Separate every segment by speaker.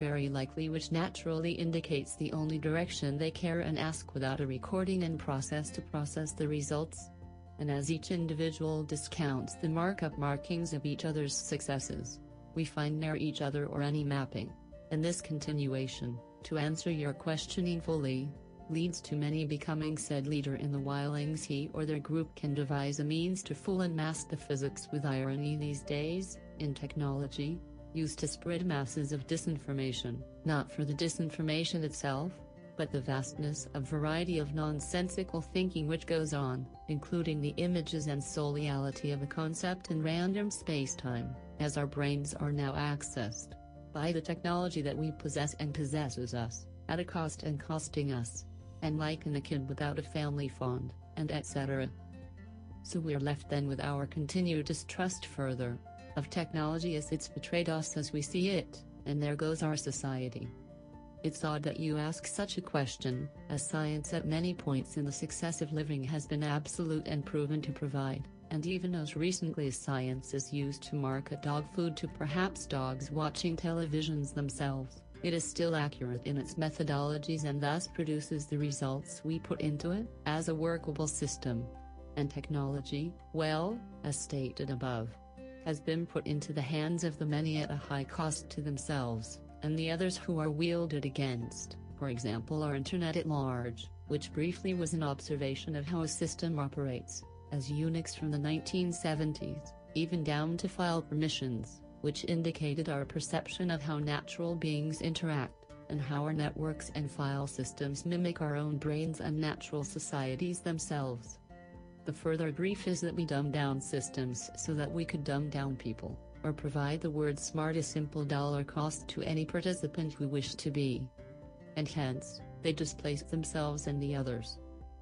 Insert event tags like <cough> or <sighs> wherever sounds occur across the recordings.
Speaker 1: very likely which naturally indicates the only direction they care and ask without a recording and process to process the results. And as each individual discounts the markup markings of each other's successes, we find near each other or any mapping. And this continuation, to answer your questioning fully, leads to many becoming said leader in the whilings he or their group can devise a means to fool and mask the physics with irony these days, in technology, used to spread masses of disinformation, not for the disinformation itself, but the vastness of variety of nonsensical thinking which goes on, including the images and soliality of a concept in random spacetime, as our brains are now accessed by the technology that we possess and possesses us, at a cost and costing us and like an kid without a family fond, and etc. So we're left then with our continued distrust further of technology as it's betrayed us as we see it, and there goes our society. It's odd that you ask such a question, as science at many points in the success of living has been absolute and proven to provide, and even as recently as science is used to market dog food to perhaps dogs watching televisions themselves. It is still accurate in its methodologies and thus produces the results we put into it as a workable system. And technology, well, as stated above, has been put into the hands of the many at a high cost to themselves, and the others who are wielded against, for example, our Internet at large, which briefly was an observation of how a system operates, as Unix from the 1970s, even down to file permissions which indicated our perception of how natural beings interact, and how our networks and file systems mimic our own brains and natural societies themselves. The further grief is that we dumb down systems so that we could dumb down people, or provide the word smart a simple dollar cost to any participant who wished to be. And hence, they displace themselves and the others.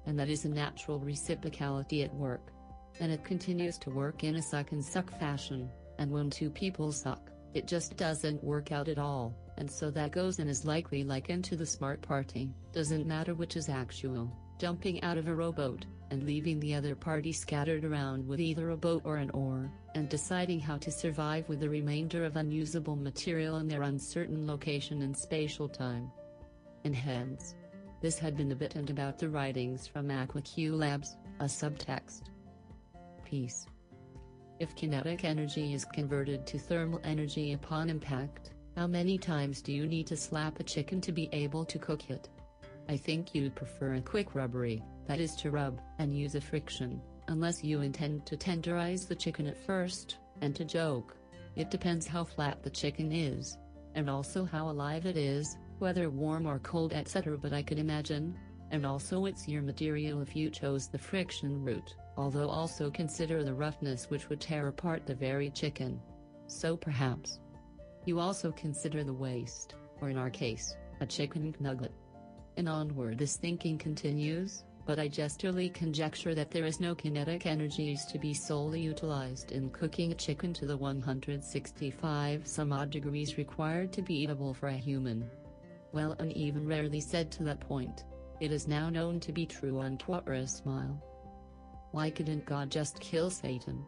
Speaker 1: And that is a natural reciprocality at work. And it continues to work in a suck and suck fashion and when two people suck, it just doesn't work out at all, and so that goes and is likely like into the smart party, doesn't matter which is actual, jumping out of a rowboat, and leaving the other party scattered around with either a boat or an oar, and deciding how to survive with the remainder of unusable material in their uncertain location in spatial time. And hence, this had been a bit and about the writings from AquaQ Labs, a subtext. Peace. If kinetic energy is converted to thermal energy upon impact, how many times do you need to slap a chicken to be able to cook it? I think you'd prefer a quick rubbery, that is to rub and use a friction, unless you intend to tenderize the chicken at first, and to joke. It depends how flat the chicken is, and also how alive it is, whether warm or cold, etc. But I could imagine, and also it's your material if you chose the friction route, although also consider the roughness which would tear apart the very chicken. So perhaps you also consider the waste, or in our case, a chicken nugget. And onward this thinking continues, but I gesturally conjecture that there is no kinetic energies to be solely utilized in cooking a chicken to the 165 some odd degrees required to be eatable for a human. Well and even rarely said to that point. It is now known to be true on Twitter smile. Why couldn't God just kill Satan?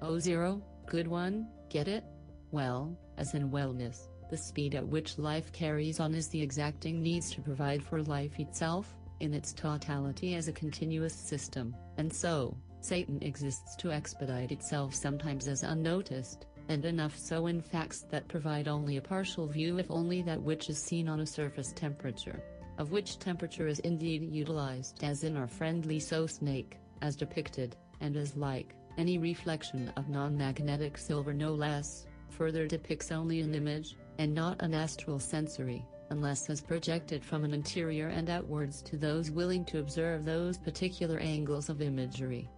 Speaker 1: Oh zero, good one, get it? Well, as in wellness, the speed at which life carries on is the exacting needs to provide for life itself, in its totality as a continuous system, and so, Satan exists to expedite itself sometimes as unnoticed, and enough so in facts that provide only a partial view if only that which is seen on a surface temperature of which temperature is indeed utilized as in our friendly so snake, as depicted, and as like any reflection of non-magnetic silver no less, further depicts only an image, and not an astral sensory, unless as projected from an interior and outwards to those willing to observe those particular angles of imagery.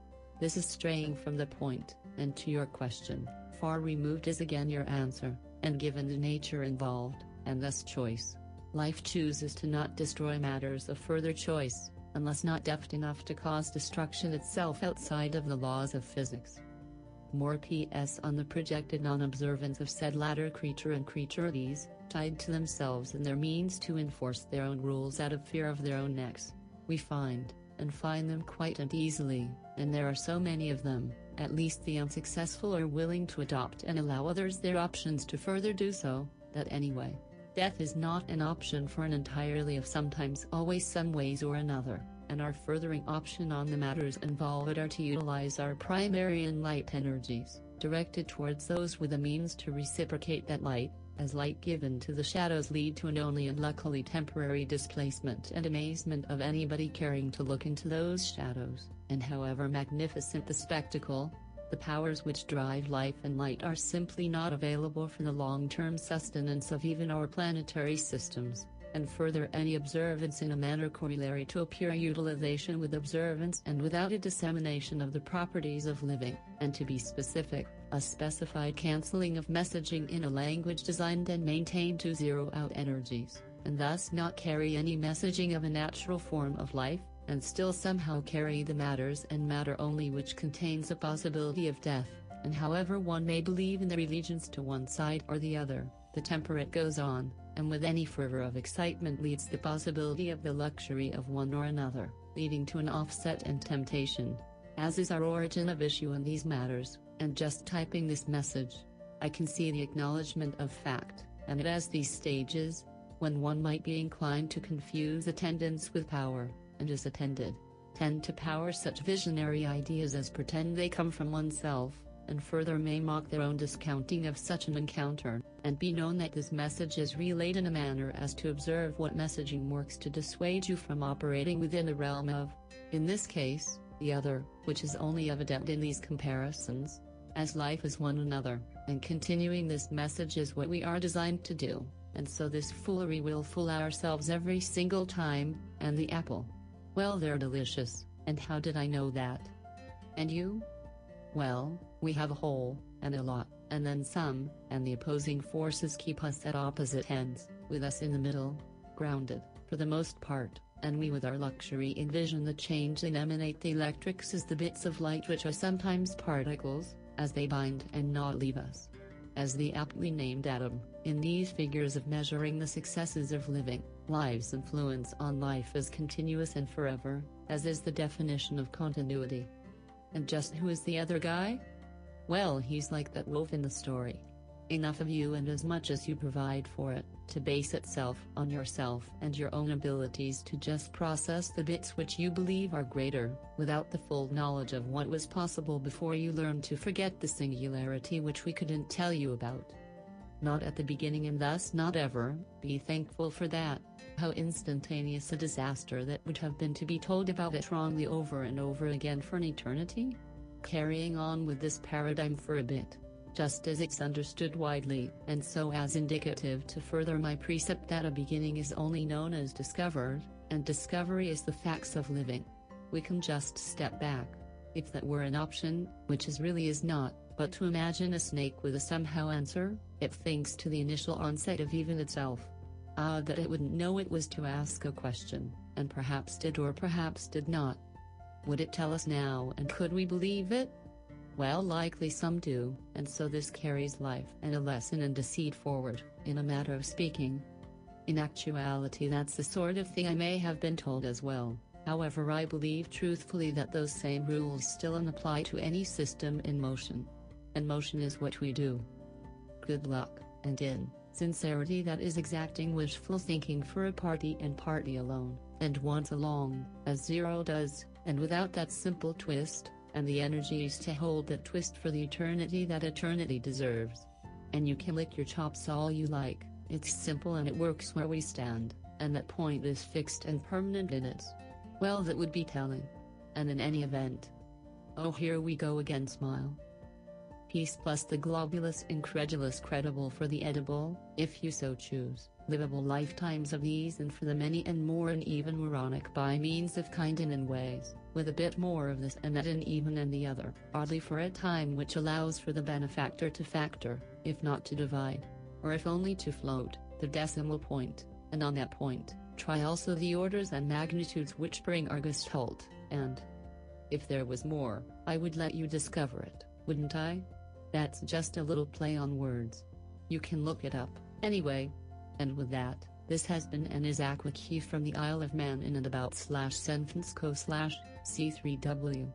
Speaker 1: This is straying from the point, and to your question, far removed is again your answer, and given the nature involved, and thus choice life chooses to not destroy matters of further choice, unless not deft enough to cause destruction itself outside of the laws of physics. More PS on the projected non observance of said latter creature and creaturities, tied to themselves and their means to enforce their own rules out of fear of their own necks. We find, and find them quite and easily, and there are so many of them, at least the unsuccessful are willing to adopt and allow others their options to further do so, that anyway Death is not an option for an entirely of sometimes always some ways or another, and our furthering option on the matters involved are to utilize our primary and light energies, directed towards those with a means to reciprocate that light, as light given to the shadows lead to an only and luckily temporary displacement and amazement of anybody caring to look into those shadows, and however magnificent the spectacle, the powers which drive life and light are simply not available for the long term sustenance of even our planetary systems, and further, any observance in a manner corollary to a pure utilization with observance and without a dissemination of the properties of living, and to be specific, a specified cancelling of messaging in a language designed and maintained to zero out energies, and thus not carry any messaging of a natural form of life and still somehow carry the matters and matter only which contains a possibility of death, and however one may believe in the religions to one side or the other, the temperate goes on, and with any fervor of excitement leads the possibility of the luxury of one or another, leading to an offset and temptation. As is our origin of issue in these matters, and just typing this message, I can see the acknowledgement of fact, and it has these stages, when one might be inclined to confuse attendance with power and is attended, tend to power such visionary ideas as pretend they come from oneself, and further may mock their own discounting of such an encounter, and be known that this message is relayed in a manner as to observe what messaging works to dissuade you from operating within the realm of, in this case, the other, which is only evident in these comparisons, as life is one another, and continuing this message is what we are designed to do, and so this foolery will fool ourselves every single time, and the apple. Well, they're delicious, and how did I know that? And you? Well, we have a whole, and a lot, and then some, and the opposing forces keep us at opposite ends, with us in the middle, grounded, for the most part, and we with our luxury envision the change and emanate the electrics as the bits of light which are sometimes particles, as they bind and not leave us. As the aptly named atom, in these figures of measuring the successes of living, life's influence on life is continuous and forever, as is the definition of continuity. And just who is the other guy? Well, he's like that wolf in the story. Enough of you and as much as you provide for it, to base itself on yourself and your own abilities to just process the bits which you believe are greater, without the full knowledge of what was possible before you learned to forget the singularity which we couldn't tell you about not at the beginning and thus not ever, be thankful for that. How instantaneous a disaster that would have been to be told about it wrongly over and over again for an eternity? Carrying on with this paradigm for a bit. Just as it's understood widely, and so as indicative to further my precept that a beginning is only known as discovered, and discovery is the facts of living. We can just step back. If that were an option, which is really is not, but to imagine a snake with a somehow answer, it thinks to the initial onset of even itself. Ah, that it wouldn't know it was to ask a question, and perhaps did or perhaps did not. Would it tell us now and could we believe it? Well, likely some do, and so this carries life and a lesson and deceit forward, in a matter of speaking. In actuality, that's the sort of thing I may have been told as well. However, I believe truthfully that those same rules still apply to any system in motion and motion is what we do. Good luck, and in sincerity that is exacting wishful thinking for a party and party alone, and once along, as zero does, and without that simple twist, and the energies to hold that twist for the eternity that eternity deserves. And you can lick your chops all you like, it's simple and it works where we stand, and that point is fixed and permanent in it. Well, that would be telling. And in any event. Oh, here we go again, smile piece plus the globulous incredulous credible for the edible, if you so choose, livable lifetimes of these and for the many and more and even moronic by means of kind and in ways, with a bit more of this and that and even and the other, oddly for a time which allows for the benefactor to factor, if not to divide, or if only to float, the decimal point, and on that point, try also the orders and magnitudes which bring Argus halt, and if there was more, I would let you discover it, wouldn't I? That's just a little play on words. You can look it up, anyway. And with that, this has been an Isaac Key from the Isle of Man in and about slash sentence co slash C3W.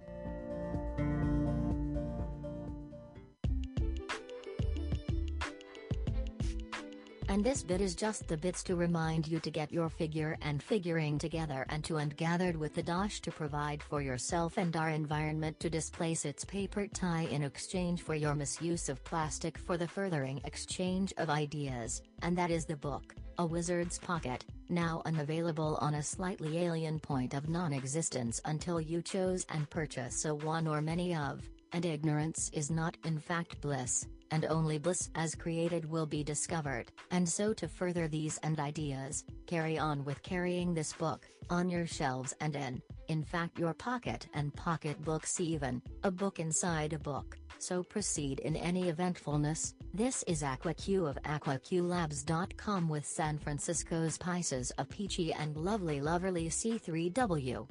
Speaker 2: And this bit is just the bits to remind you to get your figure and figuring together and to and gathered with the dosh to provide for yourself and our environment to displace its paper tie in exchange for your misuse of plastic for the furthering exchange of ideas, and that is the book, A Wizard's Pocket, now unavailable on a slightly alien point of non existence until you chose and purchase a one or many of, and ignorance is not in fact bliss and only bliss as created will be discovered. And so, to further these and ideas, carry on with carrying this book, on your shelves and in, in fact, your pocket and pocket books, even, a book inside a book. So, proceed in any eventfulness. This is AquaQ of AquaQLabs.com with San Francisco's Pisces of Peachy and Lovely Loverly C3W.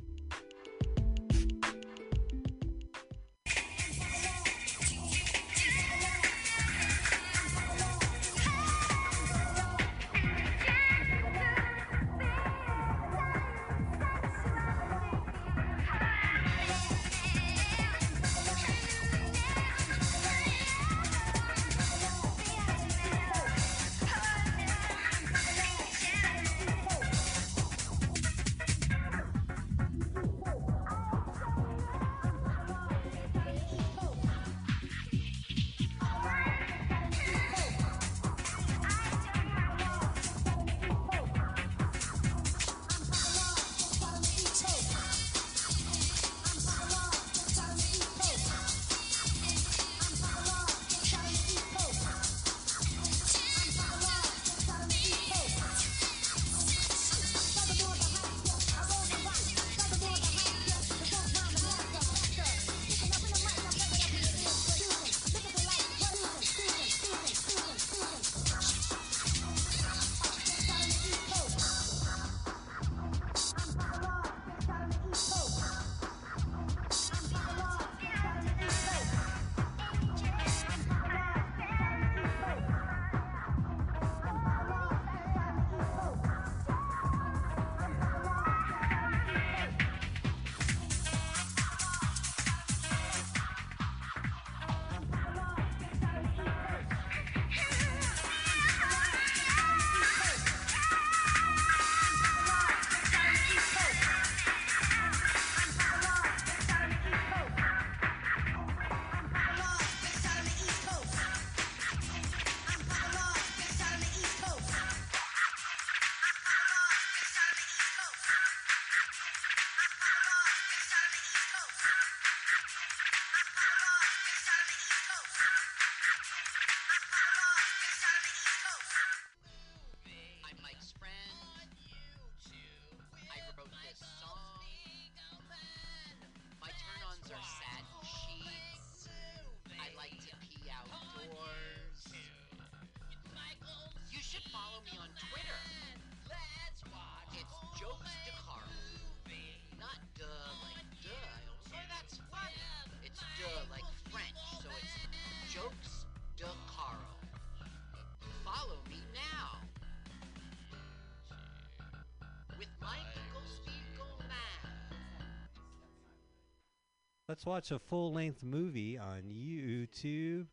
Speaker 3: Let's watch a full length movie on YouTube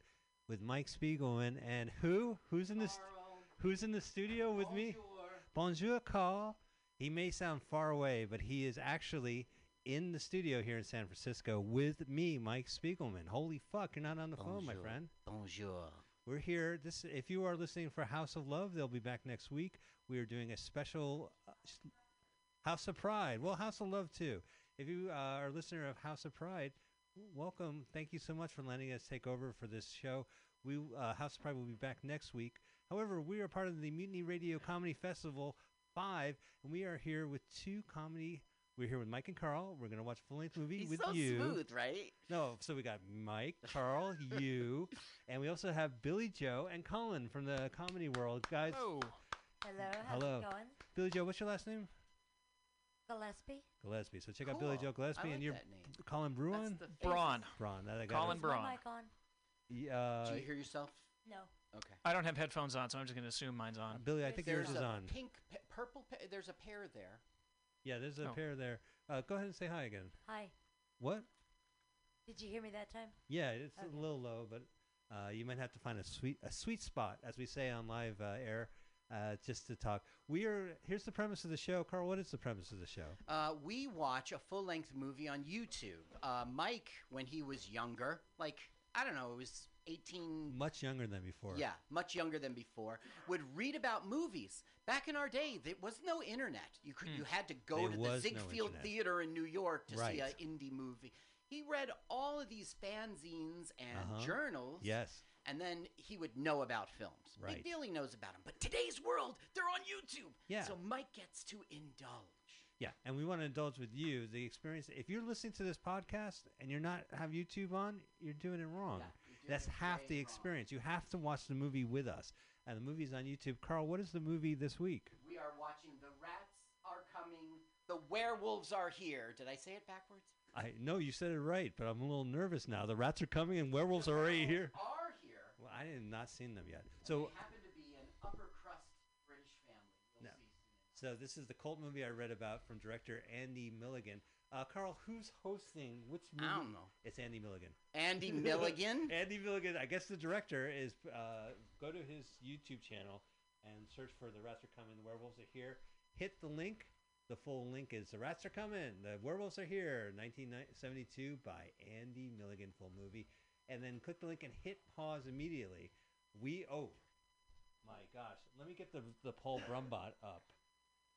Speaker 3: with Mike Spiegelman and who? Who's in this? Who's in the studio with me? Bonjour, Carl. He may sound far away, but he is actually in the studio here in San Francisco with me, Mike Spiegelman. Holy fuck, you're not on the phone, Oh, my
Speaker 4: Bonjour.
Speaker 3: friend.
Speaker 4: Bonjour.
Speaker 3: We're here. This, if you are listening for House of Love, they'll be back next week. We are doing a special uh, s- House of Pride. Well, House of Love too. If you uh, are a listener of House of Pride, w- welcome. Thank you so much for letting us take over for this show. We w- uh, House of Pride will be back next week. However, we are part of the Mutiny Radio Comedy Festival Five, and we are here with two comedy. We're here with Mike and Carl. We're gonna watch a full-length movie
Speaker 4: He's
Speaker 3: with
Speaker 4: so
Speaker 3: you.
Speaker 4: smooth, right?
Speaker 3: No, so we got Mike, Carl, you, and we also have Billy Joe and Colin from the comedy world. Guys,
Speaker 4: Oh,
Speaker 5: Hello, how's
Speaker 3: Hello.
Speaker 5: it going?
Speaker 3: Billy Joe, what's your last name?
Speaker 5: Gillespie?
Speaker 3: Gillespie. So check out Billy Joe Gillespie
Speaker 4: I like
Speaker 3: and your
Speaker 4: that name.
Speaker 3: Colin Bruin.
Speaker 4: That's the
Speaker 6: Braun.
Speaker 3: Braun. That I got
Speaker 6: Colin
Speaker 5: Is
Speaker 3: it.
Speaker 5: my
Speaker 6: Braun.
Speaker 5: mic on?
Speaker 3: Y- Uh,
Speaker 4: Do you hear yourself?
Speaker 5: No.
Speaker 4: Okay.
Speaker 6: I don't have headphones on, so I'm just going to assume mine's on.
Speaker 3: Billy, I think yours
Speaker 4: There's
Speaker 3: is
Speaker 4: a
Speaker 3: on.
Speaker 4: Pink, pa- purple. Pa- there's a pair there.
Speaker 3: Yeah, there's a
Speaker 6: Oh.
Speaker 3: pair there. Uh, go ahead and say hi again.
Speaker 5: Hi.
Speaker 3: What?
Speaker 5: Did you hear me that time?
Speaker 3: Yeah, it's
Speaker 5: Okay.
Speaker 3: a little low, but uh, you might have to find a sweet a sweet spot, as we say on live uh, air. Uh, uh, just to talk. We are here's the premise of the show, Carl. What is the premise of the show?
Speaker 4: Uh, we watch a full length movie on YouTube. Uh, Mike, when he was younger, like, I don't know, it was 18,
Speaker 3: Much younger than before.
Speaker 4: Yeah, much younger than before. Would read about movies. Back in our day, there was no internet. You could, you had to go
Speaker 3: Hmm. There
Speaker 4: to
Speaker 3: was
Speaker 4: the
Speaker 3: no
Speaker 4: Ziegfeld
Speaker 3: internet.
Speaker 4: Theater in New York to see
Speaker 3: Right.
Speaker 4: an indie movie. He read all of these fanzines and
Speaker 3: Uh-huh.
Speaker 4: journals.
Speaker 3: Yes.
Speaker 4: And then he would know about films.
Speaker 3: Right.
Speaker 4: Big deal he knows about them. But today's world, they're on YouTube.
Speaker 3: Yeah.
Speaker 4: So Mike gets to indulge.
Speaker 3: Yeah, and we want to indulge with you the experience. If you're listening to this podcast and you're not have YouTube on, you're doing it wrong.
Speaker 4: Yeah, you're doing
Speaker 3: That's
Speaker 4: it
Speaker 3: half the
Speaker 4: way wrong.
Speaker 3: experience. You have to watch the movie with us, and the movie's on YouTube. Carl, what is the movie this week?
Speaker 4: We are watching The Rats Are Coming, The Werewolves Are Here. Did I say it backwards?
Speaker 3: I know you said it right, but I'm a little nervous now. The rats are coming, and werewolves are already here.
Speaker 4: Are here.
Speaker 3: Well, I have not seen them yet. So,
Speaker 4: they happen to be an upper crust British family. You'll
Speaker 3: No.
Speaker 4: see soon.
Speaker 3: so this is the cult movie I read about from director Andy Milligan. Uh, Carl, who's hosting? Which movie?
Speaker 4: I don't know.
Speaker 3: It's Andy Milligan. <laughs>
Speaker 4: Andy Milligan.
Speaker 3: Andy Milligan. I guess the director is. Uh, go to his YouTube channel and search for "The Rats Are Coming, The Werewolves Are Here." Hit the link. The full link is "The Rats Are Coming, The Werewolves Are Here," 1972 by Andy Milligan, full movie. And then click the link and hit pause immediately. We oh my gosh, let me get the the Paul Brumbot up.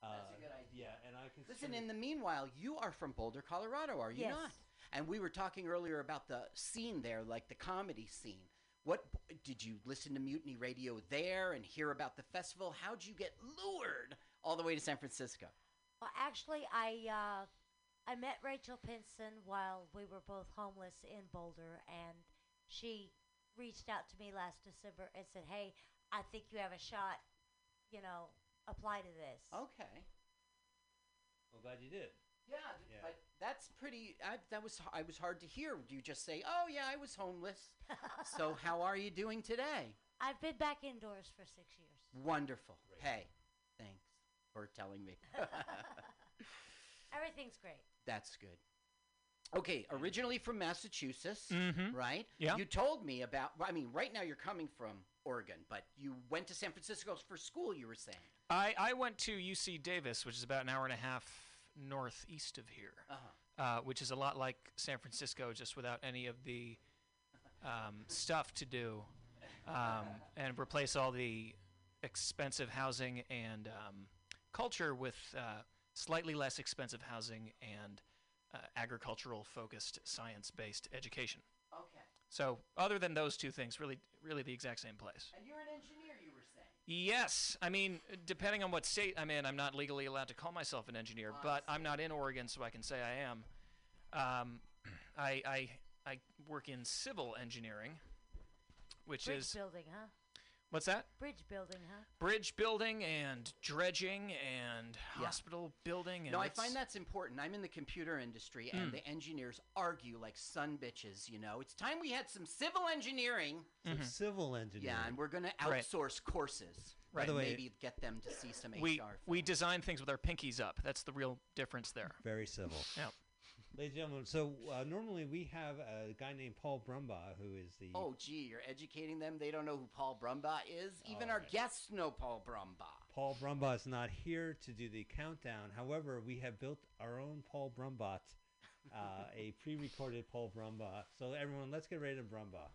Speaker 3: Uh,
Speaker 4: That's a good idea.
Speaker 3: Yeah, and I can
Speaker 4: Listen,
Speaker 3: sort of-
Speaker 4: in the meanwhile, you are from Boulder, Colorado, are you
Speaker 5: Yes.
Speaker 4: not? And we were talking earlier about the scene there, like the comedy scene. What did you listen to Mutiny Radio there and hear about the festival? How'd you get lured all the way to San Francisco?
Speaker 5: Well, actually, I uh, I met Rachel Pinson while we were both homeless in Boulder, and she reached out to me last December and said, "Hey, I think you have a shot. You know, apply to this."
Speaker 4: Okay.
Speaker 3: I'm Oh, glad you did.
Speaker 4: Yeah,
Speaker 3: Yeah.
Speaker 4: but that's pretty. I, that was I was hard to hear. You just say, "Oh yeah, I was <laughs> homeless." so how are you doing today?
Speaker 5: I've been back indoors for six years.
Speaker 4: Wonderful.
Speaker 3: Great.
Speaker 4: Hey, thanks for telling me. <laughs>
Speaker 5: Everything's great.
Speaker 4: That's good. Okay, originally from Massachusetts,
Speaker 6: Mhm.
Speaker 4: right?
Speaker 6: Yeah.
Speaker 4: You told me about. well, I mean, right now you're coming from Oregon, but you went to San Francisco for school. You were saying.
Speaker 6: I, I went to UC Davis, which is about an hour and a half northeast of here,
Speaker 4: Uh
Speaker 6: uh, which is a lot like San Francisco, just without any of the um, stuff to do, um, and replace all the expensive housing and um, culture with uh, slightly less expensive housing and uh, agricultural focused, science based education.
Speaker 4: Okay.
Speaker 6: So, other than those two things, really, really the exact same place.
Speaker 4: And you're an engineer. You were saying.
Speaker 6: Yes, I mean, depending on what state I'm in, I'm not legally allowed to call myself an
Speaker 4: Oh,
Speaker 6: engineer, but I'm not in Oregon, so I can say I am. Um, <clears throat> I, I I work in civil engineering, which
Speaker 5: Bridge
Speaker 6: is
Speaker 5: building, huh?
Speaker 6: what's that?
Speaker 5: Bridge building, huh?
Speaker 6: Bridge building and dredging and
Speaker 4: Yeah.
Speaker 6: hospital building. And
Speaker 4: No, I
Speaker 6: it's-
Speaker 4: find that's important. I'm in the computer industry,
Speaker 6: Mm.
Speaker 4: and the engineers argue like sun bitches. You know, it's time we had some civil engineering.
Speaker 3: So Civil engineering.
Speaker 4: Yeah, and we're going to
Speaker 6: Right.
Speaker 4: outsource courses.
Speaker 6: By the
Speaker 4: and
Speaker 3: way-
Speaker 4: maybe get them to see some HR.
Speaker 6: we we
Speaker 4: film.
Speaker 6: design things with our pinkies up. That's the real difference there.
Speaker 3: very civil.
Speaker 6: Yeah.
Speaker 3: Ladies and gentlemen, so uh, normally we have a guy named Paul Brumbaugh who is the.
Speaker 4: Oh, gee, you're educating them. They don't know who Paul Brumbaugh is. Even
Speaker 3: Oh,
Speaker 4: our
Speaker 3: right.
Speaker 4: guests know Paul Brumbaugh.
Speaker 3: Paul Brumbaugh is not here to do the countdown. However, we have built our own Paul Brumbaugh, uh, a pre recorded Paul Brumbaugh. So, everyone, let's get ready to Brumbaugh.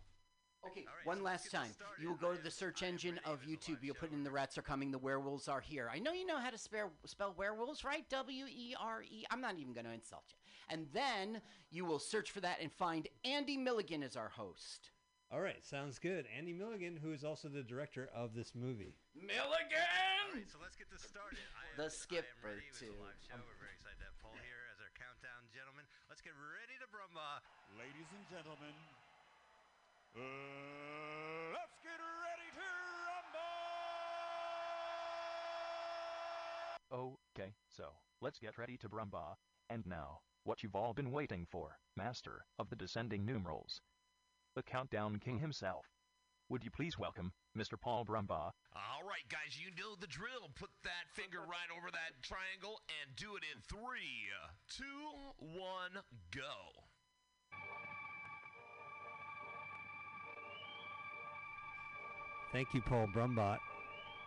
Speaker 4: Okay, one last time. You will go to the search engine of YouTube. You'll put in the rats are coming, the werewolves are here. I know you know how to spare, spell werewolves, right? W E R E. I'm not even going to insult you. And then you will search for that and find Andy Milligan as our host.
Speaker 3: All right, sounds good. Andy Milligan, who is also the director of this movie.
Speaker 4: Milligan!
Speaker 7: So let's get this started. I
Speaker 4: The
Speaker 7: am, I am
Speaker 4: skipper,
Speaker 7: ready. It was
Speaker 4: too.
Speaker 7: a live show. We're very excited to have Paul here as our countdown gentleman. Let's get ready to Brumbaugh.
Speaker 8: Ladies and gentlemen, uh, let's get ready to rumble!
Speaker 9: Okay, so, let's get ready to Brumba. And now, what you've all been waiting for, Master of the Descending Numerals. The Countdown King himself. Would you please welcome, Mr. Paul Brumba?
Speaker 7: All right, guys, you know the drill. Put that finger right over that triangle and do it in three, two, one, go.
Speaker 3: Thank you, Paul Brumbaugh.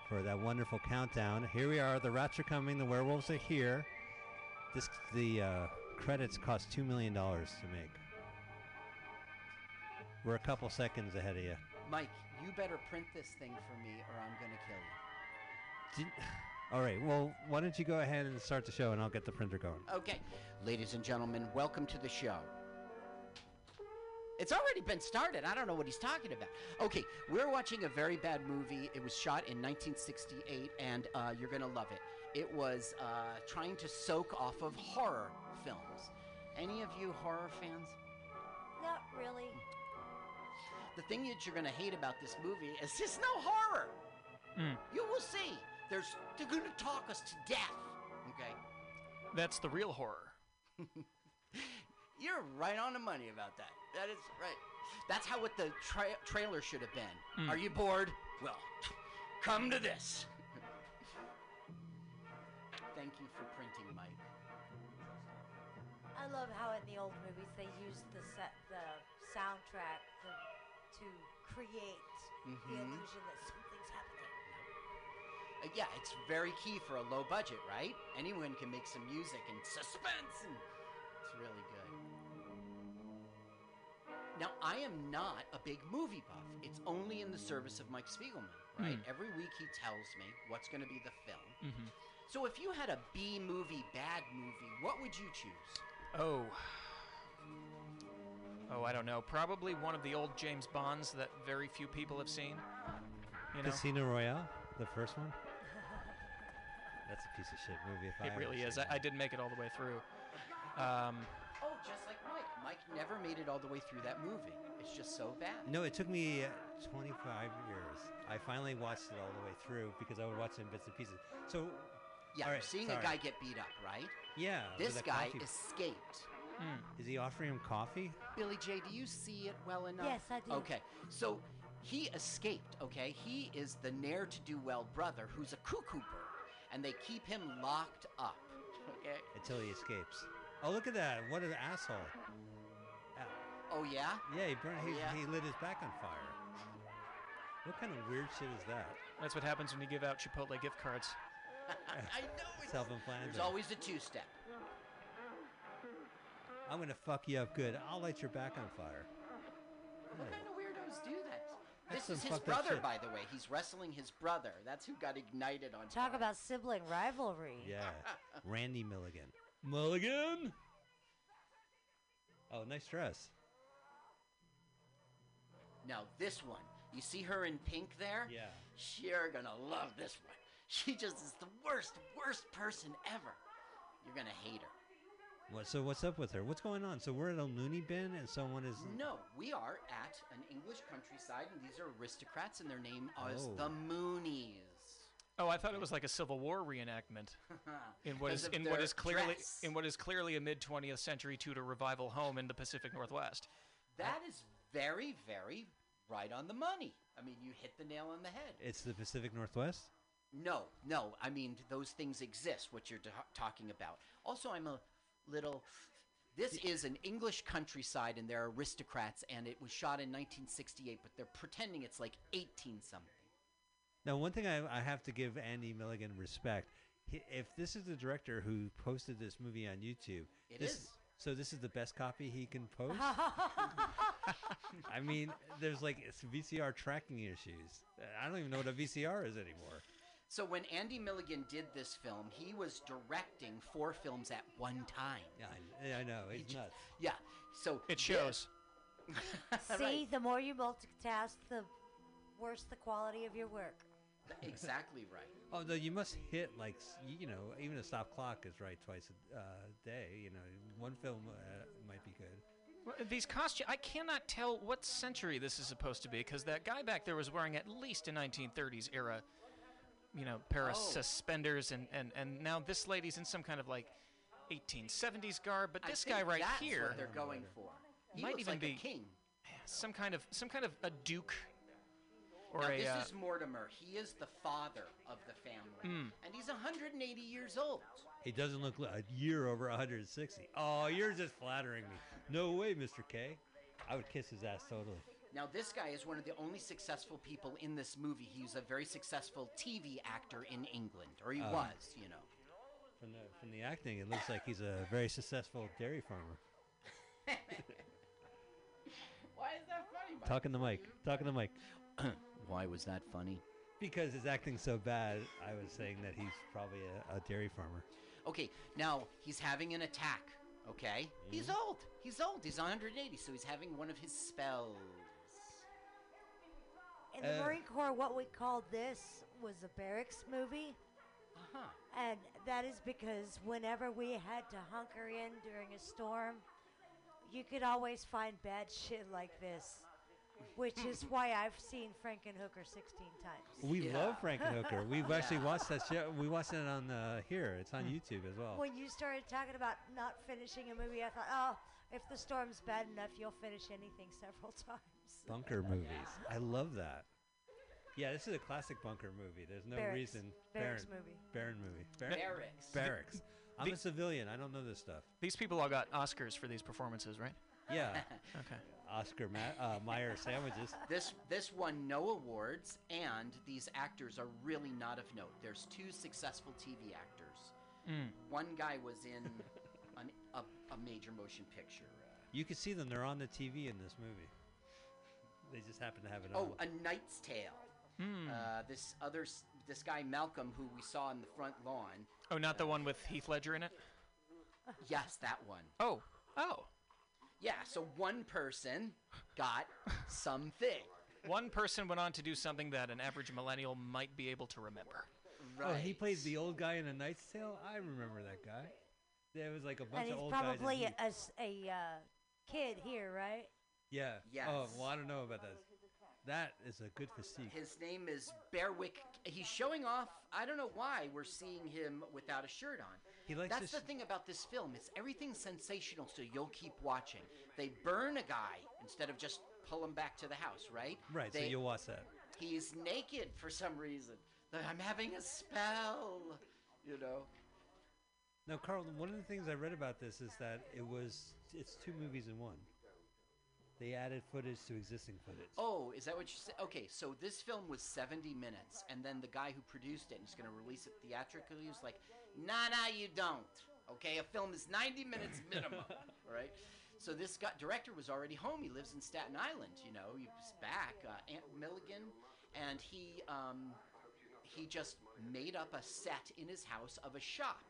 Speaker 3: for that wonderful countdown. Here we are. The rats are coming. The werewolves are here. This the uh, credits cost two million dollars to make. We're a couple seconds ahead of you.
Speaker 4: Mike, you better print this thing for me, or I'm gonna kill you.
Speaker 3: Did- <sighs> All right. Well, why don't you go ahead and start the show, and I'll get the printer going.
Speaker 4: Okay, ladies and gentlemen, welcome to the show. It's already been started. I don't know what he's talking about. Okay, we're watching a very bad movie. It was shot in 1968, and uh, you're going to love it. It was uh, trying to soak off of horror films. Any of you horror fans?
Speaker 5: Not really.
Speaker 4: The thing that you're going to hate about this movie is there's no horror.
Speaker 6: Mm.
Speaker 4: You will see. There's they're going to talk us to death. Okay.
Speaker 6: That's the real horror.
Speaker 4: You're right on the money about that. That is right. That's how what the tra- trailer should have been.
Speaker 6: Mm.
Speaker 4: Are you bored? Well, come to this. Thank you for printing, Mike.
Speaker 5: I love how in the old movies they used the set, the soundtrack to, to create the
Speaker 4: Mhm.
Speaker 5: illusion that something's happening.
Speaker 4: Uh, yeah, it's very key for a low budget, right? Anyone can make some music and suspense, and it's really good. Now, I am not a big movie buff. It's only in the service of Mike Spiegelman, right?
Speaker 6: Hmm.
Speaker 4: Every week he tells me what's going to be the film.
Speaker 6: Mm-hmm.
Speaker 4: So if you had a B movie, bad movie, what would you choose?
Speaker 6: Oh. Oh, I don't know. Probably one of the old James Bonds that very few people have seen. You know,
Speaker 3: Casino Royale, the
Speaker 4: <laughs>
Speaker 3: first one. That's a piece of shit movie. If I
Speaker 6: it
Speaker 3: ever
Speaker 6: really
Speaker 3: seen
Speaker 6: is. I,
Speaker 3: one.
Speaker 6: I didn't make it all the way through. Um,
Speaker 4: Oh, just like Mike. Mike never made it all the way through that movie. It's just so bad.
Speaker 3: No, it took me uh, 25 years. I finally watched it all the way through because I would watch it in bits and pieces. So,
Speaker 4: Yeah,
Speaker 3: all
Speaker 4: you're
Speaker 3: right,
Speaker 4: seeing a
Speaker 3: sorry.
Speaker 4: guy get beat up, right?
Speaker 3: yeah, with
Speaker 4: this
Speaker 3: a
Speaker 4: guy
Speaker 3: coffee-
Speaker 4: escaped.
Speaker 6: mm.
Speaker 3: is he offering him coffee?
Speaker 4: Billy J, do you see it well enough?
Speaker 5: Yes, I do.
Speaker 4: Okay, so he escaped, okay? He is the ne'er to do well brother who's a cuckoo bird, and they keep him locked up, okay?
Speaker 3: until he escapes. Oh, look at that! What an asshole! Uh,
Speaker 4: Oh, yeah? <laughs>
Speaker 3: yeah, he burned.
Speaker 4: Oh,
Speaker 3: he,
Speaker 4: yeah.
Speaker 3: he lit his back on fire. What kind of weird shit is that?
Speaker 6: That's what happens when you give out Chipotle gift cards.
Speaker 4: I know
Speaker 3: <laughs>
Speaker 4: it's There's
Speaker 3: Self-inflammatory.
Speaker 4: always a two step.
Speaker 3: I'm gonna fuck you up good. I'll light your back on fire.
Speaker 4: What kind of weirdos do that?
Speaker 3: That's
Speaker 4: This is
Speaker 3: some
Speaker 4: his
Speaker 3: fucked up
Speaker 4: brother,
Speaker 3: shit.
Speaker 4: by the way. He's wrestling his brother. That's who got ignited on
Speaker 5: Talk
Speaker 4: fire.
Speaker 5: about sibling rivalry.
Speaker 3: Yeah, Randy Milligan. Milligan. Oh, nice dress.
Speaker 4: Now this one. You see her in pink there?
Speaker 3: Yeah.
Speaker 4: You're gonna love this one. She just is the worst, worst person ever. You're gonna hate her.
Speaker 3: What, so what's up with her? What's going on? So we're at a loony bin and someone is.
Speaker 4: No, we are at an English countryside, and these are aristocrats, and their name is
Speaker 3: Oh.
Speaker 4: the Moonies. <laughs>
Speaker 6: Oh, I thought it was like a Civil War reenactment in what
Speaker 4: 'Cause
Speaker 6: is
Speaker 4: of
Speaker 6: in what
Speaker 4: their
Speaker 6: is clearly
Speaker 4: dress.
Speaker 6: in what is clearly a mid 20th century Tudor revival home in the Pacific Northwest.
Speaker 4: That is very, very right on the money. I mean, you hit the nail on the head.
Speaker 3: It's the Pacific Northwest.
Speaker 4: No, no. I mean, those things exist, what you're ta- talking about. Also, I'm a little. This is an English countryside, and they're aristocrats, and it was shot in 1968, but they're pretending it's like 18 something.
Speaker 3: Now, one thing I, I have to give Andy Milligan respect. He, if this is the director who posted this movie on YouTube,
Speaker 4: It
Speaker 3: this,
Speaker 4: is.
Speaker 3: So this is the best copy he can <laughs> post. I mean, there's like it's VCR tracking issues. I don't even know what a VCR is anymore.
Speaker 4: So, when Andy Milligan did this film, he was directing four films at one time.
Speaker 3: Yeah, I, yeah, I know
Speaker 4: He
Speaker 3: it's
Speaker 4: ju-
Speaker 3: nuts.
Speaker 4: Yeah. So
Speaker 6: It
Speaker 4: <laughs>
Speaker 6: shows.
Speaker 5: See, the more you multitask, the worse the quality of your work.
Speaker 4: Th- exactly right.
Speaker 3: Although you must hit like s- y- you know, even a stop clock is right twice a uh, day. You know, one film uh, might be good.
Speaker 6: Well, These costumes, I cannot tell what century this is supposed to be because that guy back there was wearing at least a 1930s era, you know, pair of
Speaker 4: Oh.
Speaker 6: suspenders, and, and, and now this lady's in some kind of like 1870s garb, but
Speaker 4: I
Speaker 6: this
Speaker 4: think
Speaker 6: guy right
Speaker 4: that's
Speaker 6: here,
Speaker 4: what they're going for. He
Speaker 6: Might
Speaker 4: looks
Speaker 6: even
Speaker 4: like
Speaker 6: be-
Speaker 4: a king.
Speaker 6: some kind of some kind of a duke or
Speaker 4: now,
Speaker 6: a.
Speaker 4: this
Speaker 6: uh,
Speaker 4: is Mortimer. He is the father of the family,
Speaker 6: Mm.
Speaker 4: and he's 180 years old.
Speaker 3: He doesn't look li- a year over 160. Oh, you're just flattering me. No way, Mr. K. I would kiss his ass totally.
Speaker 4: Now, this guy is one of the only successful people in this movie. He's a very successful TV actor in England, or he
Speaker 3: Oh.
Speaker 4: was, you know.
Speaker 3: From the from the acting, it looks like he's a very successful dairy
Speaker 4: <laughs>
Speaker 3: farmer.
Speaker 4: Why is that funny?
Speaker 3: Talking to Mike. Talking to Mike.
Speaker 4: <clears throat> Why was that funny?
Speaker 3: Because his acting's so bad, I was saying that he's probably a, a dairy farmer.
Speaker 4: Okay, now he's having an attack. Okay, he's old. He's old. He's 180, so he's having one of his spells.
Speaker 5: In the
Speaker 3: Uh,
Speaker 5: Marine Corps, what we called this was a barracks movie.
Speaker 4: Uh huh.
Speaker 5: And that is because whenever we had to hunker in during a storm, you could always find bad <laughs> shit like this. Which is why I've seen Frankenhooker 16 times.
Speaker 3: We
Speaker 4: Yeah.
Speaker 3: love
Speaker 4: <laughs>
Speaker 3: Frankenhooker. We've actually watched that show. We watched it on uh, here. It's
Speaker 4: Hmm.
Speaker 3: on YouTube as well.
Speaker 5: When you started talking about not finishing a movie, I thought, oh, if the storm's bad enough, you'll finish anything <laughs> several times.
Speaker 3: bunker movies. I love that. Yeah, this is a classic bunker movie. There's no
Speaker 5: Barracks.
Speaker 3: reason.
Speaker 5: Barracks
Speaker 3: Barron-
Speaker 5: movie.
Speaker 3: Barron movie. Barron-
Speaker 4: Barracks. <laughs>
Speaker 3: Barracks. I'm
Speaker 6: the-
Speaker 3: a civilian. I don't know this stuff.
Speaker 6: These people all got Oscars for these performances, right?
Speaker 3: Yeah. <laughs>
Speaker 6: Okay.
Speaker 3: Oscar Ma- uh, Meyer sandwiches.
Speaker 4: This this won no awards, and these actors are really not of note. There's two successful TV actors.
Speaker 3: Hmm.
Speaker 6: Mm.
Speaker 4: One guy was
Speaker 3: <laughs>
Speaker 4: in an, a, a major motion picture. Uh,
Speaker 3: You can see them. They're on the TV in this movie. They just happen to have it
Speaker 4: oh,
Speaker 3: on.
Speaker 4: A Knight's Tale.
Speaker 3: Hmm.
Speaker 4: Uh, this other s- this guy Malcolm, who we saw in the front lawn.
Speaker 6: Oh, not the one with Heath Ledger in it.
Speaker 4: Yes, that one.
Speaker 6: Oh, oh.
Speaker 4: Yeah. So one person got
Speaker 3: <laughs>
Speaker 4: something.
Speaker 6: One person went on to do something that an average millennial might be able to remember.
Speaker 4: Right.
Speaker 3: Oh, he played the old guy in A Knight's Tale. I remember that guy. There was like a bunch
Speaker 5: And
Speaker 3: of
Speaker 5: he's
Speaker 3: old
Speaker 5: probably
Speaker 3: guys.
Speaker 5: a, s- a, uh, kid here, right?
Speaker 3: yeah. Oh,
Speaker 4: Yes.
Speaker 3: well, I don't know about that. That is a good physique.
Speaker 4: His name is Berwick. He's showing off. I don't know why we're seeing him without a shirt on.
Speaker 3: He likes
Speaker 4: That's
Speaker 3: to
Speaker 4: the
Speaker 3: sh-
Speaker 4: thing about this film. It's everything's sensational, so you'll keep watching. They burn a guy instead of just pull him back to the house, right?
Speaker 3: Right.
Speaker 4: They,
Speaker 3: so you'll watch that.
Speaker 4: He's naked for some reason. Like, I'm having a spell. You know.
Speaker 3: Now, Carl, one of the things I read about this is that it was it's two movies in one. They added footage to existing footage.
Speaker 4: Oh, is that what you said? Okay, so this film was 70 minutes, and then the guy who produced it and is going to release it theatrically was like, nah, nah, you don't. Okay, a film is 90 minutes minimum, right? So this guy, director was already home. He lives in Staten Island, you know, he was back, uh, Aunt Milligan, and he, um, he just made up a set in his house of a shop.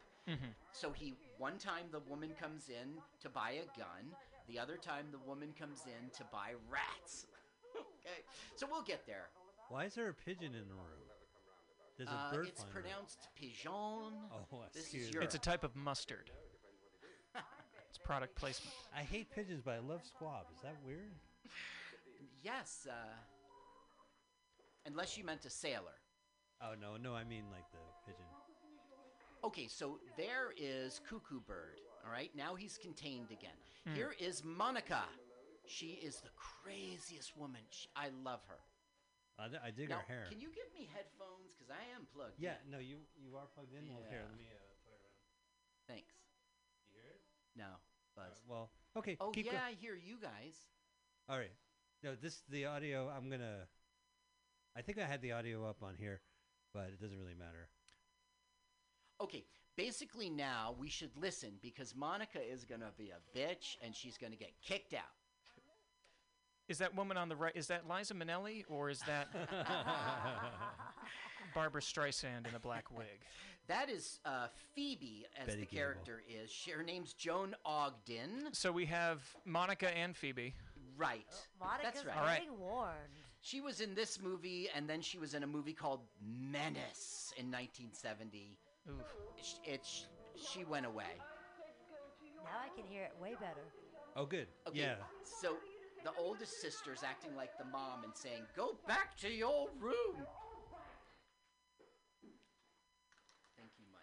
Speaker 4: So he one time the woman comes in to buy a gun, the other time the woman comes in to buy rats. okay, so we'll get there.
Speaker 3: Why is there a pigeon in the room? There's a
Speaker 4: Uh,
Speaker 3: bird.
Speaker 4: it's
Speaker 3: flying around.
Speaker 4: pronounced pigeon.
Speaker 3: Oh,
Speaker 4: this
Speaker 3: excuse
Speaker 4: is
Speaker 3: me.
Speaker 4: your.
Speaker 6: It's a type of mustard. it's product placement.
Speaker 3: I hate pigeons, but I love squab. Is that weird?
Speaker 4: yes. Uh, unless you meant a sailor.
Speaker 3: Oh no, no, I mean like the pigeon.
Speaker 4: Okay, so there is Cuckoo Bird. All right, now he's contained again.
Speaker 3: Hmm.
Speaker 4: Here is Monica. She is the craziest woman. Sh I love her.
Speaker 3: I, d- I dig
Speaker 4: Now,
Speaker 3: her hair.
Speaker 4: can you give me headphones? Because I am plugged
Speaker 3: yeah,
Speaker 4: in.
Speaker 3: no, you you are plugged in. Well, here,
Speaker 4: Yeah.
Speaker 3: let me uh, play around.
Speaker 4: Thanks.
Speaker 3: You hear it?
Speaker 4: No, Buzz.
Speaker 3: Uh, well, okay.
Speaker 4: Oh
Speaker 3: keep
Speaker 4: yeah,
Speaker 3: go-
Speaker 4: I hear you guys.
Speaker 3: All right. No, this the audio. I'm gonna. I think I had the audio up on here, but it doesn't
Speaker 4: <laughs>
Speaker 3: really matter. <laughs>
Speaker 4: Okay, basically now we should listen because Monica is gonna be a bitch and she's gonna get kicked out.
Speaker 6: Is that woman on the right? Is that Liza Minnelli or is that
Speaker 3: <laughs>
Speaker 6: Barbara Streisand in a black wig?
Speaker 4: That is uh, Phoebe as
Speaker 3: Betty
Speaker 4: the
Speaker 3: Gable.
Speaker 4: character is. She, her name's Joan Ogden.
Speaker 6: So we have Monica and Phoebe.
Speaker 4: Right.
Speaker 5: Monica's
Speaker 4: That's right.
Speaker 6: All right.
Speaker 5: getting warned.
Speaker 4: She was in this movie and then she was in a movie called Menace in 1970.
Speaker 6: Oof.
Speaker 4: Sh It's she went away.
Speaker 5: Now I can hear it way better.
Speaker 3: Oh, good.
Speaker 4: Okay,
Speaker 3: Yeah.
Speaker 4: So the oldest sister's acting like the mom and saying, "Go back to your room." Thank you, Mike.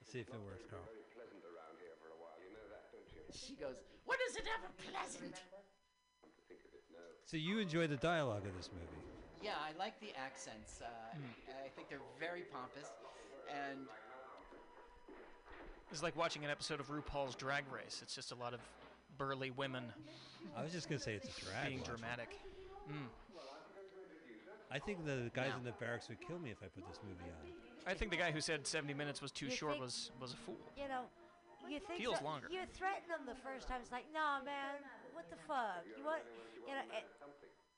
Speaker 3: Let's see if it works, Carl.
Speaker 4: She goes, "What is it ever pleasant?"
Speaker 3: So you enjoy the dialogue of this movie?
Speaker 4: Yeah, I like the accents. Uh, I think they're very pompous, and
Speaker 6: It's like watching an episode of RuPaul's Drag Race. It's just a lot of burly women
Speaker 3: I was just gonna say it's a drag.
Speaker 6: being
Speaker 3: watch.
Speaker 6: dramatic. Mm.
Speaker 3: I think the guys
Speaker 6: No.
Speaker 3: in the barracks would kill me if I put this movie on.
Speaker 6: I think the guy who said 70 minutes was too
Speaker 10: You
Speaker 6: short
Speaker 10: think-
Speaker 6: was was a fool.
Speaker 10: You know, you think
Speaker 6: Feels
Speaker 10: so-
Speaker 6: longer.
Speaker 10: You threaten them the first time. It's like, nah, man, what the fuck? You want, you know, it,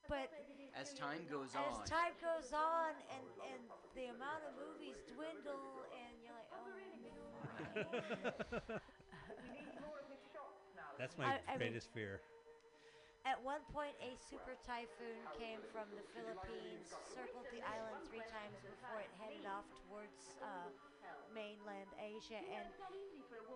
Speaker 10: but
Speaker 4: As time goes
Speaker 10: as
Speaker 4: on,
Speaker 10: time goes on and and the amount of movies dwindle, and you're like, oh. man."
Speaker 3: That's my
Speaker 10: I- I mean-
Speaker 3: greatest fear.
Speaker 10: At one point, a super typhoon came from the Philippines, circled the island three times before it headed off towards uh, mainland Asia. And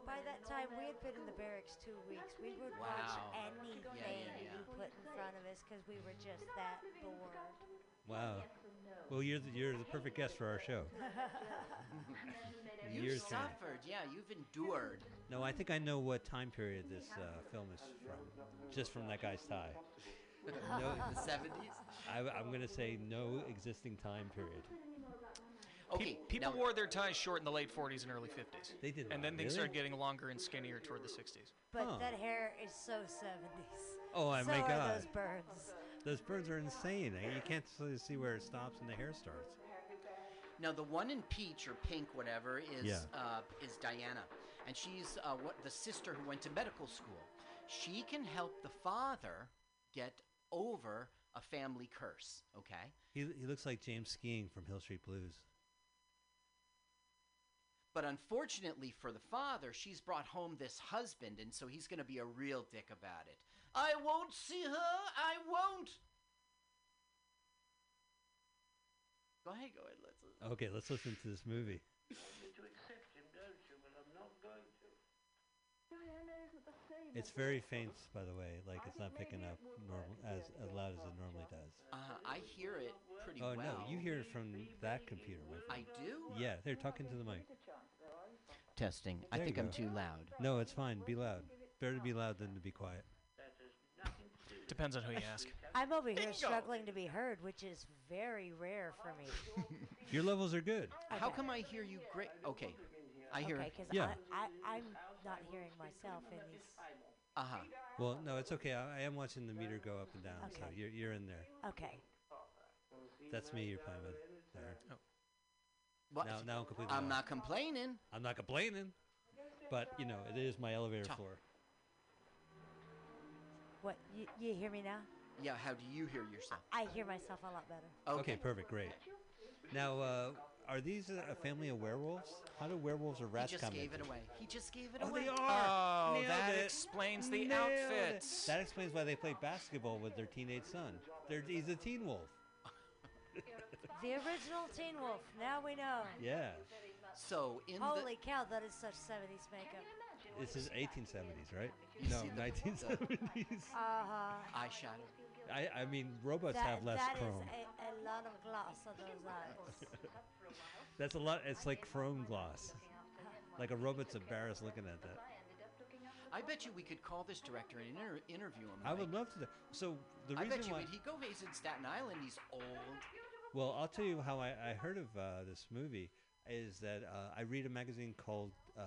Speaker 10: by that time, we had been in the barracks two weeks. We would watch
Speaker 4: Wow.
Speaker 10: anything
Speaker 4: Yeah, yeah, yeah.
Speaker 10: we put in front of us because we were just that bored.
Speaker 3: Wow. Well, you're the, you're the perfect guest for our show.
Speaker 4: you
Speaker 3: Years down.
Speaker 4: suffered. Yeah, you've endured.
Speaker 10: <laughs>
Speaker 3: No, I think I know what time period this uh, film is from, just from that guy's tie. No,
Speaker 4: The 70s.
Speaker 3: I, I'm going to say no existing time period.
Speaker 6: Pe-
Speaker 4: Okay.
Speaker 6: people
Speaker 4: now-
Speaker 6: wore their ties short in the late 40s and early 50s.
Speaker 3: They did
Speaker 6: And
Speaker 3: not,
Speaker 6: then
Speaker 3: really?
Speaker 6: things started getting longer and skinnier toward the 60s.
Speaker 10: But
Speaker 3: Huh.
Speaker 10: that hair is so 70s.
Speaker 3: Oh, I-
Speaker 10: so
Speaker 3: my
Speaker 10: are
Speaker 3: God.
Speaker 10: those birds.
Speaker 3: Those birds are insane. eh? You can't s- see where it stops and the hair starts.
Speaker 4: Now the one in peach or pink, whatever, is
Speaker 3: Yeah.
Speaker 4: uh, is Diana, and she's uh, what the sister who went to medical school. She can help the father get over a family curse. Okay,
Speaker 3: He, he looks like James Skiing from Hill Street Blues.
Speaker 4: but unfortunately for the father, she's brought home this husband, and so he's going to be a real dick about it. I won't see her. I won't. Go ahead. Go ahead. Let's.
Speaker 3: Okay, let's listen to this movie. It's very faint, by the way. Like it's not picking up normal as, as loud as it normally does.
Speaker 4: Uh, I hear it pretty
Speaker 3: Oh
Speaker 4: well.
Speaker 3: no, you hear it from that computer.
Speaker 4: I
Speaker 3: My friend.
Speaker 4: do.
Speaker 3: Yeah, they're talking to the mic.
Speaker 4: Testing. I
Speaker 3: There you
Speaker 4: think I'm
Speaker 3: go.
Speaker 4: too loud.
Speaker 3: No, it's fine. Be loud. Better to be loud than to be quiet.
Speaker 6: Depends on who you ask.
Speaker 10: I'm over here
Speaker 6: Bingo.
Speaker 10: struggling to be heard, which is very rare for me.
Speaker 3: Your levels are good.
Speaker 4: How
Speaker 10: Okay.
Speaker 4: come I hear you great? Okay, I hear.
Speaker 10: Okay, because
Speaker 3: Yeah.
Speaker 10: I, I, I'm not hearing myself in these.
Speaker 4: Uh huh.
Speaker 3: Well, no, it's okay. I, I am watching the meter go up and down, so
Speaker 10: Okay.
Speaker 3: you're you're in there.
Speaker 10: Okay.
Speaker 3: That's me. You're playing with. There.
Speaker 4: What?
Speaker 3: Now, now I'm completely.
Speaker 4: I'm
Speaker 3: lost.
Speaker 4: not complaining.
Speaker 3: I'm not complaining, but you know it is my elevator
Speaker 4: Tough.
Speaker 3: floor.
Speaker 10: What? You, you hear me now?
Speaker 4: Yeah. How do you hear yourself?
Speaker 10: I hear myself a lot better.
Speaker 3: Okay, perfect, great. Now, uh, are these a a family of werewolves? How do werewolves or
Speaker 4: He
Speaker 3: rats
Speaker 4: just
Speaker 3: come
Speaker 4: gave
Speaker 3: in?
Speaker 4: it away. He just gave it
Speaker 3: Oh,
Speaker 4: away. Uh,
Speaker 3: they are.
Speaker 6: Oh,
Speaker 3: Nailed
Speaker 6: that
Speaker 3: it.
Speaker 6: explains the
Speaker 3: Nailed it.
Speaker 6: outfits.
Speaker 3: That explains why they play basketball with their teenage son. They're, he's a teen wolf.
Speaker 10: The original Teen Wolf. Now we know.
Speaker 3: Yeah,
Speaker 4: So in
Speaker 10: Holy cow, that is such 70s makeup.
Speaker 3: this is 1870s, right?
Speaker 4: You
Speaker 3: No,
Speaker 4: see the- <laughs>
Speaker 3: 1970s.
Speaker 10: Uh huh.
Speaker 4: the eyeshadow,
Speaker 3: I, I mean, robots
Speaker 10: That,
Speaker 3: have less
Speaker 10: that is
Speaker 3: chrome.
Speaker 10: a, a lot of gloss on those eyes.
Speaker 3: That's a lot. It's like chrome gloss. Like a robot's embarrassed looking at that.
Speaker 4: I bet you we could call this director and inter- interview him.
Speaker 3: I
Speaker 4: Mike.
Speaker 3: would love to. do- So the
Speaker 4: I
Speaker 3: reason
Speaker 4: bet you
Speaker 3: why
Speaker 4: would. He go. He's in Staten Island. He's old.
Speaker 3: Well, I'll tell you how I, I heard of uh, this movie is that uh, I read a magazine called uh,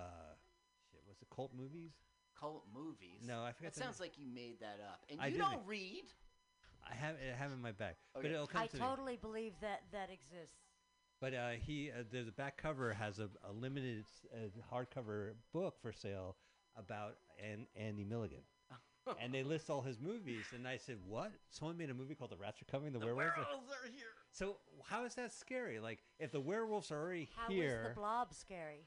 Speaker 3: shit. What's it? Cult movies.
Speaker 4: Cult movies.
Speaker 3: No, I forgot
Speaker 4: That
Speaker 3: the name.
Speaker 4: sounds like you made that up. And
Speaker 3: I
Speaker 4: you
Speaker 3: didn't.
Speaker 4: don't read.
Speaker 3: I have it have in my back, but
Speaker 4: Okay.
Speaker 3: it'll <laughs> come
Speaker 10: I
Speaker 3: to me.
Speaker 10: totally believe that that exists.
Speaker 3: But uh, he uh, the, the back cover has a, a limited uh, hardcover book for sale about an Andy Milligan. and they list all his movies, and I said, "What? Someone made a movie called The Rats Are Coming. The,
Speaker 4: The
Speaker 3: werewolves." are-"
Speaker 4: werewolves are here.
Speaker 3: So how is that scary? Like, if the werewolves are already
Speaker 10: How is
Speaker 3: here,
Speaker 10: the blob scary?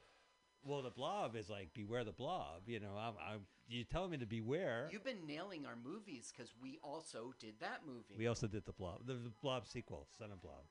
Speaker 3: well, the blob is like beware the blob. You know, I'm, I'm you tell me to beware.
Speaker 4: You've been nailing our movies because we also did that movie.
Speaker 3: We also did the blob, the, the blob sequel, Son of Blob.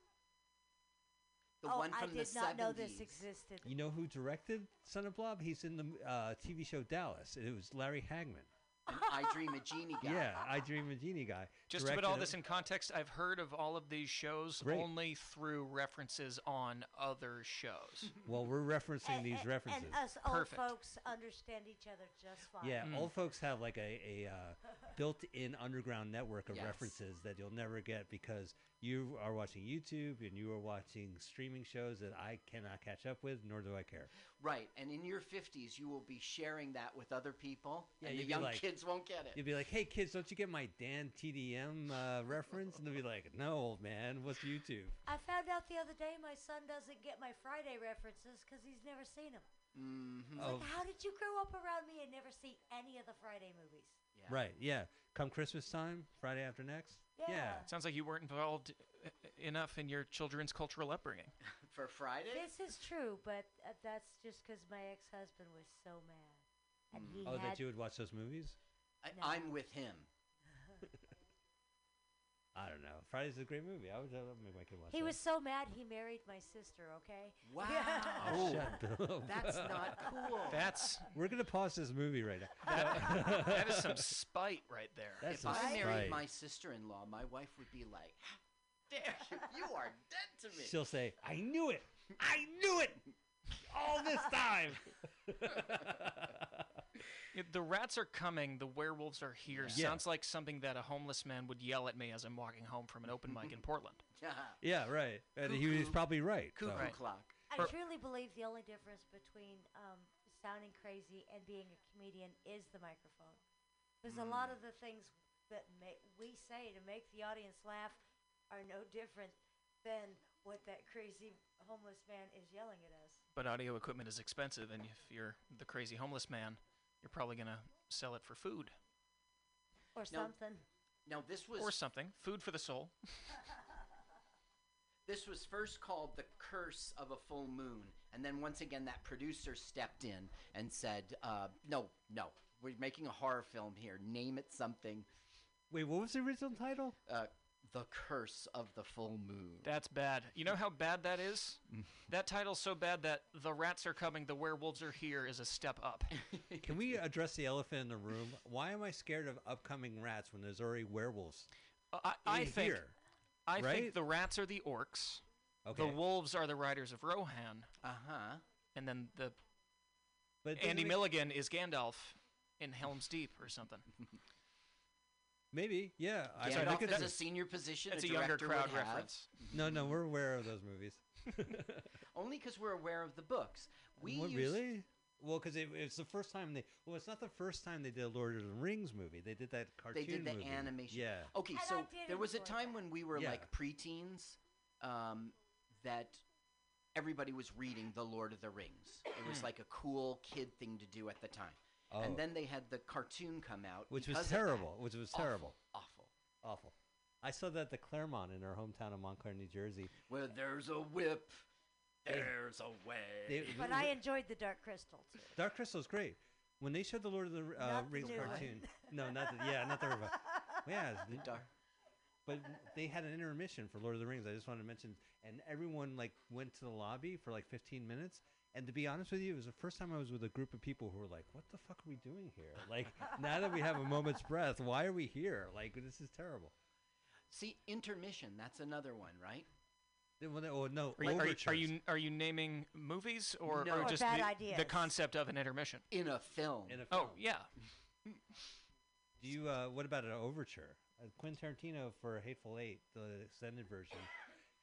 Speaker 4: the
Speaker 10: oh,
Speaker 4: one
Speaker 10: I
Speaker 4: from
Speaker 10: did
Speaker 4: the
Speaker 10: not
Speaker 4: 70s.
Speaker 10: know this existed.
Speaker 3: You know who directed Son of Blob? He's in the uh, TV show Dallas. It was Larry Hagman.
Speaker 4: An I Dream a Genie guy.
Speaker 3: Yeah, I Dream a Genie guy.
Speaker 6: Just to put all
Speaker 3: Directed
Speaker 6: this
Speaker 3: it.
Speaker 6: in context, I've heard of all of these shows
Speaker 3: Great.
Speaker 6: only through references on other shows.
Speaker 3: well, we're referencing
Speaker 6: <laughs>
Speaker 10: And-
Speaker 3: these
Speaker 10: and-
Speaker 3: references.
Speaker 10: And us old
Speaker 6: Perfect.
Speaker 10: folks understand each other just fine.
Speaker 3: yeah,
Speaker 6: Mm.
Speaker 3: old folks have like a, a uh, built-in underground network of
Speaker 4: Yes.
Speaker 3: references that you'll never get because You are watching YouTube and you are watching streaming shows that I cannot catch up with, nor do I care.
Speaker 4: Right. And in your 50s, you will be sharing that with other people,
Speaker 3: Yeah,
Speaker 4: and
Speaker 3: you'd
Speaker 4: the
Speaker 3: be
Speaker 4: young
Speaker 3: like-
Speaker 4: kids won't get it.
Speaker 3: You'd be like, "Hey kids, don't you get my Dan TDM uh, reference?" And they'll be like, "No, old man, what's YouTube?"
Speaker 5: I found out the other day my son doesn't get my Friday references because he's never seen them.
Speaker 4: mm-hmm.
Speaker 3: Oh,
Speaker 5: Like, how did you grow up around me and never see any of the Friday movies?
Speaker 4: yeah.
Speaker 3: right, yeah. Come Christmas time, Friday after next. yeah.
Speaker 5: Yeah.
Speaker 6: Sounds like you weren't involved uh, enough in your children's cultural upbringing.
Speaker 4: For Friday?
Speaker 5: This is true, but uh, that's just because my ex-husband was so mad, and he
Speaker 3: Oh,
Speaker 5: had
Speaker 3: that you would watch those movies?
Speaker 4: I,
Speaker 5: No.
Speaker 4: I'm with him.
Speaker 3: I don't know. Friday's a great movie. I would, I would make my kid watch.
Speaker 5: he
Speaker 3: that.
Speaker 5: was so mad he married my sister. Okay.
Speaker 4: Wow.
Speaker 3: <laughs> Oh, shut up.
Speaker 4: That's not cool.
Speaker 6: That's
Speaker 3: <laughs> We're gonna pause this movie right now.
Speaker 6: that
Speaker 3: <laughs>
Speaker 6: is some spite right there.
Speaker 3: That's
Speaker 4: if
Speaker 3: some
Speaker 4: I
Speaker 3: spite.
Speaker 4: married my sister in law, my wife would be like, Dare you, you are dead to me. <laughs>
Speaker 3: She'll say, "I knew it. I knew it. All this time." <laughs>
Speaker 6: Yeah, The rats are coming. The werewolves are here.
Speaker 3: Yeah.
Speaker 6: Sounds like something that a homeless man would yell at me as I'm walking home from an open mic in Portland.
Speaker 3: yeah, right. And he was
Speaker 4: Cuckoo.
Speaker 3: probably right.
Speaker 4: Cuckoo
Speaker 3: though.
Speaker 4: clock.
Speaker 5: <laughs> I
Speaker 6: Or-
Speaker 5: truly believe the only difference between um, sounding crazy and being a comedian is the microphone. Because a lot of the things that ma- we say to make the audience laugh are no different than what that crazy homeless man is yelling at us.
Speaker 6: But audio equipment is expensive, and if you're the crazy homeless man, you're probably gonna sell it for food
Speaker 5: Or
Speaker 4: No,
Speaker 5: something.
Speaker 4: Now this was
Speaker 6: or something. Food for the soul.
Speaker 4: this was first called the curse of a full moon, and then once again that producer stepped in and said, uh, "No, no, we're making a horror film here. Name it something.
Speaker 3: Wait, what was the original
Speaker 4: <laughs>
Speaker 3: title?
Speaker 4: Uh, the curse of the full moon."
Speaker 6: That's bad. You know how bad that is?
Speaker 3: Mm.
Speaker 6: that title's so bad that the rats are coming, the werewolves are here is a step up.
Speaker 3: Can we address the elephant in the room? Why am I scared of upcoming rats when there's already werewolves <laughs>
Speaker 6: I,
Speaker 3: in
Speaker 6: I think
Speaker 3: here?
Speaker 6: I
Speaker 3: right?
Speaker 6: think the rats are the orcs,
Speaker 3: Okay,
Speaker 6: the wolves are the riders of Rohan,
Speaker 4: Uh huh.
Speaker 6: and then the
Speaker 3: but it doesn't
Speaker 6: Andy
Speaker 3: make-
Speaker 6: Milligan is Gandalf in Helm's Deep or something.
Speaker 3: Maybe, yeah. I, I
Speaker 4: Gandalf
Speaker 3: think
Speaker 4: is a
Speaker 3: it's
Speaker 4: senior position.
Speaker 6: It's
Speaker 4: a
Speaker 6: a younger
Speaker 4: director would
Speaker 6: crowd
Speaker 4: have.
Speaker 6: reference.
Speaker 3: no, no. We're aware of those movies.
Speaker 4: Only because we're aware of the books. <laughs> We
Speaker 3: What,
Speaker 4: used-
Speaker 3: really? Well, because it, it's the first time they. Well, it's not the first time they did a Lord of the Rings movie. They did that cartoon.
Speaker 4: They did the
Speaker 3: movie.
Speaker 4: animation. Oh,
Speaker 3: Yeah.
Speaker 4: Okay,
Speaker 5: And I
Speaker 4: so
Speaker 5: did
Speaker 4: there was a
Speaker 5: enjoy
Speaker 4: time
Speaker 5: that.
Speaker 4: when we were
Speaker 3: Yeah.
Speaker 4: like preteens, um, that everybody was reading The Lord of the Rings. It was like a cool kid thing to do at the time.
Speaker 3: Oh.
Speaker 4: And then they had the cartoon come out,
Speaker 3: Which was
Speaker 4: because of that.
Speaker 3: terrible, which was
Speaker 4: Awful,
Speaker 3: terrible.
Speaker 4: Awful.
Speaker 3: Awful. I saw that at the Claremont in our hometown of Montclair, New Jersey.
Speaker 4: Where there's a whip, there's a way.
Speaker 3: They,
Speaker 5: But I enjoyed the Dark Crystal too.
Speaker 3: Dark Crystal's great. When they showed the Lord of the R- uh,
Speaker 5: Not the
Speaker 3: Rings
Speaker 5: new one.
Speaker 3: cartoon, no, not the, yeah, not the revi- yeah, it's n-
Speaker 4: Dar-
Speaker 3: but they had an intermission for Lord of the Rings. I just wanted to mention, and everyone like went to the lobby for like 15 minutes. And to be honest with you, it was the first time I was with a group of people who were like, "What the fuck are we doing here? Like, <laughs> now that we have a moment's breath, why are we here? Like, this is terrible."
Speaker 4: See, intermission, that's another one, right?
Speaker 3: They- well, they- Oh no,
Speaker 6: Are you, are, you, are,
Speaker 3: overtures.
Speaker 6: you, are you naming movies or,
Speaker 4: No.
Speaker 6: or
Speaker 4: Or
Speaker 6: just
Speaker 5: bad
Speaker 6: the, the
Speaker 5: ideas.
Speaker 6: concept of an intermission?
Speaker 4: In a film.
Speaker 3: In a
Speaker 6: Oh,
Speaker 3: film.
Speaker 6: yeah.
Speaker 3: Do you? Uh, what about an overture? Uh, Quentin Tarantino for *Hateful Eight, the extended version,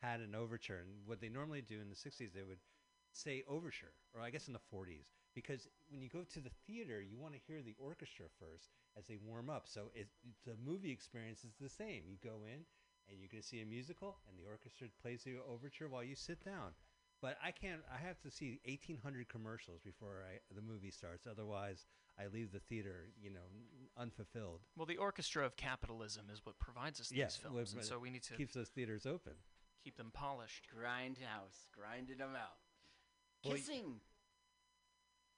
Speaker 3: had an overture, and what they normally do in the '60s, they would say overture, or I guess in the '40s, because when you go to the theater, you want to hear the orchestra first as they warm up. So it, the movie experience is the same. You go in, and you're going to see a musical, and the orchestra plays the overture while you sit down. But I can't. I have to see 1,800 commercials before I, the movie starts. Otherwise, I leave the theater, you know, n- unfulfilled.
Speaker 6: Well, the orchestra of capitalism is what provides us
Speaker 3: Yeah,
Speaker 6: these
Speaker 3: well,
Speaker 6: films, and
Speaker 3: but
Speaker 6: so we need to
Speaker 3: keeps those theaters open.
Speaker 6: keep them polished.
Speaker 4: Grindhouse, grinded them out.
Speaker 3: Well, y-
Speaker 4: Kissing.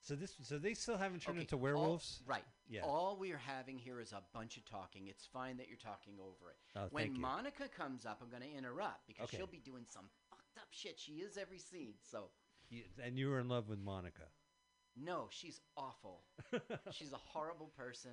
Speaker 3: So this, so they still haven't turned
Speaker 4: Okay,
Speaker 3: into
Speaker 4: all-
Speaker 3: werewolves,
Speaker 4: right.
Speaker 3: Yeah.
Speaker 4: All we are having here is a bunch of talking. It's fine that you're talking over it.
Speaker 3: Oh,
Speaker 4: when
Speaker 3: thank you.
Speaker 4: Monica comes up, I'm going to interrupt because
Speaker 3: Okay.
Speaker 4: she'll be doing some fucked up shit. She is every scene. So,
Speaker 3: You- and you were in love with Monica.
Speaker 4: no, she's
Speaker 3: <laughs>
Speaker 4: awful. she's a horrible person.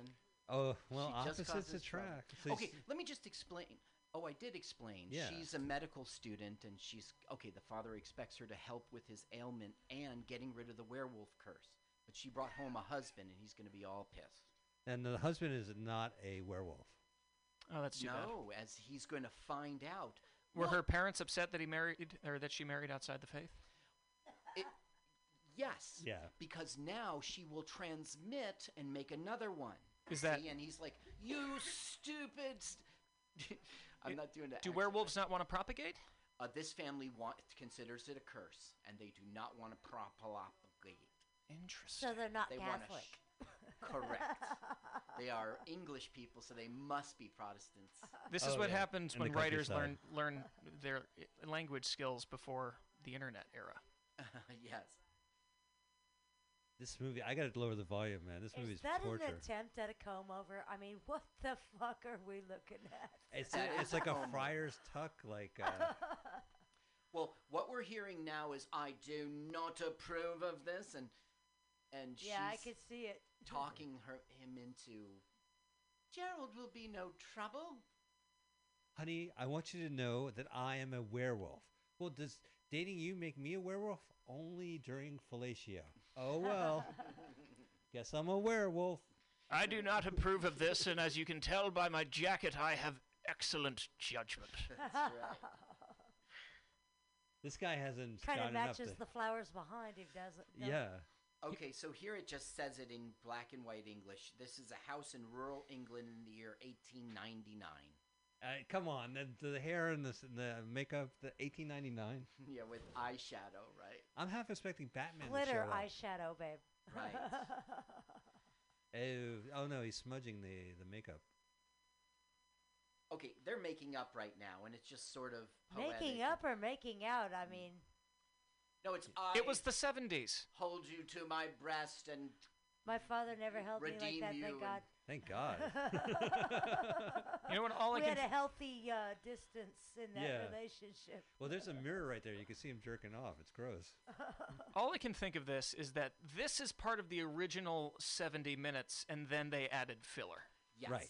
Speaker 3: oh well,
Speaker 4: She just
Speaker 3: opposites
Speaker 4: causes trouble.
Speaker 3: attract.
Speaker 4: okay,
Speaker 3: s-
Speaker 4: let me just explain. Oh, I did explain.
Speaker 3: Yeah.
Speaker 4: She's a medical student, and she's okay. The father expects her to help with his ailment and getting rid of the werewolf curse. But she brought home a husband, and he's going to be all pissed.
Speaker 3: and the husband is not a werewolf.
Speaker 6: Oh, that's too bad.
Speaker 4: no, as he's going to find out
Speaker 6: Were her parents upset that he married or that she married outside the faith?
Speaker 4: Yes.
Speaker 3: Yeah.
Speaker 4: Because now she will transmit and make another one.
Speaker 6: Is that-
Speaker 4: See, And he's like, "You stupid." St-. <laughs> I'm not doing that.
Speaker 6: Do
Speaker 4: accent.
Speaker 6: werewolves not want to propagate?
Speaker 4: Uh, this family want, considers it a curse, and they do not want to propagate.
Speaker 6: Interesting.
Speaker 10: So they're not
Speaker 4: They want to.
Speaker 10: Catholic. <laughs>
Speaker 4: correct. They are English people, so they must be Protestants. <laughs>
Speaker 6: This is
Speaker 3: Oh,
Speaker 6: what
Speaker 3: yeah,
Speaker 6: happens
Speaker 3: in the
Speaker 6: when writers learn
Speaker 3: countryside.
Speaker 6: learn their i- language skills before the internet era.
Speaker 4: yes.
Speaker 3: This movie, I gotta lower the volume, man. This movie
Speaker 10: Is
Speaker 3: is
Speaker 10: that
Speaker 3: torture.
Speaker 10: an attempt at a comb over? I mean, what the fuck are we looking at?
Speaker 3: It's
Speaker 4: That
Speaker 3: it's
Speaker 10: <laughs>
Speaker 4: is
Speaker 3: like a
Speaker 10: Oh
Speaker 4: homework.
Speaker 3: friar's tuck, like uh,
Speaker 4: Well, what we're hearing now is, "I do not approve of this," and and
Speaker 10: yeah, I
Speaker 4: she's
Speaker 10: could see it.
Speaker 4: talking her him into. Gerald will be no trouble.
Speaker 3: honey. I want you to know that I am a werewolf. Well, does dating you make me a werewolf? Only during fellatio. Oh well,
Speaker 10: <laughs>
Speaker 3: guess I'm a werewolf.
Speaker 6: I do not approve of this, and as you can tell by my jacket, I have excellent judgment.
Speaker 4: That's right.
Speaker 3: This guy hasn't
Speaker 10: Kind of
Speaker 3: gotten up
Speaker 10: matches
Speaker 3: to-
Speaker 10: the flowers behind him, doesn't it?
Speaker 3: yeah.
Speaker 4: Okay, so here it just says it in black and white English. This is a house in rural England in the year 1899.
Speaker 3: Uh, come on, the, the hair and the, s- the makeup, the 1899.
Speaker 4: <laughs> yeah, with eyeshadow, right?
Speaker 3: I'm half expecting Batman to show
Speaker 10: Glitter
Speaker 3: up.
Speaker 10: eyeshadow, babe.
Speaker 4: Right.
Speaker 3: Ew. Oh no, he's smudging the the makeup.
Speaker 4: Okay, they're making up right now, and it's just sort of poetic.
Speaker 10: <laughs> Making up or making out? I mean,
Speaker 4: No, it's I.
Speaker 6: <laughs> It was the 70s.
Speaker 4: hold you to my breast and
Speaker 10: my father never held me like
Speaker 4: Redeem
Speaker 10: that.
Speaker 4: you
Speaker 10: Thank
Speaker 4: and-
Speaker 10: God. <laughs>
Speaker 3: Thank God.
Speaker 6: You know what? All I
Speaker 10: we
Speaker 6: can.
Speaker 10: had a healthy uh, distance in that
Speaker 3: Yeah.
Speaker 10: relationship.
Speaker 3: well, there's a mirror right there. You can see him jerking off. It's gross.
Speaker 6: All I can think of this is that this is part of the original 70 minutes, and then they added filler.
Speaker 4: yes.
Speaker 3: Right.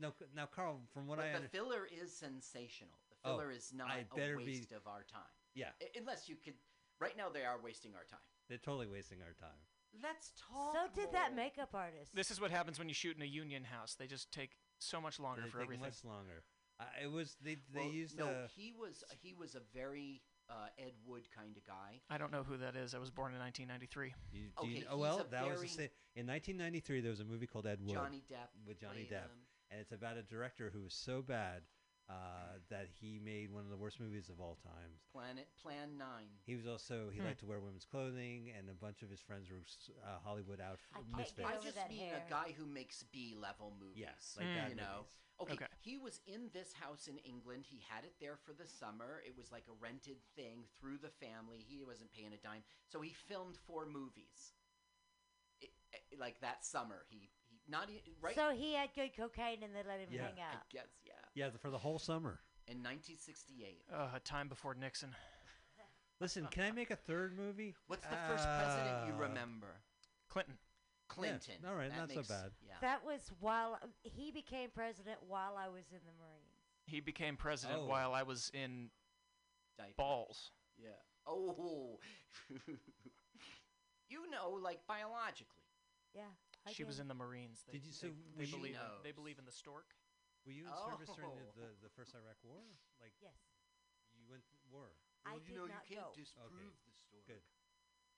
Speaker 3: Now, c- now, Carl, from what
Speaker 4: but
Speaker 3: I
Speaker 4: the
Speaker 3: under-
Speaker 4: filler is sensational. The
Speaker 3: Oh,
Speaker 4: filler is not
Speaker 3: I
Speaker 4: a
Speaker 3: better be-
Speaker 4: waste of our time.
Speaker 3: yeah,
Speaker 4: I- unless you could. Right now, they are wasting our time.
Speaker 3: they're totally wasting our time.
Speaker 4: Let's talk.
Speaker 10: So did that
Speaker 4: more.
Speaker 10: makeup artist.
Speaker 6: This is what happens when you shoot in a union house. They just take so much longer
Speaker 3: They
Speaker 6: for
Speaker 3: take
Speaker 6: everything.
Speaker 3: much longer. I it was they they
Speaker 4: Well,
Speaker 3: used uh,
Speaker 4: no.
Speaker 3: a
Speaker 4: He was he was a very uh, Ed Wood kind of guy.
Speaker 6: I don't know who that is. I was born in 1993.
Speaker 3: you, do you
Speaker 4: okay,
Speaker 3: kn-
Speaker 4: he's
Speaker 3: oh, well
Speaker 4: a
Speaker 3: that was the
Speaker 4: very-
Speaker 3: same. in 1993 there was a movie called Ed Wood
Speaker 4: Johnny Depp
Speaker 3: with Johnny
Speaker 4: played
Speaker 3: Depp,
Speaker 4: him.
Speaker 3: and it's about a director who was so bad uh, that he made one of the worst movies of all time.
Speaker 4: Planet Plan Nine.
Speaker 3: He was also he
Speaker 6: Hmm.
Speaker 3: liked to wear women's clothing, and a bunch of his friends were s- uh, Hollywood out
Speaker 10: I can't
Speaker 3: misfits.
Speaker 10: get
Speaker 4: I
Speaker 10: over
Speaker 4: just
Speaker 10: that
Speaker 4: mean
Speaker 10: hair.
Speaker 4: a guy who makes B level movies.
Speaker 3: Yes,
Speaker 6: like bad
Speaker 4: Hmm, you know.
Speaker 3: movies.
Speaker 4: Okay,
Speaker 6: Okay.
Speaker 4: he was in this house in England. He had it there for the summer. It was like a rented thing through the family. He wasn't paying a dime, so he filmed four movies. It, it- like that summer, he, he not e- right.
Speaker 10: So he had good cocaine and they let him
Speaker 3: Yeah.
Speaker 10: hang
Speaker 4: I
Speaker 10: out.
Speaker 4: guess yeah.
Speaker 3: Yeah, th- for the whole summer.
Speaker 4: In 1968.
Speaker 6: Uh, a time before Nixon.
Speaker 3: Listen, can I make a third movie?
Speaker 4: What's the first president
Speaker 3: Uh,
Speaker 4: you remember?
Speaker 6: Clinton.
Speaker 4: Clinton.
Speaker 3: all right, not so bad.
Speaker 4: Yeah.
Speaker 10: That was while um, he became president while I was in the Marines.
Speaker 6: He became president
Speaker 3: Oh.
Speaker 6: while I was in
Speaker 4: diaper.
Speaker 6: balls.
Speaker 4: Yeah. Oh. <laughs> you know, like biologically.
Speaker 10: Yeah. I
Speaker 6: She was
Speaker 10: did.
Speaker 6: in the Marines. They,
Speaker 3: Did you-
Speaker 6: they-
Speaker 3: so
Speaker 6: they,
Speaker 3: she
Speaker 6: believe in, they
Speaker 4: knows.
Speaker 6: believe in the stork.
Speaker 3: Were you in service during the, the, the first Iraq War? Like
Speaker 10: Yes.
Speaker 3: you went to war?
Speaker 10: I did not go.
Speaker 4: the story.
Speaker 3: Good.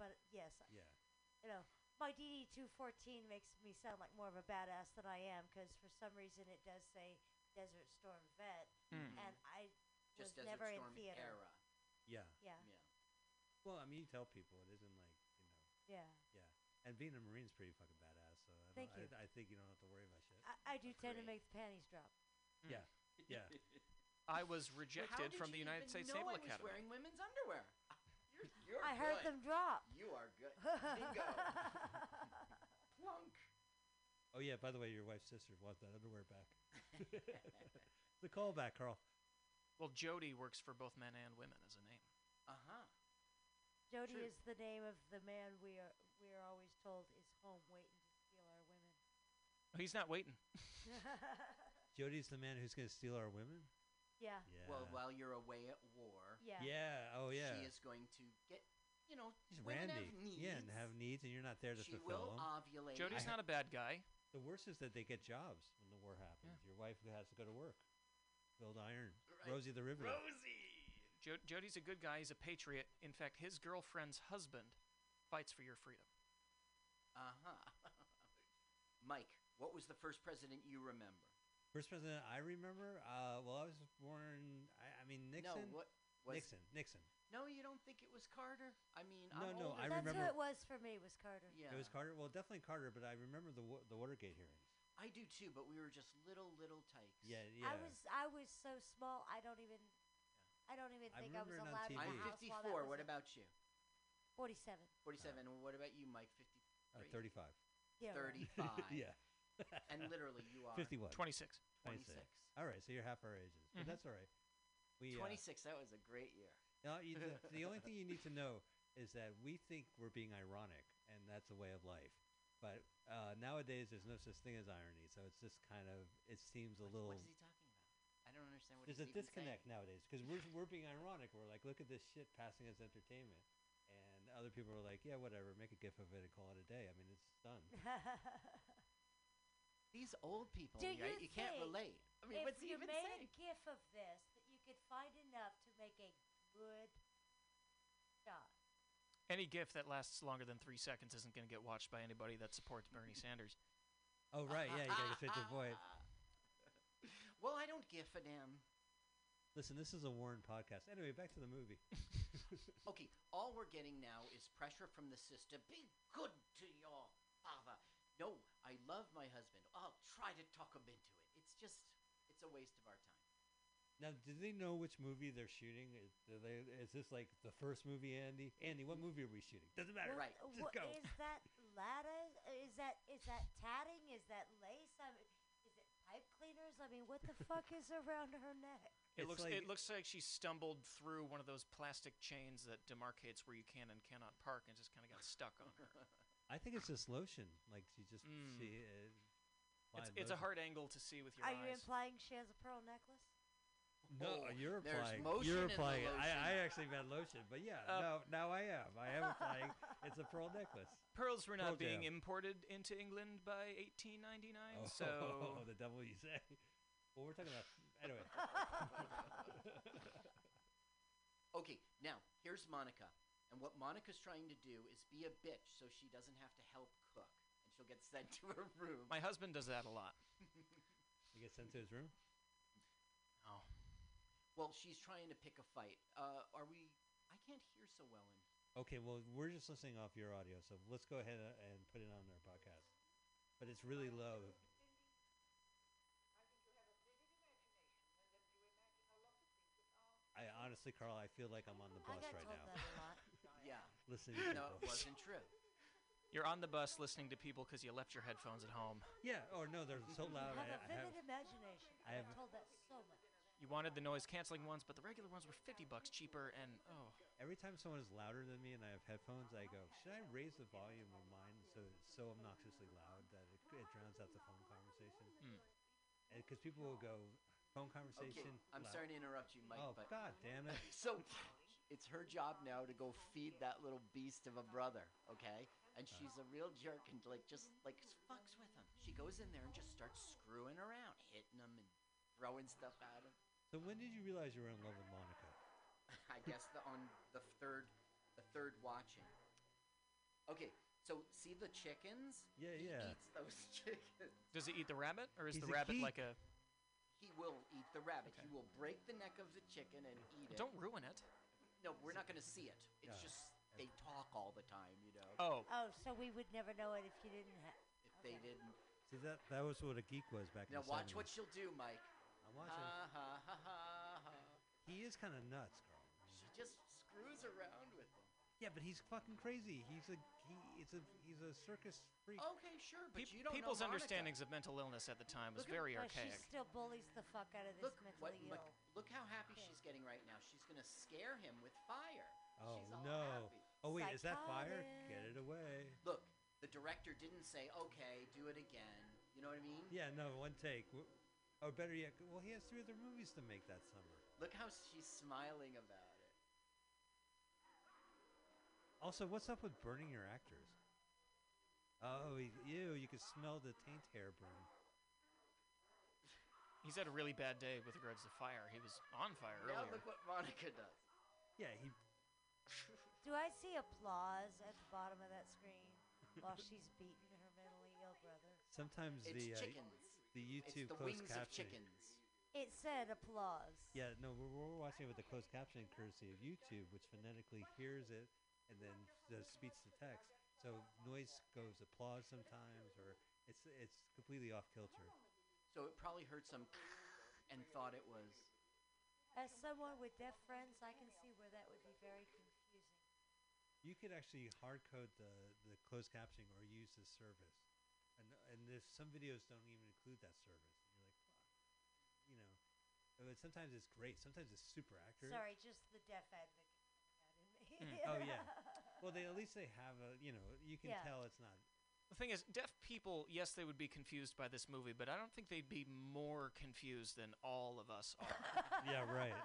Speaker 10: but yes,
Speaker 3: Yeah.
Speaker 10: you know, my DD 214 makes me sound like more of a badass than I am because for some reason it does say Desert Storm Vet,
Speaker 4: Hmm.
Speaker 6: Mm.
Speaker 10: and I
Speaker 4: Just
Speaker 10: was
Speaker 4: Desert
Speaker 10: never in
Speaker 4: Storm
Speaker 10: theater.
Speaker 4: era.
Speaker 3: Yeah.
Speaker 10: Yeah,
Speaker 4: Yeah.
Speaker 3: Well, I mean, you tell people it isn't like you know.
Speaker 10: yeah.
Speaker 3: Yeah. And being a Marine's pretty fucking badass. So I,
Speaker 10: Thank you.
Speaker 3: don't,
Speaker 10: Uh,
Speaker 3: I, I think you don't have to worry about shit.
Speaker 10: I, I do tend to
Speaker 4: Agreed.
Speaker 10: make the panties drop.
Speaker 6: Mm.
Speaker 3: Yeah. Yeah.
Speaker 6: I was
Speaker 4: How
Speaker 6: rejected
Speaker 4: did
Speaker 6: from the
Speaker 4: you
Speaker 6: United
Speaker 4: even
Speaker 6: States
Speaker 4: know
Speaker 6: Naval
Speaker 4: I was
Speaker 6: Academy.
Speaker 4: wearing women's underwear. <laughs> You're, you're
Speaker 10: I heard
Speaker 4: good.
Speaker 10: them drop.
Speaker 4: You are
Speaker 10: <laughs>
Speaker 4: good. Bingo. Plunk.
Speaker 3: Oh yeah. By the way, your wife's sister wants that underwear back. <laughs> the callback, Carl.
Speaker 6: Well, Jody works for both men and women as a name.
Speaker 4: Uh huh.
Speaker 10: Jody
Speaker 4: True.
Speaker 10: is the name of the man we are we are always told is home waiting to steal our
Speaker 5: <laughs>
Speaker 10: women.
Speaker 6: Oh, he's not waiting.
Speaker 3: Jody's the man who's gonna steal our women.
Speaker 10: yeah.
Speaker 3: Yeah.
Speaker 4: Well, while you're away at war,
Speaker 10: Yeah.
Speaker 3: Yeah. Oh yeah.
Speaker 4: she is going to get, you know,
Speaker 3: He's
Speaker 4: women
Speaker 3: Randy.
Speaker 4: have needs.
Speaker 3: Yeah, and have needs, and you're not there to
Speaker 4: she will
Speaker 3: fulfill
Speaker 4: uh,
Speaker 3: them.
Speaker 4: ovulate.
Speaker 6: Jody's
Speaker 3: I-
Speaker 6: not a bad guy.
Speaker 3: the worst is that they get jobs when the war happens. Your wife has to go to work, build iron.
Speaker 4: Right.
Speaker 3: Rosie the Riveter.
Speaker 4: Rosie.
Speaker 6: Jo- Jody's a good guy. He's a patriot. In fact, his girlfriend's husband fights for your freedom.
Speaker 4: Uh huh. <laughs> Mike, what was the first president you remember?
Speaker 3: First president I remember. Uh, well, I was born. I, I mean Nixon.
Speaker 4: No, what was
Speaker 3: Nixon. Nixon.
Speaker 4: No, you don't think it was Carter? I mean,
Speaker 3: No,
Speaker 4: I'm
Speaker 3: no,
Speaker 4: older
Speaker 3: I
Speaker 5: That's
Speaker 4: than-
Speaker 3: remember-
Speaker 5: who it was for me. Was Carter?
Speaker 4: Yeah,
Speaker 3: It was Carter. Well, definitely Carter, but I remember the wa- the Watergate hearings.
Speaker 4: I do too, but we were just little little tykes.
Speaker 3: Yeah, yeah.
Speaker 5: I was I was so small. I don't even. I don't even
Speaker 3: I
Speaker 5: think I was
Speaker 3: remember it on
Speaker 5: allowed in
Speaker 4: I'm
Speaker 5: the
Speaker 3: TV.
Speaker 5: house while
Speaker 4: 54.
Speaker 5: that was
Speaker 4: What
Speaker 5: a-
Speaker 4: about you?
Speaker 5: 47?
Speaker 4: 47. and what about you, Mike?
Speaker 3: uh,
Speaker 4: 53.
Speaker 3: Thirty-five.
Speaker 5: Yeah, right. <laughs>
Speaker 4: 35.
Speaker 3: <laughs> yeah.
Speaker 4: And literally, you are
Speaker 3: Fifty-one.
Speaker 6: 26.
Speaker 4: 26.
Speaker 3: 26. All right, so you're half our ages, but
Speaker 4: Mm-hmm.
Speaker 6: Mhm.
Speaker 3: that's all right. We uh,
Speaker 4: 26. That was a great year.
Speaker 3: No, you,
Speaker 4: <laughs>
Speaker 3: the, the only thing you need to know is that we think we're being ironic, and that's a way of life. But uh, nowadays, there's no such thing as irony, so it's just kind of it seems a little.
Speaker 4: What is he talking about? I don't understand what
Speaker 3: There's a
Speaker 4: he's even
Speaker 3: disconnect
Speaker 4: saying.
Speaker 3: nowadays because
Speaker 4: <laughs>
Speaker 3: we're we're being ironic. We're like, look at this shit passing as entertainment, and other people are like, yeah, whatever, make a gif of it and call it a day. I mean, it's
Speaker 4: <laughs>
Speaker 3: done.
Speaker 4: These old people,
Speaker 5: Do
Speaker 4: you, right?
Speaker 5: you
Speaker 4: you can't
Speaker 5: think
Speaker 4: relate. I mean, what's
Speaker 5: if
Speaker 4: he
Speaker 5: you
Speaker 4: even
Speaker 5: made
Speaker 4: saying?
Speaker 5: a GIF of this, that you could find enough to make a good shot.
Speaker 6: Any GIF that lasts longer than three seconds isn't going to get watched by anybody that supports Bernie Sanders.
Speaker 3: Oh right, yeah, you gotta get straight to the point.
Speaker 4: <laughs> Well, I don't give a damn.
Speaker 3: Listen, this is a Warren podcast. Anyway, back to the
Speaker 4: <laughs>
Speaker 3: movie.
Speaker 4: Okay, all we're getting now is pressure from the system. Be good to your father. No, I love my husband. I'll try to talk him into it. It's just, it's a waste of our time.
Speaker 3: Now, do they know which movie they're shooting? Is, do they, is this like the first movie, Andy? Andy, what movie are we shooting? Doesn't matter.
Speaker 4: Right.
Speaker 5: What-
Speaker 3: Just
Speaker 5: what-
Speaker 3: go.
Speaker 5: Is that lattice? Is that is that tatting? Is that lace? I mean, is it pipe cleaners? I mean, what <laughs> the fuck is around her neck?
Speaker 6: It
Speaker 3: It's
Speaker 6: looks
Speaker 3: like-
Speaker 6: it looks like she stumbled through one of those plastic chains that demarcates where you can and cannot park and just kind of got stuck on her.
Speaker 3: <laughs> I think it's just lotion. Like she just
Speaker 6: Mm.
Speaker 3: she. Uh,
Speaker 6: it's,
Speaker 3: applied
Speaker 6: it's a
Speaker 3: lotion.
Speaker 6: hard angle to see with your
Speaker 5: Are you
Speaker 6: eyes.
Speaker 5: implying she has a pearl necklace?
Speaker 3: No,
Speaker 4: Oh,
Speaker 3: you're
Speaker 4: there's
Speaker 3: applying.
Speaker 4: motion in
Speaker 3: you're
Speaker 4: the
Speaker 3: applying it.
Speaker 4: lotion.
Speaker 3: I, I actually meant lotion, but yeah,
Speaker 6: Uh,
Speaker 3: no, now I am. I am applying. It's a pearl necklace.
Speaker 6: Pearls were not
Speaker 3: Pearl
Speaker 6: being
Speaker 3: Jam.
Speaker 6: imported into England by 1899,
Speaker 3: <laughs> oh,
Speaker 6: so
Speaker 3: the devil you say. Well, we're talking about anyway.
Speaker 4: Okay, now here's Monica, and what Monica's trying to do is be a bitch so she doesn't have to help cook, and she'll get sent <laughs> to her room.
Speaker 6: my husband does that a lot.
Speaker 3: You get sent to his room.
Speaker 6: Oh.
Speaker 4: well, she's trying to pick a fight. Uh, are we? I can't hear so well in.
Speaker 3: Okay, well, we're just listening off your audio, so let's go ahead a- and put it on our podcast. But it's really low. I honestly, Carl, I feel like I'm on the
Speaker 5: I
Speaker 3: bus
Speaker 5: got
Speaker 3: right
Speaker 5: told
Speaker 3: now.
Speaker 5: that a <laughs> lot.
Speaker 4: Yeah,
Speaker 5: <laughs>
Speaker 3: Listening to
Speaker 4: no, it
Speaker 3: people.
Speaker 4: wasn't true.
Speaker 6: You're on the bus listening to people because you left your headphones at home.
Speaker 3: Yeah, or no, they're
Speaker 5: <laughs>
Speaker 3: so
Speaker 5: I
Speaker 3: loud. I,
Speaker 5: have a
Speaker 3: I have,
Speaker 5: vivid imagination.
Speaker 3: I
Speaker 5: I
Speaker 3: have-
Speaker 5: have told that so much.
Speaker 6: You wanted the noise canceling ones, but the regular ones were 50 bucks cheaper, and oh,
Speaker 3: every time someone is louder than me and I have headphones, I go, should I raise the volume of mine so it's so obnoxiously loud that it, it drowns out the phone conversation? Because people will go, phone
Speaker 4: Hmm. Okay,
Speaker 3: conversation.
Speaker 4: I'm
Speaker 3: loud."
Speaker 4: sorry to interrupt you, Mike,
Speaker 3: oh,
Speaker 4: but
Speaker 3: god damn it.
Speaker 4: so it's her job now to go feed that little beast of a brother, okay? And
Speaker 3: Uh-huh.
Speaker 4: she's a real jerk and like just like fucks with him. She goes in there and just starts screwing around, hitting him and throwing stuff at him. <laughs>
Speaker 3: So when did you realize you were in love with Monica?
Speaker 4: I guess the on the third the third watching. Okay, so see the chickens?
Speaker 3: Yeah,
Speaker 4: he
Speaker 3: yeah.
Speaker 4: Eats those <laughs> chickens.
Speaker 6: does it eat the rabbit, or is
Speaker 3: He's a
Speaker 6: the rabbit
Speaker 3: geek.
Speaker 6: like a?
Speaker 4: He will eat the rabbit. He will break the neck of the chicken and eat it.
Speaker 6: Don't ruin it.
Speaker 4: no, we're not going to see it. It's
Speaker 3: Yeah.
Speaker 4: just they talk all the time, you know.
Speaker 6: Oh,
Speaker 5: Oh, so we would never know it if you didn't have.
Speaker 4: If they didn't.
Speaker 3: See that that was what a geek was back
Speaker 4: Now
Speaker 3: in the
Speaker 4: watch what uh,
Speaker 3: 70s.
Speaker 4: she'll do, Mike.
Speaker 3: I'm
Speaker 4: Ha
Speaker 3: watching.
Speaker 4: ha ha ha ha.
Speaker 3: he is kind of nuts, Carl.
Speaker 4: She just screws around with him.
Speaker 3: Yeah, but he's fucking crazy. He's a he, it's a he's a circus freak.
Speaker 4: Okay, sure, but
Speaker 6: peop-
Speaker 4: you don't know
Speaker 6: people's
Speaker 4: Monica.
Speaker 6: understandings of mental illness at the time was
Speaker 4: Look at-
Speaker 6: very
Speaker 5: Well,
Speaker 6: archaic.
Speaker 5: she still bullies the fuck out of this
Speaker 4: Look what
Speaker 5: mentally
Speaker 4: look,
Speaker 5: ill.
Speaker 4: look how happy she's getting right now. She's gonna scare him with fire.
Speaker 3: Oh
Speaker 4: she's all
Speaker 3: no!
Speaker 4: happy.
Speaker 3: Oh wait, is that fire? Get
Speaker 5: Psychotic.
Speaker 3: it away!
Speaker 4: Look, the director didn't say, "Okay, do it again." You know what I mean?
Speaker 3: Yeah, no, one take. W- Or better yet, c- well, he has three other movies to make that summer.
Speaker 4: Look how she's smiling about it.
Speaker 3: Also, what's up with burning your actors? Oh, he- ew! You can smell the taint hair burn.
Speaker 6: He's had a really bad day with regards to fire. He was on fire
Speaker 4: Now
Speaker 6: earlier.
Speaker 4: look what Monica does.
Speaker 3: Yeah, he.
Speaker 10: Do I see applause at the bottom of that screen while she's beating her mentally ill brother?
Speaker 3: Sometimes
Speaker 4: It's
Speaker 3: the uh,
Speaker 4: chickens.
Speaker 3: the YouTube
Speaker 4: it's the
Speaker 3: closed
Speaker 4: wings of
Speaker 3: captioning.
Speaker 4: chickens.
Speaker 10: It said applause.
Speaker 3: Yeah, no, we're, we're watching it with the closed captioning courtesy of YouTube, which phonetically hears it and then does speech to text. So noise goes applause sometimes, or it's it's completely off kilter.
Speaker 4: So it probably heard some <laughs> and thought it was.
Speaker 10: As someone with deaf friends, I can see where that would be very confusing.
Speaker 3: You could actually hard code the, the closed captioning or use this service, and and there's some videos don't even include that service. And you're like, "Fuck." you know, but sometimes it's great, sometimes it's super accurate.
Speaker 10: Sorry, just the deaf advocate. got in me.
Speaker 3: Oh
Speaker 10: <laughs>
Speaker 3: yeah. Well, they at least they have a you know you can
Speaker 10: Yeah.
Speaker 3: tell it's not
Speaker 6: The thing is, deaf people, yes, they would be confused by this movie, but I don't think they'd be more confused than all of us
Speaker 10: <laughs>
Speaker 6: are.
Speaker 3: yeah right.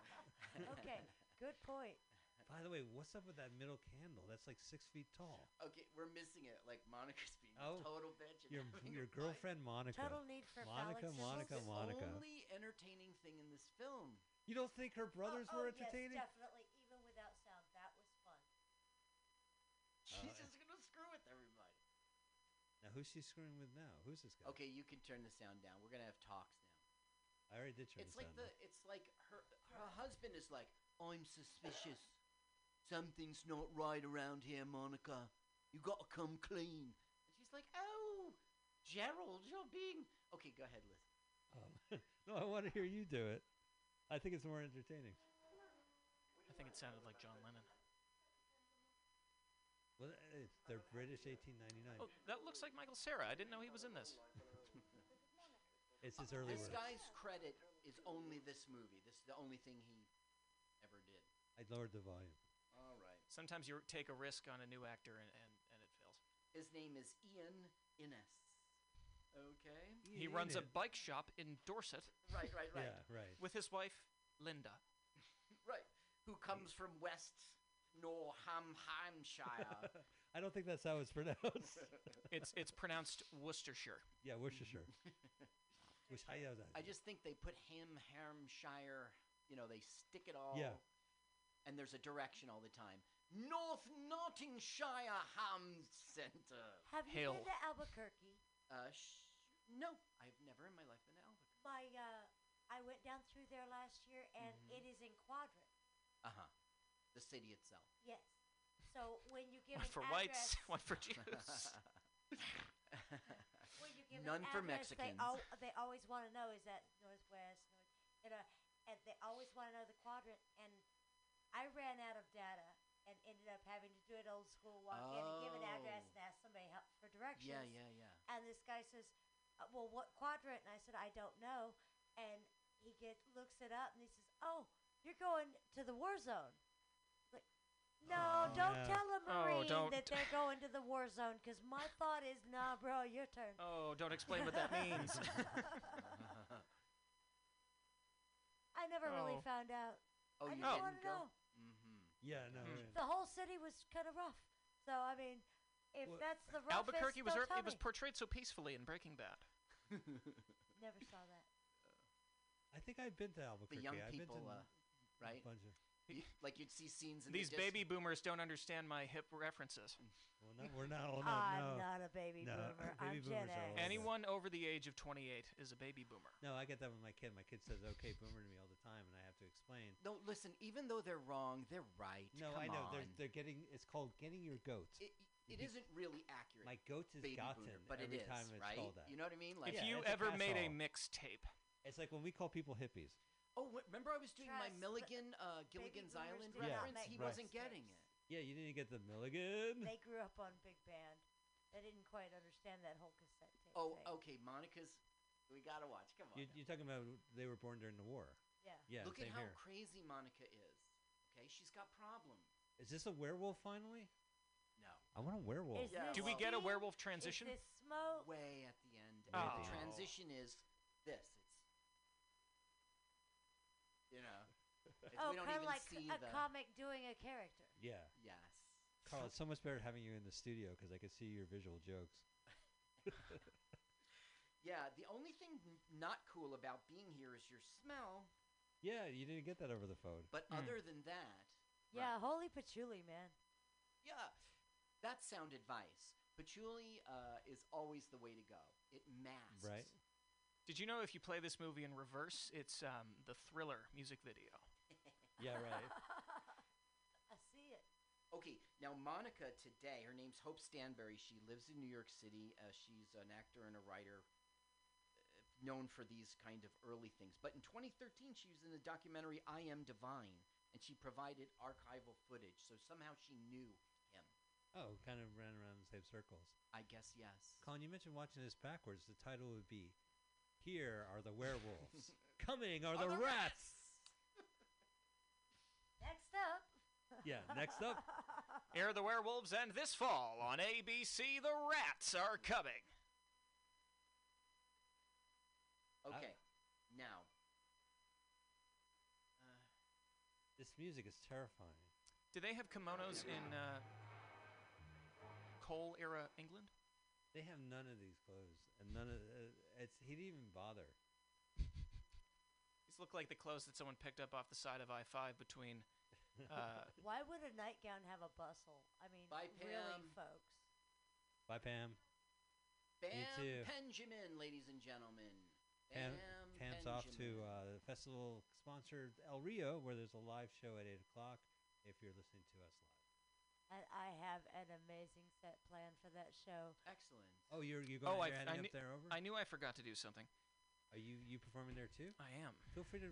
Speaker 10: okay, good point.
Speaker 3: By the way, what's up with that middle candle? That's like six feet tall.
Speaker 4: Okay, we're missing it. Like Monica's being a
Speaker 3: Oh,
Speaker 4: total bitch. and
Speaker 3: Your
Speaker 4: having a
Speaker 3: your
Speaker 4: fight.
Speaker 3: girlfriend Monica.
Speaker 10: Total need for
Speaker 3: Monica,
Speaker 10: phallic
Speaker 3: Monica,
Speaker 10: symbols.
Speaker 3: Monica.
Speaker 4: The only entertaining thing in this film.
Speaker 3: You don't think her brothers
Speaker 10: oh,
Speaker 3: were
Speaker 10: oh,
Speaker 3: entertaining?
Speaker 10: Yes, definitely, even without sound, that was fun.
Speaker 3: Uh,
Speaker 4: She's just gonna screw with everybody.
Speaker 3: now who's she screwing with now? Who's this guy?
Speaker 4: Okay, you can turn the sound down. We're gonna have talks now.
Speaker 3: I already did turn
Speaker 4: it's
Speaker 3: this
Speaker 4: like
Speaker 3: on.
Speaker 4: the it's like her her husband is like i'm suspicious something's not right around here monica you gotta come clean and she's like oh gerald you're being okay go ahead listen
Speaker 3: Um, <laughs> no, I want to hear you do it. I think it's more entertaining.
Speaker 6: I think it sounded like John Lennon.
Speaker 3: Well, uh, it's, they're British 1899.
Speaker 6: Oh, that looks like Michael Sarah. I didn't know he was in this.
Speaker 3: It's his early
Speaker 4: this
Speaker 3: work.
Speaker 4: guy's credit is only this movie this is the only thing he ever did
Speaker 3: I lowered the volume.
Speaker 4: all right
Speaker 6: Sometimes you take a risk on a new actor and, and, and it fails.
Speaker 4: his name is ian innes okay
Speaker 6: He
Speaker 3: Ian
Speaker 6: runs a <laughs>
Speaker 3: Innes.
Speaker 6: bike shop in Dorset
Speaker 4: right right right
Speaker 3: Yeah, right.
Speaker 6: with his wife, Linda.
Speaker 4: right who comes from west
Speaker 3: <laughs>
Speaker 4: northamptonshire
Speaker 3: I don't think that's how it's pronounced.
Speaker 6: It's, it's
Speaker 10: <laughs>
Speaker 6: pronounced Worcestershire.
Speaker 3: yeah, Worcestershire. Which I know that.
Speaker 4: I just think they put ham, Hamshire, you know, they stick it all.
Speaker 3: Yeah.
Speaker 4: And there's a direction all the time. North Nottinghamshire Ham Centre.
Speaker 10: Have you
Speaker 6: Hail.
Speaker 10: been to Albuquerque?
Speaker 4: Uh, sh- no, I've never in my life been to Albuquerque.
Speaker 10: My, uh, I went down through there last year, and
Speaker 3: Mm-hmm.
Speaker 10: it is in quadrant.
Speaker 4: Uh huh. The city
Speaker 6: <laughs>
Speaker 4: itself.
Speaker 10: Yes. So when you give
Speaker 6: One
Speaker 10: an
Speaker 6: for
Speaker 10: address,
Speaker 6: whites, <laughs> one for
Speaker 10: <laughs>
Speaker 6: Jews.
Speaker 10: when you give
Speaker 4: None
Speaker 10: an
Speaker 4: for
Speaker 10: address, They,
Speaker 4: Mexicans.
Speaker 10: al- they always want to know is that northwest, north, you know, and they always want to know the quadrant. And I ran out of data and ended up having to do it old school, walk in and give an address
Speaker 4: Oh.
Speaker 10: and ask somebody help for directions.
Speaker 4: <laughs> Yeah, yeah,
Speaker 3: <laughs>
Speaker 4: yeah.
Speaker 10: And this guy says, uh, "Well, what quadrant?" And I said, "I don't know." And he get looks it up and he says, "Oh, you're going to the war zone." Like, no,
Speaker 3: Oh,
Speaker 10: don't
Speaker 3: yeah.
Speaker 10: tell a
Speaker 6: Oh,
Speaker 10: marine
Speaker 6: don't.
Speaker 10: that
Speaker 4: <laughs>
Speaker 10: they're going to the war zone because my thought is, "Nah, bro, your turn."
Speaker 6: oh, don't explain what that
Speaker 3: <laughs>
Speaker 10: <laughs>
Speaker 6: means.
Speaker 10: I never really
Speaker 6: Oh.
Speaker 10: found out.
Speaker 4: Oh,
Speaker 10: I
Speaker 4: you
Speaker 10: just
Speaker 6: Oh.
Speaker 10: want
Speaker 4: didn't
Speaker 10: to know.
Speaker 4: go?
Speaker 3: <laughs>
Speaker 4: Mm-hmm.
Speaker 3: yeah, no.
Speaker 6: Hmm.
Speaker 3: yeah.
Speaker 10: The whole city was kind of rough. So I mean, if
Speaker 3: Well,
Speaker 10: that's the roughest,
Speaker 6: Albuquerque was
Speaker 10: do
Speaker 6: er- it was portrayed so peacefully in Breaking Bad.
Speaker 10: never saw that.
Speaker 3: I think I've been to
Speaker 4: The
Speaker 3: Albuquerque.
Speaker 4: young
Speaker 3: I've been to
Speaker 4: people, uh, right?
Speaker 3: A bunch of.
Speaker 4: You- like you'd see scenes in
Speaker 6: These
Speaker 4: the distance.
Speaker 6: baby boomers don't understand my hip references.
Speaker 3: Well, not, we're
Speaker 10: <laughs>
Speaker 3: not all. Oh, No,
Speaker 10: I'm
Speaker 3: no.
Speaker 10: not a baby
Speaker 3: No,
Speaker 10: boomer.
Speaker 3: baby
Speaker 10: I'm Gen
Speaker 3: boomers are
Speaker 10: X.
Speaker 3: old. Any-
Speaker 6: Anyone over the age of 28 is a baby boomer.
Speaker 3: No, I get that with my kid. My kid says "Okay, boomer" to me all the time, and I have to explain.
Speaker 4: No, listen. Even though they're wrong, they're right.
Speaker 3: No,
Speaker 4: Come
Speaker 3: I know
Speaker 4: On.
Speaker 3: they're they're getting. It's called getting your goat.
Speaker 4: it, it isn't really accurate.
Speaker 3: My goat is
Speaker 4: baby
Speaker 3: gotten
Speaker 4: boomer, but it
Speaker 3: every
Speaker 4: is,
Speaker 3: time it's
Speaker 4: right?
Speaker 3: called that.
Speaker 4: You know what I mean? Like,
Speaker 6: if
Speaker 3: Yeah,
Speaker 6: you
Speaker 3: it's a
Speaker 6: ever made a
Speaker 3: pass-all.
Speaker 6: mixtape,
Speaker 3: It's like when we call people hippies.
Speaker 4: oh, wh- remember I was doing my
Speaker 10: Trust, but
Speaker 4: Milligan,
Speaker 10: baby
Speaker 4: uh, Gilligan's
Speaker 10: boomers
Speaker 4: Island
Speaker 10: do
Speaker 3: not
Speaker 4: reference?
Speaker 3: make
Speaker 4: He
Speaker 3: Right.
Speaker 4: wasn't getting
Speaker 10: mistakes.
Speaker 4: it.
Speaker 3: Yeah, you didn't get the Milligan.
Speaker 10: They grew up on big band. They didn't quite understand that whole cassette tape.
Speaker 4: Oh,
Speaker 10: thing.
Speaker 4: okay, Monica's. We gotta watch. Come on.
Speaker 3: You,
Speaker 4: now.
Speaker 3: you're talking about they were born during the war.
Speaker 10: Yeah.
Speaker 3: Yeah,
Speaker 4: Look
Speaker 3: same
Speaker 4: at how
Speaker 3: here.
Speaker 4: crazy Monica is. Okay, she's got problems.
Speaker 3: Is this a werewolf finally?
Speaker 4: No,
Speaker 3: I want a werewolf.
Speaker 10: Is
Speaker 4: Yeah,
Speaker 10: this
Speaker 4: Do we
Speaker 6: get a
Speaker 10: steam?
Speaker 6: werewolf transition?
Speaker 10: Is this smoke?
Speaker 4: way at the end.
Speaker 6: Way at
Speaker 4: The
Speaker 6: the end.
Speaker 4: transition is this. It's you know. it's-
Speaker 10: oh,
Speaker 4: we don't
Speaker 10: kind
Speaker 4: even
Speaker 10: of like
Speaker 4: see
Speaker 10: a
Speaker 4: the
Speaker 10: comic doing a character.
Speaker 3: Yeah,
Speaker 4: yes.
Speaker 3: Carl, it's so much better having you in the studio because I could see your visual jokes.
Speaker 4: Yeah, the only thing n- not cool about being here is your smell.
Speaker 3: Yeah, you didn't get that over the phone.
Speaker 4: But
Speaker 6: Mm.
Speaker 4: other than that,
Speaker 5: Yeah, holy patchouli, man.
Speaker 4: Yeah, that's sound advice. Patchouli uh, is always the way to go. It masks.
Speaker 3: Right.
Speaker 6: Did you know if you play this movie in reverse, it's um, the Thriller music video?
Speaker 3: Yeah, right.
Speaker 5: <laughs> I see it.
Speaker 4: Okay, now Monica today, her name's Hope Stanberry. She lives in New York City. Uh, she's an actor and a writer uh, known for these kind of early things. But in 2013, she was in the documentary I Am Divine, and she provided archival footage. So somehow she knew him.
Speaker 3: Oh, kind of ran around in the same circles.
Speaker 4: I guess, yes.
Speaker 3: Colin, you mentioned watching this backwards. The title would be Here Are the Werewolves. Coming are, the, rats.
Speaker 5: Next up.
Speaker 3: Yeah, next up.
Speaker 6: Air of the Werewolves, and this fall on ABC, The Rats Are Coming.
Speaker 4: Okay, now. Uh,
Speaker 3: This music is terrifying.
Speaker 6: Do they have kimonos in uh, coal era England?
Speaker 3: They have none of these clothes, and none of uh, it's. He didn't even bother.
Speaker 6: These look like the clothes that someone picked up off the side of I 5 between. Uh,
Speaker 5: Why would a nightgown have a bustle? I mean,
Speaker 4: Bye,
Speaker 5: really,
Speaker 4: Pam.
Speaker 5: folks.
Speaker 3: <laughs> Bye, Pam.
Speaker 4: Bam
Speaker 3: too.
Speaker 4: Benjamin, ladies and gentlemen.
Speaker 3: Pam,
Speaker 4: Bam
Speaker 3: Pam's off
Speaker 4: Benjamin.
Speaker 3: to uh, the festival sponsored El Rio, where there's a live show at eight o'clock. If you're listening to us live.
Speaker 5: And I have an amazing set planned for that show.
Speaker 4: Excellent.
Speaker 3: Oh, you're you going?
Speaker 6: oh, I,
Speaker 3: you're
Speaker 6: I,
Speaker 3: heading
Speaker 6: knew,
Speaker 3: up there over.
Speaker 6: I knew I forgot to do something.
Speaker 3: Are you you performing there too?
Speaker 6: I am.
Speaker 3: Feel free to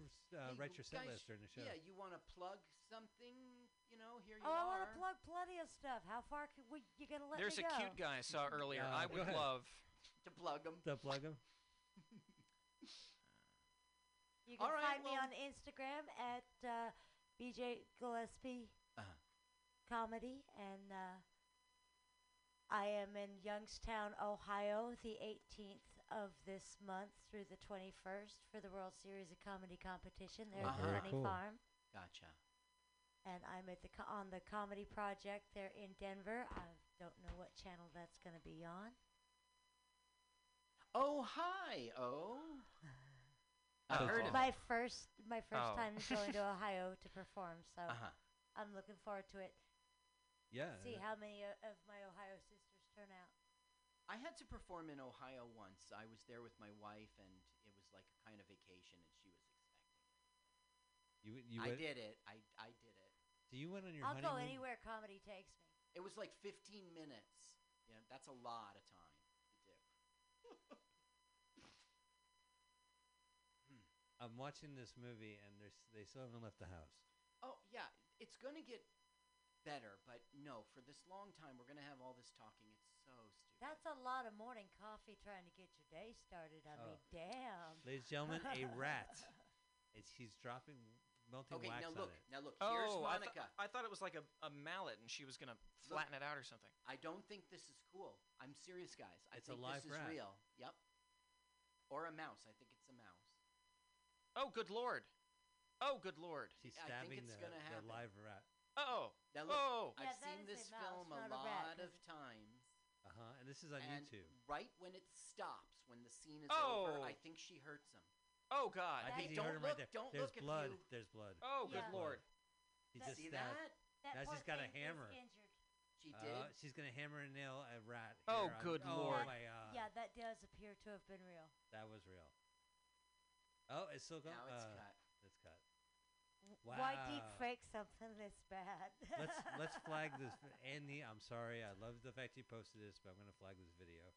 Speaker 4: Hey,
Speaker 3: uh, write
Speaker 4: you
Speaker 3: your set
Speaker 4: guys
Speaker 3: list during the
Speaker 4: sh-
Speaker 3: show.
Speaker 4: Yeah, you want to plug something? You know, here you
Speaker 5: Oh, I
Speaker 4: are.
Speaker 5: want to plug plenty of stuff. How far can we? You gonna let
Speaker 6: There's
Speaker 5: me
Speaker 6: a
Speaker 5: go?
Speaker 6: cute guy I saw earlier.
Speaker 3: Uh,
Speaker 6: I
Speaker 3: go ahead.
Speaker 6: would love.
Speaker 4: to plug them.
Speaker 3: To plug 'em?
Speaker 5: You can
Speaker 4: All right,
Speaker 5: find me
Speaker 4: well-
Speaker 5: on Instagram at uh, BJ Gillespie
Speaker 4: Uh-huh.
Speaker 5: Comedy, and uh, I am in Youngstown, Ohio, the 18th of this month through the 21st for the World Series of Comedy competition there at
Speaker 4: Oh,
Speaker 5: the
Speaker 4: <laughs> very
Speaker 5: Honey
Speaker 3: cool.
Speaker 5: Farm.
Speaker 4: Gotcha.
Speaker 5: and I'm at the co- on the comedy project there in Denver. I don't know what channel that's going to be on.
Speaker 4: Oh, hi. Oh. I
Speaker 6: Oh,
Speaker 4: heard
Speaker 6: it's
Speaker 4: of
Speaker 5: My first my first
Speaker 6: Oh.
Speaker 5: time going
Speaker 4: <laughs>
Speaker 5: to Ohio to perform, so
Speaker 4: Uh huh.
Speaker 5: I'm looking forward to it.
Speaker 3: Yeah. uh,
Speaker 5: See how many o- of my Ohio sisters turn out.
Speaker 4: I had to perform in Ohio once. I was there with my wife, and it was like a kind of vacation, and she was expecting.
Speaker 3: you you
Speaker 4: it. I
Speaker 3: went,
Speaker 4: did it. I I did it.
Speaker 3: So you went on your
Speaker 5: I'll
Speaker 3: honeymoon.
Speaker 5: go anywhere comedy takes me.
Speaker 4: It was like 15 minutes. Yeah, that's a lot of time to do.
Speaker 3: I'm watching this movie, and there's they still haven't left the house.
Speaker 4: Oh yeah, it's gonna get better, but no, for this long time we're gonna have all this talking. It's so stupid.
Speaker 5: That's a lot of morning coffee trying to get your day started. I
Speaker 3: Oh.
Speaker 5: mean, damn.
Speaker 3: Ladies and gentlemen,
Speaker 4: <laughs>
Speaker 5: <laughs>
Speaker 3: a rat. And she's dropping melting
Speaker 4: okay.
Speaker 3: wax
Speaker 4: Now
Speaker 3: on
Speaker 4: look,
Speaker 3: it.
Speaker 4: now look. Here's
Speaker 6: Oh, I, th-
Speaker 4: Monica.
Speaker 6: I thought it was like a, a mallet and she was going to flatten it out or something.
Speaker 4: I don't think this is cool. I'm serious, guys. I
Speaker 3: It's a
Speaker 4: think
Speaker 3: live
Speaker 4: this is
Speaker 3: rat.
Speaker 4: real. Yep. Or a mouse. I think it's a mouse.
Speaker 6: Oh, good lord. Oh, good lord.
Speaker 3: She's
Speaker 4: I think
Speaker 3: stabbing
Speaker 4: it's
Speaker 3: the,
Speaker 4: gonna
Speaker 3: the
Speaker 4: happen.
Speaker 3: live rat.
Speaker 6: Oh.
Speaker 4: Now look,
Speaker 6: Oh.
Speaker 5: Yeah,
Speaker 4: I've
Speaker 5: that
Speaker 4: seen
Speaker 5: is a
Speaker 4: this
Speaker 5: mouse,
Speaker 4: film a
Speaker 5: not a rat,
Speaker 4: lot
Speaker 5: 'cause
Speaker 4: of
Speaker 5: it-
Speaker 4: times.
Speaker 3: Uh huh. And this is on
Speaker 4: and
Speaker 3: YouTube.
Speaker 4: right when it stops, when the scene is over,
Speaker 6: Oh.
Speaker 4: I think she hurts him.
Speaker 6: Oh, God.
Speaker 3: I think
Speaker 5: Hey,
Speaker 3: you
Speaker 4: don't
Speaker 3: heard him
Speaker 4: look,
Speaker 3: right there.
Speaker 4: don't
Speaker 3: There's
Speaker 4: look if
Speaker 3: blood.
Speaker 4: you-
Speaker 3: There's blood.
Speaker 5: Yeah.
Speaker 6: Oh, good lord.
Speaker 3: She
Speaker 5: That-
Speaker 3: just
Speaker 4: See
Speaker 3: stabbed.
Speaker 4: that?
Speaker 5: That
Speaker 3: Now she's
Speaker 5: poor
Speaker 3: got a
Speaker 5: thing is
Speaker 3: hammer.
Speaker 5: injured.
Speaker 4: She
Speaker 3: Uh,
Speaker 4: did.
Speaker 3: she's gonna hammer and nail a rat.
Speaker 6: Oh,
Speaker 3: here on-
Speaker 6: good
Speaker 3: Oh
Speaker 6: lord.
Speaker 3: my god.
Speaker 5: Yeah, that does appear to have been real.
Speaker 3: That was real. Oh, it's still going.
Speaker 4: now it's
Speaker 3: uh,
Speaker 4: cut.
Speaker 3: It's cut.
Speaker 5: Why deep
Speaker 3: Wow.
Speaker 5: fake something this bad?
Speaker 3: let's let's flag
Speaker 5: <laughs>
Speaker 3: this, Andy. I'm sorry. I love the fact you posted this, but I'm gonna flag this video.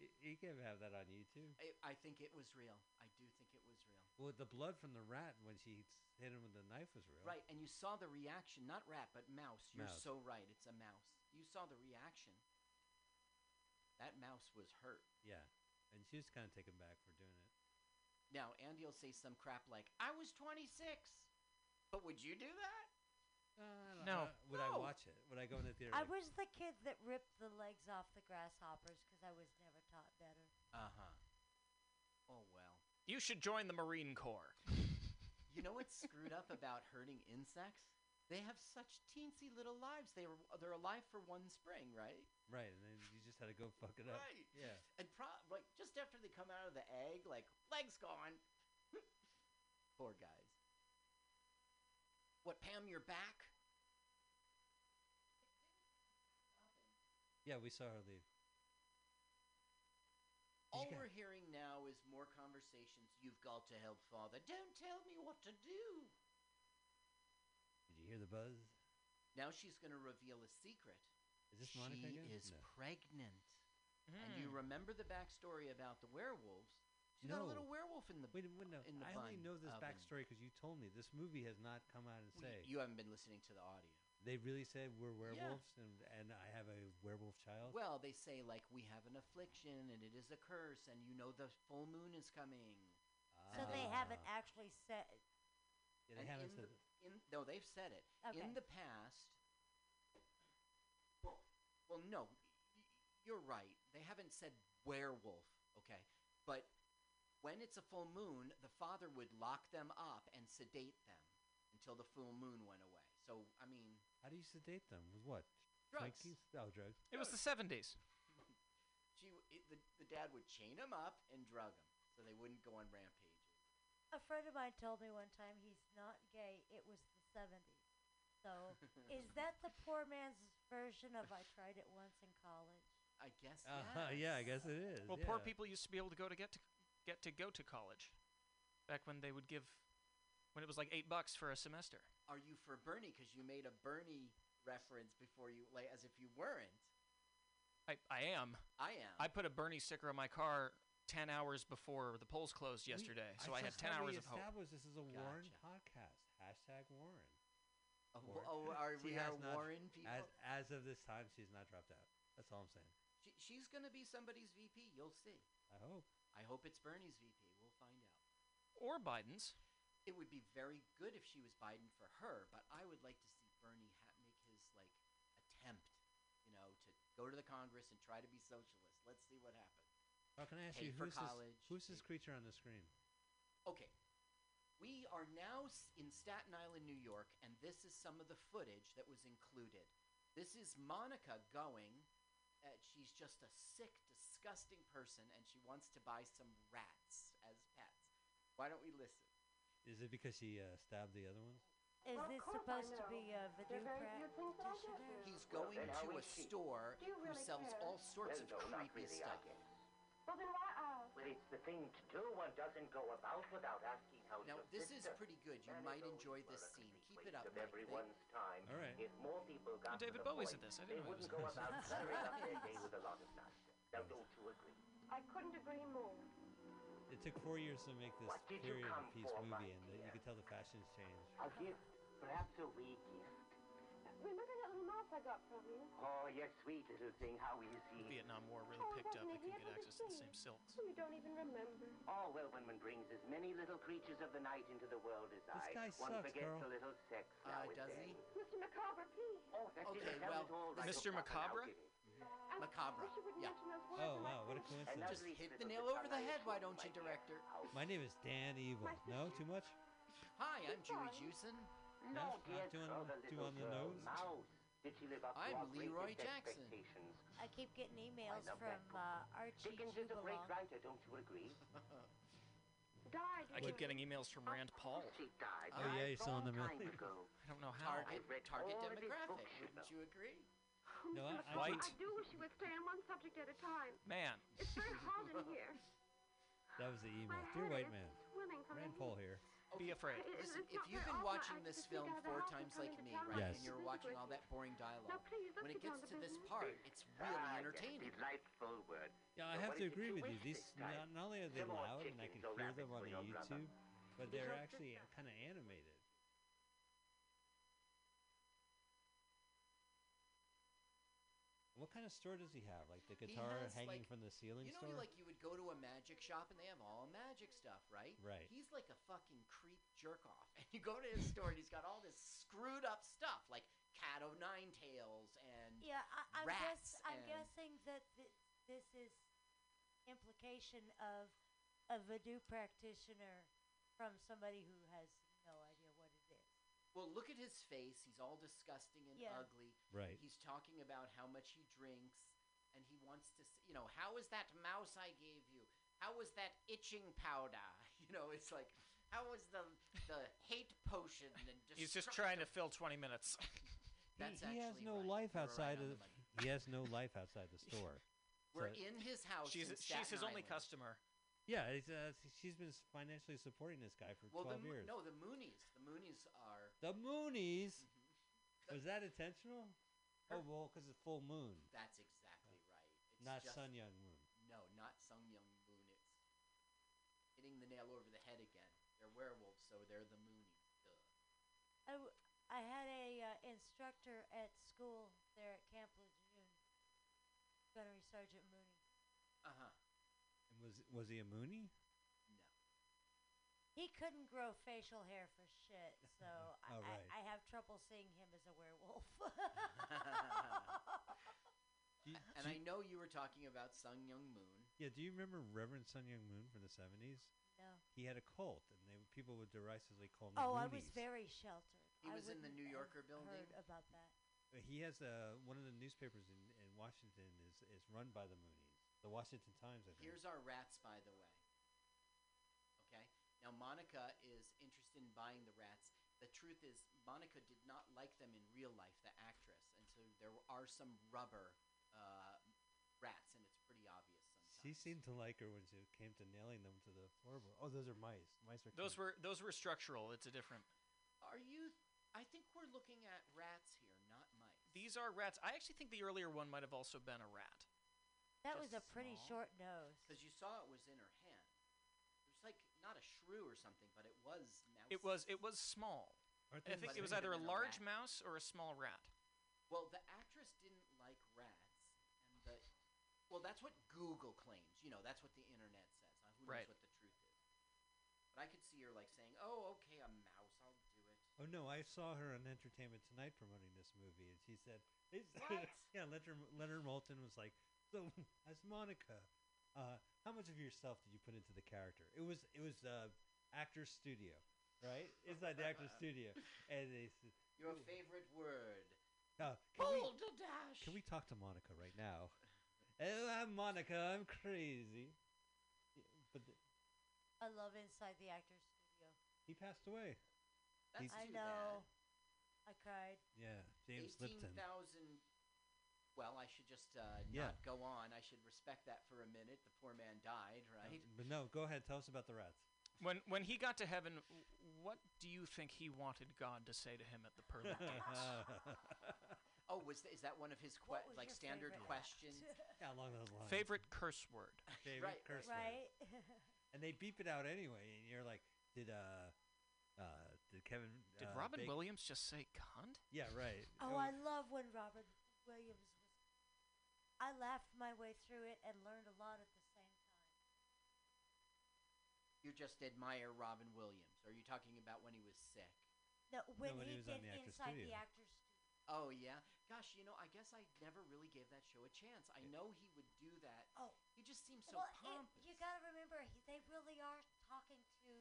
Speaker 3: Y- You can have that on YouTube.
Speaker 4: I, I think it was real. I do think it was real.
Speaker 3: Well, the blood from the rat when she s- hit him with the knife was real.
Speaker 4: Right, and you saw the reaction, not rat, but mouse. You're
Speaker 3: Mouse.
Speaker 4: so right. It's a mouse. You saw the reaction. That mouse was hurt.
Speaker 3: Yeah, and she was kind of taken back for doing it.
Speaker 4: Now, Andy will say some crap like, I was 26. But would you do that?
Speaker 3: Uh, I don't-
Speaker 6: No.
Speaker 3: I don't- would I
Speaker 4: No.
Speaker 3: watch it? Would I go in the theater?
Speaker 5: I
Speaker 3: like,
Speaker 5: was the kid that ripped the legs off the grasshoppers because I was never taught better.
Speaker 4: Uh huh. Oh, well.
Speaker 6: You should join the Marine Corps.
Speaker 4: You know what's screwed up about hurting insects? They have such teensy little lives. They are, they're alive for one spring, right?
Speaker 3: right, and then you just had to go fuck it up.
Speaker 4: Right.
Speaker 3: Yeah.
Speaker 4: And pro- like just after they come out of the egg, like legs gone. Poor guys. What, Pam? You're back?
Speaker 3: Yeah, we saw her leave.
Speaker 4: All we're hearing now is more conversations. You've got to help father. Don't tell me what to do.
Speaker 3: Did you hear the buzz?
Speaker 4: Now she's going to reveal a secret.
Speaker 3: Is this
Speaker 4: she
Speaker 3: Monica again?
Speaker 4: is
Speaker 3: No.
Speaker 4: pregnant. And you remember the backstory about the werewolves? She's got
Speaker 3: No.
Speaker 4: a little werewolf in the
Speaker 3: Wait, a- wait, no.
Speaker 4: in the
Speaker 3: I only
Speaker 4: bun
Speaker 3: know this
Speaker 4: oven.
Speaker 3: backstory because you told me this movie has not come out and
Speaker 4: Well, y-
Speaker 3: say
Speaker 4: You haven't been listening to the audio.
Speaker 3: they really said we're werewolves and and I have a werewolf child.
Speaker 4: Well, they say like we have an affliction and it is a curse, and you know the full moon is coming.
Speaker 5: So they haven't
Speaker 3: Ah.
Speaker 5: actually said.
Speaker 3: Yeah, they
Speaker 4: And
Speaker 3: haven't
Speaker 4: in
Speaker 3: said.
Speaker 4: the- in- no, they've said it.
Speaker 5: Okay.
Speaker 4: In the past, well, well, no, y- you're right. They haven't said werewolf, okay? But when it's a full moon, the father would lock them up and sedate them until the full moon went away. So, I mean,
Speaker 3: How do you sedate them? With what?
Speaker 4: Drugs.
Speaker 3: Twinkies? Oh, drugs.
Speaker 6: It was the 70s.
Speaker 4: she, w- it, the, the dad would chain them up and drug them so they wouldn't go on rampages.
Speaker 5: A friend of mine told me one time he's not gay. It was the 70s. So is that the poor man's version of I tried it once in college?
Speaker 4: I guess.
Speaker 3: <laughs>
Speaker 4: yes.
Speaker 3: Uh, <laughs> yeah, I guess it is.
Speaker 6: Well, poor
Speaker 3: yeah.
Speaker 6: people used to be able to go to get to get to go to college, back when they would give, when it was like eight bucks for a semester.
Speaker 4: Are you for Bernie? Because you made a Bernie reference before you, like, as if you weren't.
Speaker 6: I, I am.
Speaker 4: I am.
Speaker 6: I put a Bernie sticker on my car ten hours before the polls closed yesterday,
Speaker 3: We-
Speaker 6: so I,
Speaker 3: this
Speaker 6: had
Speaker 3: is
Speaker 6: ten
Speaker 3: how we
Speaker 6: hours of hope.
Speaker 3: established this is a Warren
Speaker 4: Gotcha.
Speaker 3: podcast. Hashtag Warren.
Speaker 4: Oh,
Speaker 3: Warren.
Speaker 4: oh, are
Speaker 3: <laughs>
Speaker 4: we
Speaker 3: She has
Speaker 4: are
Speaker 3: not-
Speaker 4: Warren people?
Speaker 3: As, as of this time, she's not dropped out. That's all I'm saying.
Speaker 4: she, she's going to be somebody's VP. You'll see.
Speaker 3: I hope.
Speaker 4: I hope it's Bernie's VP. We'll find out.
Speaker 6: Or Biden's.
Speaker 4: It would be very good if she was Biden for her, but I would like to see Bernie ha- make his like attempt, you know, to go to the Congress and try to be socialist. Let's see what happens.
Speaker 3: Oh, can I ask
Speaker 4: Pay
Speaker 3: you
Speaker 4: for
Speaker 3: who's
Speaker 4: college,
Speaker 3: this, who's this
Speaker 4: pay-
Speaker 3: creature on the screen?
Speaker 4: Okay. We are now s- in Staten Island, New York, and this is some of the footage that was included. This is Monica going. Uh, she's just a sick, disgusting person, and she wants to buy some rats as pets. Why don't we listen?
Speaker 3: Is it because she uh, stabbed the other one?
Speaker 5: Is this supposed to be a video practitioner?
Speaker 4: He's going to a store who sells all sorts of creepy stuff.
Speaker 11: Well, it's the thing to do. One doesn't go about without asking how
Speaker 4: Now,
Speaker 11: your
Speaker 4: this is
Speaker 11: sister.
Speaker 4: pretty good. You
Speaker 11: That is
Speaker 4: might
Speaker 11: a
Speaker 4: enjoy
Speaker 11: waste
Speaker 4: this
Speaker 11: of a
Speaker 4: scene.
Speaker 11: complete
Speaker 4: Keep it
Speaker 11: waste
Speaker 4: up,
Speaker 11: of
Speaker 4: Mike. Thank-
Speaker 11: everyone's time.
Speaker 3: All right.
Speaker 11: If more people got to
Speaker 6: David
Speaker 11: the
Speaker 6: Bowie's
Speaker 11: point,
Speaker 6: in this. I
Speaker 11: they
Speaker 6: didn't know he was
Speaker 11: wouldn't
Speaker 6: in
Speaker 11: go
Speaker 6: this. <laughs>
Speaker 11: about cluttering up their day with a lot of nonsense. Don't all two agree.
Speaker 10: I couldn't agree more.
Speaker 3: It took four years to make this
Speaker 11: What did you
Speaker 3: period
Speaker 11: come
Speaker 3: piece
Speaker 11: for, my
Speaker 3: movie, and the, you
Speaker 11: dear?
Speaker 3: could tell the fashion's changed.
Speaker 11: A gift, perhaps a wee gift.
Speaker 10: Remember that little mouse I got from you?
Speaker 11: Oh, your sweet little thing. How easy.
Speaker 6: The Vietnam War really
Speaker 10: Oh,
Speaker 6: picked up.
Speaker 10: wasn't it?
Speaker 6: They
Speaker 10: Yeah,
Speaker 6: couldn't get
Speaker 10: but
Speaker 6: access to the
Speaker 10: it's
Speaker 6: same silks.
Speaker 10: Oh, you don't even remember.
Speaker 11: Oh, well, when one brings as many little creatures of the night into the world as
Speaker 3: This
Speaker 11: I,
Speaker 3: guy
Speaker 11: one
Speaker 3: sucks,
Speaker 11: forgets
Speaker 3: girl.
Speaker 11: a little sex now
Speaker 4: Uh,
Speaker 11: and
Speaker 4: does
Speaker 11: then.
Speaker 4: he?
Speaker 10: Mr. Macabre, please.
Speaker 11: Oh, that
Speaker 4: Okay,
Speaker 11: didn't sound
Speaker 4: well,
Speaker 11: at all like
Speaker 6: Mr.
Speaker 11: a proper now,
Speaker 6: Macabre?
Speaker 11: did it?
Speaker 10: I
Speaker 4: Macabre,
Speaker 10: wish you would
Speaker 4: yeah.
Speaker 10: mention those words when
Speaker 3: Oh
Speaker 10: I
Speaker 3: wow, what a
Speaker 10: finish.
Speaker 3: coincidence!
Speaker 4: Just hit the
Speaker 11: Another
Speaker 4: nail
Speaker 11: little
Speaker 4: over the head, why
Speaker 11: tongue-lashing,
Speaker 4: don't you,
Speaker 11: my dear.
Speaker 4: director?
Speaker 11: How
Speaker 3: My name is Dan Evil. No, too much.
Speaker 4: Hi, I'm Dewey
Speaker 3: <laughs>
Speaker 4: Jewson.
Speaker 11: No,
Speaker 3: Yes,
Speaker 11: dear
Speaker 3: not too on-
Speaker 11: brother,
Speaker 3: too
Speaker 11: little
Speaker 3: on the
Speaker 11: girl,
Speaker 3: nose.
Speaker 11: Mouse. Did she live up to
Speaker 4: I'm
Speaker 11: our
Speaker 4: Leroy
Speaker 11: greatest
Speaker 4: Jackson.
Speaker 11: expectations?
Speaker 5: I keep getting emails
Speaker 11: love
Speaker 5: from
Speaker 11: that book.
Speaker 5: uh, Archie
Speaker 11: Dickens is a great
Speaker 5: Jubilon.
Speaker 11: writer, don't you agree?
Speaker 10: Died.
Speaker 6: I keep getting emails from Rand Paul.
Speaker 11: She died.
Speaker 4: Oh,
Speaker 11: died
Speaker 3: yeah, you saw
Speaker 11: long
Speaker 3: in the
Speaker 11: time
Speaker 3: mail.
Speaker 4: <laughs>
Speaker 11: ago.
Speaker 6: I don't know how.
Speaker 4: Target,
Speaker 11: read
Speaker 4: target
Speaker 11: all of his
Speaker 4: demographic,
Speaker 11: books, you
Speaker 4: wouldn't
Speaker 11: know.
Speaker 4: you agree?
Speaker 3: No, I, I
Speaker 6: White.
Speaker 10: I do wish you would stay on one subject at a time.
Speaker 6: Man,
Speaker 10: It's
Speaker 4: <laughs>
Speaker 10: very hot in here.
Speaker 3: that was the
Speaker 10: My
Speaker 3: email. Dear
Speaker 10: head
Speaker 3: white
Speaker 10: is
Speaker 3: man,
Speaker 10: swimming from
Speaker 3: Rand
Speaker 10: the
Speaker 3: Paul
Speaker 10: heat.
Speaker 3: here.
Speaker 6: be afraid.
Speaker 10: It- it-
Speaker 4: Listen,
Speaker 10: it's
Speaker 4: if
Speaker 10: not
Speaker 4: you've
Speaker 10: very
Speaker 4: been
Speaker 10: often
Speaker 4: watching
Speaker 10: I
Speaker 4: this
Speaker 10: just
Speaker 4: film
Speaker 10: get out of the
Speaker 4: four
Speaker 10: house and
Speaker 4: times
Speaker 10: come
Speaker 4: like
Speaker 10: into
Speaker 4: me,
Speaker 10: town.
Speaker 4: right,
Speaker 3: Yes.
Speaker 4: and you're
Speaker 10: Busy
Speaker 4: watching
Speaker 10: with
Speaker 4: all
Speaker 10: you.
Speaker 4: that boring dialogue,
Speaker 10: please, let's
Speaker 4: when it
Speaker 10: get down
Speaker 4: gets
Speaker 10: to
Speaker 4: to this
Speaker 10: business.
Speaker 4: part, it's really
Speaker 11: Ah, yes,
Speaker 4: entertaining.
Speaker 11: delightful word.
Speaker 3: Yeah, I
Speaker 11: So
Speaker 3: have
Speaker 11: what
Speaker 3: to
Speaker 11: is it
Speaker 3: agree
Speaker 11: you
Speaker 3: with you.
Speaker 11: wish
Speaker 3: These
Speaker 11: this time?
Speaker 3: not, not only are they
Speaker 11: Some more
Speaker 3: loud and I can
Speaker 11: chickens or
Speaker 3: hear them
Speaker 11: rabbits
Speaker 3: on
Speaker 11: for
Speaker 3: the
Speaker 11: your brother.
Speaker 3: YouTube, but they're
Speaker 11: your
Speaker 3: actually kind of animated. What kind of store does he have? Like the
Speaker 4: He
Speaker 3: guitar
Speaker 4: has,
Speaker 3: hanging
Speaker 4: like-
Speaker 3: from the ceiling
Speaker 4: You know,
Speaker 3: store?
Speaker 4: like you would go to a magic shop and they have all magic stuff, right?
Speaker 3: Right.
Speaker 4: He's like a fucking creep jerk off, <laughs> and you go to his store and he's got all this screwed up stuff, like cat o' nine tails and
Speaker 5: Yeah, I, I'm, guess,
Speaker 4: Rats
Speaker 5: I'm
Speaker 4: and-
Speaker 5: guessing that th- this is implication of a voodoo practitioner from somebody who has no idea what it is.
Speaker 4: Well, look at his face. He's all disgusting and
Speaker 5: Yeah.
Speaker 4: ugly.
Speaker 3: Right.
Speaker 4: He's talking about how much he drinks and he wants to, s- you know, how is that mouse I gave you? How was that itching powder? <laughs> You know, it's like, how was the the hate potion? And
Speaker 3: <laughs>
Speaker 6: He's just trying to fill 20 minutes.
Speaker 3: He-
Speaker 4: That's
Speaker 3: he has
Speaker 4: actually
Speaker 3: no
Speaker 4: right.
Speaker 3: life
Speaker 4: You were right
Speaker 3: outside
Speaker 4: on the
Speaker 3: of
Speaker 4: money.
Speaker 3: <laughs> He has no life outside the
Speaker 4: <laughs>
Speaker 3: store.
Speaker 4: We're
Speaker 3: So-
Speaker 4: in his house.
Speaker 6: She's
Speaker 4: in
Speaker 6: she's his
Speaker 4: Staten
Speaker 6: only
Speaker 4: Island.
Speaker 6: customer.
Speaker 3: Yeah, it's, uh, s- she's been s- financially supporting this guy for
Speaker 4: Well, the, Mo-
Speaker 3: 12 years.
Speaker 4: no, the Moonies. The Moonies are.
Speaker 3: The Moonies?
Speaker 4: Mm-hmm.
Speaker 3: Was that intentional? Oh, well, because it's full moon,
Speaker 4: That's exactly right. It's
Speaker 3: not
Speaker 4: just-
Speaker 3: sun young moon.
Speaker 4: No, not Sung Young Moon. It's hitting the nail over the head again. They're werewolves, so they're the Moonies. Duh.
Speaker 5: I, w- I had a uh, instructor at school there at Camp Lejeune, Gunnery Sergeant Mooney.
Speaker 4: Uh
Speaker 3: Uh-huh.
Speaker 4: huh.
Speaker 3: And was was he a Mooney?
Speaker 5: He couldn't grow facial hair for shit,
Speaker 3: <laughs>
Speaker 5: so I,
Speaker 3: Oh, right.
Speaker 5: I, I have trouble seeing him as a
Speaker 3: <laughs>
Speaker 5: werewolf.
Speaker 3: Do you-
Speaker 4: Uh, And
Speaker 3: do
Speaker 4: I
Speaker 3: you-
Speaker 4: know you were talking about Sung Young Moon.
Speaker 3: yeah, do you remember Reverend Sun Young Moon from the 70s?
Speaker 5: no.
Speaker 3: He had a cult, and they people would derisively call him the
Speaker 5: Oh, I was
Speaker 3: Moonies.
Speaker 5: very sheltered.
Speaker 4: He
Speaker 5: I
Speaker 4: was in the
Speaker 5: wouldn't
Speaker 4: New
Speaker 5: have
Speaker 4: Yorker building.
Speaker 5: Heard about that.
Speaker 3: Uh, He has uh, one of the newspapers in, in Washington is, is run by the Moonies. The Washington Times, I think.
Speaker 4: Here's our rats, by the way. Okay? Now, Monica is interested in buying the rats. The truth is, Monica did not like them in real life, the actress. And so there w- are some rubber uh, rats, and it's pretty obvious sometimes.
Speaker 3: she seemed to like her when she came to nailing them to the floorboard. Oh, those are mice. Mice are
Speaker 6: Those
Speaker 3: cute.
Speaker 6: were those were structural. It's a different.
Speaker 4: Are you. I think we're looking at rats here, not mice.
Speaker 6: These are rats. I actually think the earlier one might have also been a rat.
Speaker 5: That was
Speaker 6: Just
Speaker 5: a pretty
Speaker 6: small.
Speaker 5: short nose.
Speaker 4: Because you saw it was in her hand. It was like not a shrew or something, but it was. Now
Speaker 6: It was it was small.
Speaker 3: Aren't
Speaker 6: I
Speaker 3: they
Speaker 6: think
Speaker 4: But
Speaker 3: the
Speaker 6: it was
Speaker 4: it
Speaker 3: same?
Speaker 6: either
Speaker 4: could've
Speaker 6: a
Speaker 4: been a
Speaker 6: large
Speaker 4: rat.
Speaker 6: mouse or a small rat.
Speaker 4: Well, the actress didn't like rats, and the well, that's what Google claims. You know, that's what the internet says. Uh, who
Speaker 6: Right.
Speaker 4: knows what the truth is? But I could see her like saying, "Oh, okay, a mouse, I'll do it."
Speaker 3: Oh no, I saw her on Entertainment Tonight promoting this movie, and she said, <laughs> it's
Speaker 4: What?
Speaker 3: "Yeah." Leonard, Leonard Moulton was like, "So, <laughs> as Monica, uh, how much of yourself did you put into the character?" It was it was uh, Actors Studio, right? Inside the
Speaker 4: <laughs>
Speaker 3: Actors Studio, and they said,
Speaker 4: Your
Speaker 3: Ooh.
Speaker 4: favorite word,
Speaker 3: uh, can, we,
Speaker 4: balderdash.
Speaker 3: "Can we talk to Monica right now?" oh, I'm Monica. I'm crazy. Yeah, But th-
Speaker 5: I love Inside the Actors Studio.
Speaker 3: he passed away.
Speaker 4: That's
Speaker 5: I
Speaker 4: too
Speaker 5: know. I cried.
Speaker 3: Yeah,
Speaker 4: Bad.
Speaker 3: James Lipton.
Speaker 4: Eighteen thousand. Well, I should just uh,
Speaker 3: Yeah.
Speaker 4: not go on. I should respect that for a minute. The poor man died,
Speaker 3: Uh,
Speaker 4: right?
Speaker 3: But no, go ahead. Tell us about the rats.
Speaker 6: When when he got to heaven, w- what do you think he wanted God to say to him at <laughs> the pearly gates?
Speaker 4: <laughs>
Speaker 3: <laughs>
Speaker 4: Oh, was th- is that one of his que-
Speaker 5: What was
Speaker 4: like
Speaker 5: your
Speaker 4: standard
Speaker 5: favorite
Speaker 4: questions?
Speaker 3: yeah, along those lines.
Speaker 6: Favorite curse word.
Speaker 3: favorite
Speaker 4: Right, right.
Speaker 3: curse word.
Speaker 5: right? <laughs>
Speaker 3: And they beep it out anyway, and you're like, did uh, uh, did Kevin? uh,
Speaker 6: Did Robin
Speaker 3: Bacon-
Speaker 6: Williams just say cunt?
Speaker 3: Yeah, right.
Speaker 5: oh,
Speaker 3: It
Speaker 5: I
Speaker 3: was-
Speaker 5: love when Robin Williams was. I laughed my way through it and learned a lot at the same time.
Speaker 4: you just admire Robin Williams. Are you talking about when he was sick?
Speaker 5: No, when
Speaker 3: when he
Speaker 5: he,
Speaker 3: was on
Speaker 5: did
Speaker 3: the Actors
Speaker 5: Inside the
Speaker 3: Studio.
Speaker 5: Actors Studio.
Speaker 4: Oh yeah. Gosh, you know, I guess I never really gave that show a chance. I know he would do that.
Speaker 5: Oh,
Speaker 4: He just seems so
Speaker 5: well, it,
Speaker 4: pompous.
Speaker 5: you gotta remember he, they really are talking to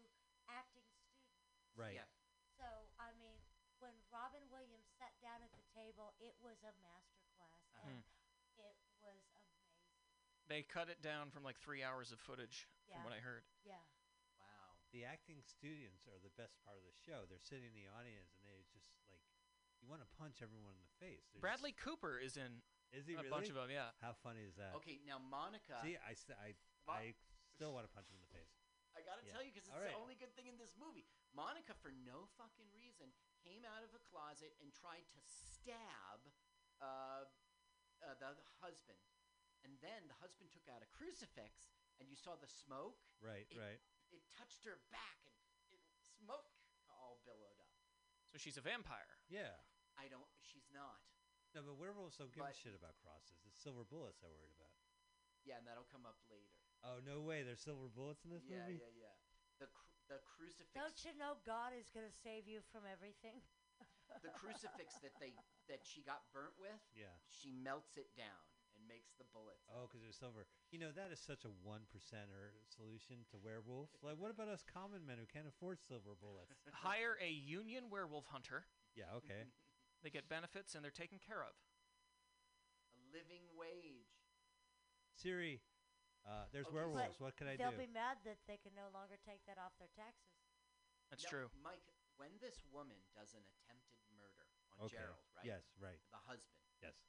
Speaker 5: acting students.
Speaker 3: right.
Speaker 4: Yeah.
Speaker 5: So I mean, when Robin Williams sat down at the table, it was a masterclass,
Speaker 4: Uh-huh.
Speaker 5: and it was amazing.
Speaker 6: They cut it down from like three hours of footage,
Speaker 5: Yeah.
Speaker 6: from what I heard.
Speaker 5: Yeah,
Speaker 4: Wow.
Speaker 3: The acting students are the best part of the show. They're sitting in the audience, and they just like, you want to punch everyone in the face. They're just-
Speaker 6: Bradley Cooper is in
Speaker 3: is he
Speaker 6: a
Speaker 3: really?
Speaker 6: bunch of uh, them. Yeah,
Speaker 3: How funny is that?
Speaker 4: Okay, now Monica,
Speaker 3: See, I, st- I,
Speaker 4: Mo-
Speaker 3: I still want to punch him in the face.
Speaker 4: I gotta
Speaker 3: yeah.
Speaker 4: tell you because it's
Speaker 3: All
Speaker 4: the
Speaker 3: right.
Speaker 4: only good thing in this movie. Monica, for no fucking reason, came out of a closet and tried to stab uh, uh, the husband, and then the husband took out a crucifix, and you saw the smoke.
Speaker 3: Right,
Speaker 4: It-
Speaker 3: right.
Speaker 4: It touched her back, and it, smoke all billowed up.
Speaker 6: so she's a
Speaker 3: <laughs>
Speaker 6: vampire.
Speaker 3: Yeah.
Speaker 4: I don't. She's not.
Speaker 3: No, but werewolves don't give a
Speaker 4: But-
Speaker 3: shit about crosses. It's silver bullets they're worried about.
Speaker 4: Yeah, and that'll come up later.
Speaker 3: Oh no way! There's silver bullets in this
Speaker 4: yeah,
Speaker 3: movie.
Speaker 4: yeah, yeah. The cru- the crucifix.
Speaker 5: don't you know God is gonna save you from everything?
Speaker 4: the crucifix that they that she got burnt with.
Speaker 3: Yeah.
Speaker 4: She melts it down and makes the bullets.
Speaker 3: Oh, because there's silver. You know, that is such a one percenter solution to werewolves. Like, what about us common men who can't afford silver bullets?
Speaker 6: <laughs> Hire a union werewolf hunter.
Speaker 3: yeah,
Speaker 4: <laughs>
Speaker 5: <laughs>
Speaker 3: okay.
Speaker 6: They get benefits and they're taken care of.
Speaker 4: A living wage.
Speaker 3: Siri, uh, there's
Speaker 4: Okay, so-
Speaker 3: werewolves. What can I
Speaker 5: They'll
Speaker 3: do?
Speaker 5: be mad that they can no longer take that off their taxes.
Speaker 6: That's
Speaker 4: Now,
Speaker 6: true.
Speaker 4: Mike, when this woman does an attempted murder on
Speaker 3: okay.
Speaker 4: Gerald, right?
Speaker 3: Yes, right.
Speaker 4: The husband.
Speaker 3: Yes.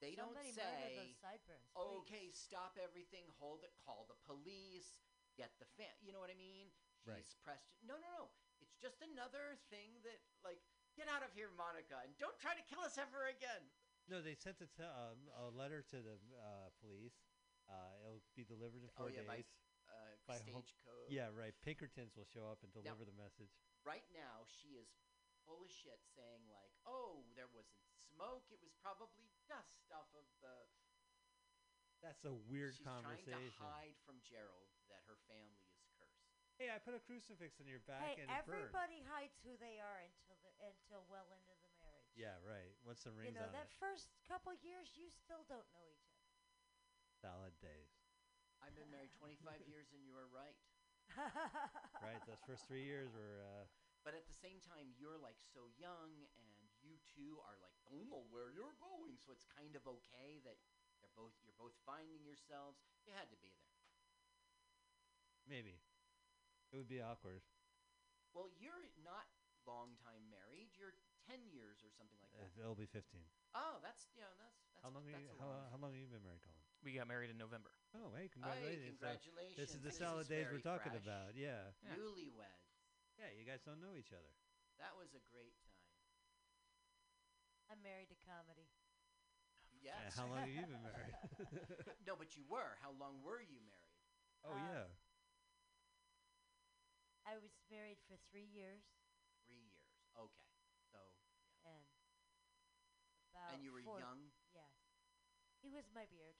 Speaker 4: They don't
Speaker 5: Somebody murder
Speaker 4: say, "Oh,
Speaker 5: those sideburns,
Speaker 4: okay,
Speaker 5: please."
Speaker 4: stop everything, hold it, call the police, get the fan. You know what I mean? She's
Speaker 12: Right.
Speaker 4: pressed. No, no, no. It's just another thing that, like, get out of here, Monica, and don't try to kill us ever again.
Speaker 3: No, they sent a, te- um, a letter to the uh, police. Uh, it'll be delivered in
Speaker 4: Oh,
Speaker 3: four
Speaker 4: yeah, by,
Speaker 3: days.
Speaker 4: uh,
Speaker 3: home-
Speaker 4: Stagecoach.
Speaker 3: Yeah, right. Pinkertons will show up and deliver the message.
Speaker 4: Right now, she is full of shit saying, like, oh, there wasn't smoke. It was probably dust off of the.
Speaker 3: That's a weird
Speaker 4: She's
Speaker 3: conversation.
Speaker 4: trying to hide from Gerald that her family is cursed.
Speaker 3: Hey, I put a crucifix on your back
Speaker 5: Hey,
Speaker 3: and it burned.
Speaker 5: everybody hides who they are until the, until well into the marriage.
Speaker 3: Yeah, right. Once the
Speaker 5: you
Speaker 3: rings
Speaker 5: know
Speaker 3: on
Speaker 5: that
Speaker 3: it,
Speaker 5: first couple years, you still don't know each other.
Speaker 3: solid days.
Speaker 4: I've been married 25
Speaker 3: <laughs>
Speaker 4: years, and you are right.
Speaker 3: <laughs> Right, those first three years were. Uh,
Speaker 4: But at the same time, you're like so young, and you two are like, I don't know where you're going. So it's kind of okay that they're both you're both finding yourselves. You had to be there.
Speaker 3: Maybe. It would be awkward.
Speaker 4: Well, you're not long time married. You're ten years or something like
Speaker 3: Uh,
Speaker 4: that.
Speaker 3: it'll be 15.
Speaker 4: Oh, that's yeah, that's that's
Speaker 3: how long have
Speaker 4: that's
Speaker 3: you
Speaker 4: a
Speaker 3: how,
Speaker 4: long
Speaker 3: how long have you been married, Colin?
Speaker 6: We got married in November.
Speaker 3: Oh, hey, congratulations. So This is
Speaker 4: congratulations.
Speaker 3: the
Speaker 4: This
Speaker 3: solid
Speaker 4: is
Speaker 3: days we're
Speaker 4: very
Speaker 3: talking
Speaker 4: fresh.
Speaker 3: about. Yeah.
Speaker 4: Newlyweds.
Speaker 3: Yeah, you guys don't know each other.
Speaker 4: That was a great time.
Speaker 5: I'm married to comedy.
Speaker 4: Yes.
Speaker 3: Yeah, how long have you been married? <laughs>
Speaker 4: no, <laughs> but you were. How long were you married?
Speaker 3: oh yeah.
Speaker 5: I was married for three years,
Speaker 4: Three years. Okay. So
Speaker 5: and about
Speaker 4: you were
Speaker 5: Uh, four-
Speaker 4: young?
Speaker 5: Yes, he was my beard.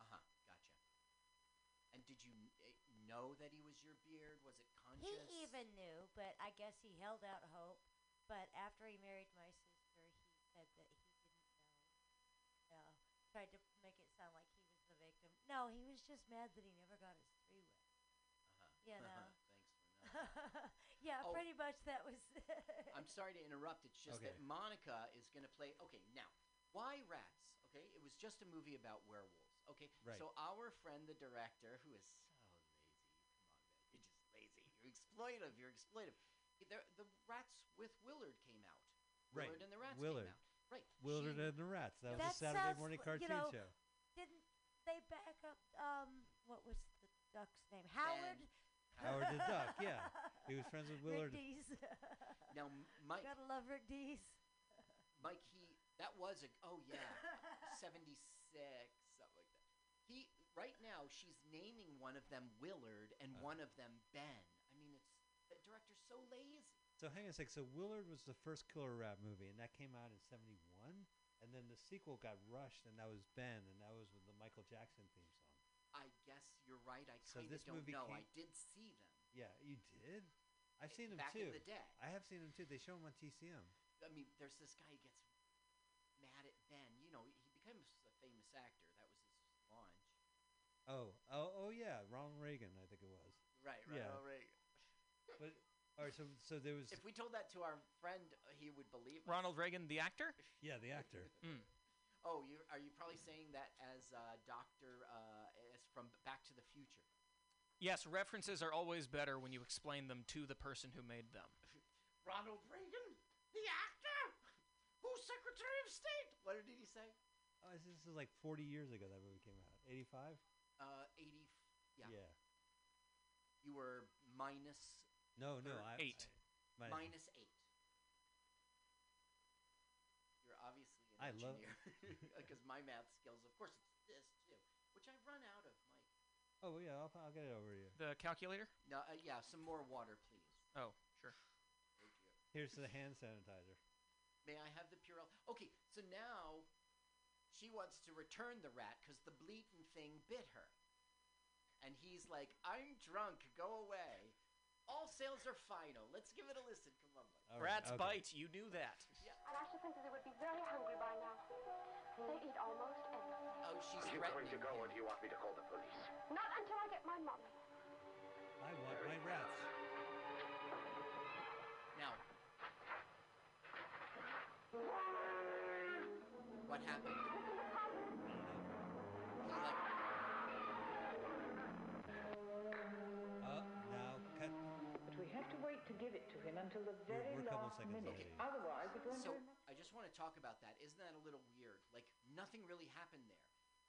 Speaker 4: uh huh, gotcha. And did you kn- eh, know that he was your beard? Was it conscious?
Speaker 5: He even knew, but I guess he held out hope. But after he married my sister, he said that he didn't know. No, tried to make it sound like he was the victim. No, he was just mad that he never got his three way.
Speaker 4: Uh-huh. <laughs> Thanks for nothing.
Speaker 5: You know. <laughs> yeah,
Speaker 4: Oh.
Speaker 5: pretty much that was. <laughs>
Speaker 4: I'm sorry to interrupt. It's just
Speaker 3: Okay.
Speaker 4: that Monica is going to play. Okay, now, why rats? Okay, it was just a movie about werewolves. Okay,
Speaker 3: Right.
Speaker 4: so our friend, the director, who is so lazy. Come on, man. You're just lazy. You're exploitive. You're exploitive. Y- there- the Rats with Willard came out.
Speaker 3: Right.
Speaker 4: Willard and the Rats
Speaker 3: Willard.
Speaker 4: came out. Right.
Speaker 3: Willard
Speaker 4: She-
Speaker 3: and the Rats. That,
Speaker 5: That
Speaker 3: was a Saturday
Speaker 5: sounds
Speaker 3: morning
Speaker 5: li-
Speaker 3: cartoon
Speaker 5: you know,
Speaker 3: show.
Speaker 5: Didn't they back up? Um, what was the duck's name? Howard.
Speaker 3: Howard the Duck,
Speaker 5: <laughs>
Speaker 3: yeah. He was friends with Willard.
Speaker 5: Rick Dees.
Speaker 4: <laughs>
Speaker 5: <laughs>
Speaker 4: Now, M- Mike,
Speaker 5: Gotta love Rick Dees.
Speaker 4: Mike, he that was a oh yeah,
Speaker 5: <laughs>
Speaker 4: seventy six something like that. He right now she's naming one of them Willard and
Speaker 3: Uh.
Speaker 4: one of them Ben. I mean, it's the director's so lazy.
Speaker 3: So hang on a sec. So Willard was the first killer rat movie, and that came out in '71, and then the sequel got rushed, and that was Ben, and that was with the Michael Jackson theme song.
Speaker 4: I guess you're right. I
Speaker 3: So
Speaker 4: kind of
Speaker 3: this
Speaker 4: don't
Speaker 3: movie
Speaker 4: know.
Speaker 3: came-
Speaker 4: I did see them.
Speaker 3: Yeah, you did. I've seen them
Speaker 4: back
Speaker 3: too.
Speaker 4: in the day.
Speaker 3: I have seen them too. They show them on TCM.
Speaker 4: I mean, there's this guy who gets mad at Ben. You know, he becomes a famous actor. That was his launch.
Speaker 3: Oh, oh, oh yeah, Ronald Reagan, I think it was.
Speaker 4: Right, right,
Speaker 3: Yeah.
Speaker 4: all right.
Speaker 3: But all right, so so there was
Speaker 4: If we told that to our friend, uh, he would believe. us.
Speaker 6: Ronald Reagan, the actor.
Speaker 3: yeah the actor.
Speaker 6: Mm.
Speaker 4: Oh, you are you probably saying that as uh, Doctor uh, as from Back to the Future?
Speaker 6: Yes, references are always better when you explain them to the person who made them.
Speaker 4: Ronald Reagan, the actor, who's Secretary of State? What did he say?
Speaker 3: Oh, this this is like 40 years ago that movie came out. 85.
Speaker 4: Uh, eighty. Yeah. You were minus
Speaker 3: No, no,
Speaker 4: Thir-
Speaker 3: I,
Speaker 6: eight.
Speaker 3: I, my-
Speaker 4: minus eight. You're obviously an
Speaker 3: I love-
Speaker 4: <laughs> because my math skills, of course, it's this too, which I run out of, Mike.
Speaker 3: Oh yeah, I'll, I'll get it over to you.
Speaker 6: The calculator?
Speaker 4: No, uh, yeah, some more water, please.
Speaker 6: Oh, sure.
Speaker 4: Thank you.
Speaker 3: Here's the hand sanitizer.
Speaker 4: May I have the Purell? Okay, so now she wants to return the rat because the bleating thing bit her. And he's like, I'm drunk, go away. All sales are final. Let's give it a listen. Come on, Mike.
Speaker 3: All right,
Speaker 6: Rats
Speaker 3: okay.
Speaker 6: bite. You knew that.
Speaker 10: I like to think that they would be very hungry by now. They eat almost anything.
Speaker 4: Oh, she's
Speaker 11: Are you going to
Speaker 4: threatening.
Speaker 11: go
Speaker 4: him.
Speaker 11: or do you want me to call the police?
Speaker 10: Not until I get my mummy.
Speaker 3: I want my rats.
Speaker 4: Now, what happened? They're like,
Speaker 3: Uh, now cut.
Speaker 13: But we have to wait to give it to him until the very
Speaker 3: we're a couple
Speaker 13: last
Speaker 3: seconds
Speaker 13: minute.
Speaker 3: late.
Speaker 10: Mm-hmm.
Speaker 13: Otherwise, it won't
Speaker 4: so
Speaker 13: do him
Speaker 4: I just want to talk about that. Isn't that a little weird? Like nothing really happened there.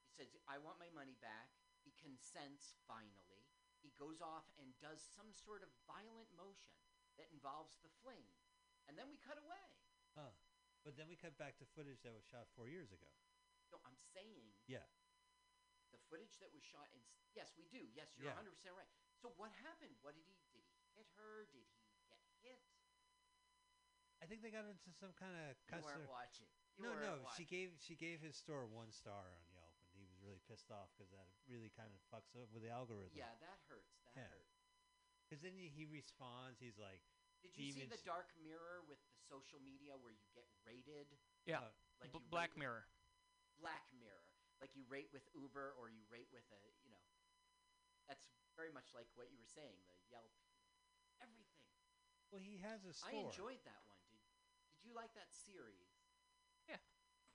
Speaker 4: He says, I want my money back. He consents finally. He goes off and does some sort of violent motion that involves the fling. And then we cut away.
Speaker 3: Huh. But then we cut back to footage that was shot four years ago.
Speaker 4: No, I'm saying
Speaker 3: Yeah.
Speaker 4: the footage that was shot in. s- Yes, we do. Yes, you're
Speaker 3: Yeah.
Speaker 4: 100% right. So what happened? What did he did he hit her? Did he get hit?
Speaker 3: I think they got into some kind of
Speaker 4: You
Speaker 3: customer.
Speaker 4: weren't watching. You
Speaker 3: no,
Speaker 4: weren't
Speaker 3: no. She
Speaker 4: watching.
Speaker 3: gave she gave his store one star on Yelp, and he was really pissed off because that really kind of fucks up with the algorithm.
Speaker 4: Yeah, that hurts. That
Speaker 3: Yeah.
Speaker 4: hurt.
Speaker 3: Because then he he responds. He's like,
Speaker 4: Did you see the
Speaker 3: "Demons-
Speaker 4: Dark Mirror with the social media where you get rated?
Speaker 6: Yeah.
Speaker 3: Uh,
Speaker 4: Like
Speaker 6: B-
Speaker 4: you
Speaker 6: Black
Speaker 4: rate with-
Speaker 6: Mirror.
Speaker 4: Black Mirror, like you rate with Uber or you rate with a, you know, that's very much like what you were saying, the Yelp, everything.
Speaker 3: Well, he has a store.
Speaker 4: I enjoyed that one. Did Did you like that series?
Speaker 6: Yeah.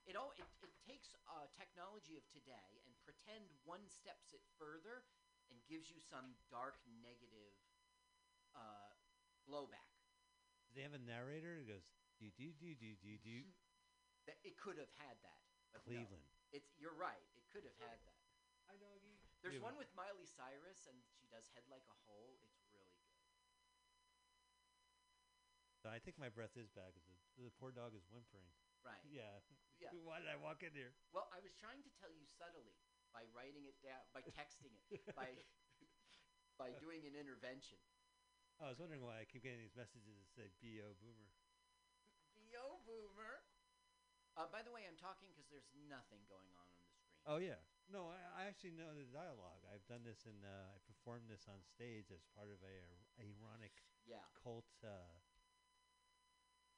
Speaker 4: It all it, it takes uh, technology of today and pretend one steps it further and gives you some dark negative uh, blowback.
Speaker 3: They have a narrator who goes, do do do do do do.
Speaker 4: That it could have had that. but no.
Speaker 3: Cleveland.
Speaker 4: It's you're right. It could have had that.
Speaker 3: I know you.
Speaker 4: There's
Speaker 3: Yeah.
Speaker 4: one with Miley Cyrus and she does head like a hole. It's really good.
Speaker 3: So I think my breath is bad because the, the poor dog is whimpering.
Speaker 4: Right.
Speaker 3: Yeah.
Speaker 4: Yeah.
Speaker 3: <laughs> Why did I walk in here? <laughs>
Speaker 4: Well, I was trying to tell you subtly by writing it down, by texting
Speaker 3: <laughs>
Speaker 4: it, by by doing an intervention.
Speaker 3: I was wondering why I keep getting these messages that say "bo boomer."
Speaker 4: Yo, boomer. Uh, by the way, I'm talking because there's nothing going on on the screen.
Speaker 3: Oh yeah. No, I, I actually know the dialogue. I've done this in. Uh, I performed this on stage as part of a, a ironic
Speaker 4: Yeah.
Speaker 3: cult. Uh,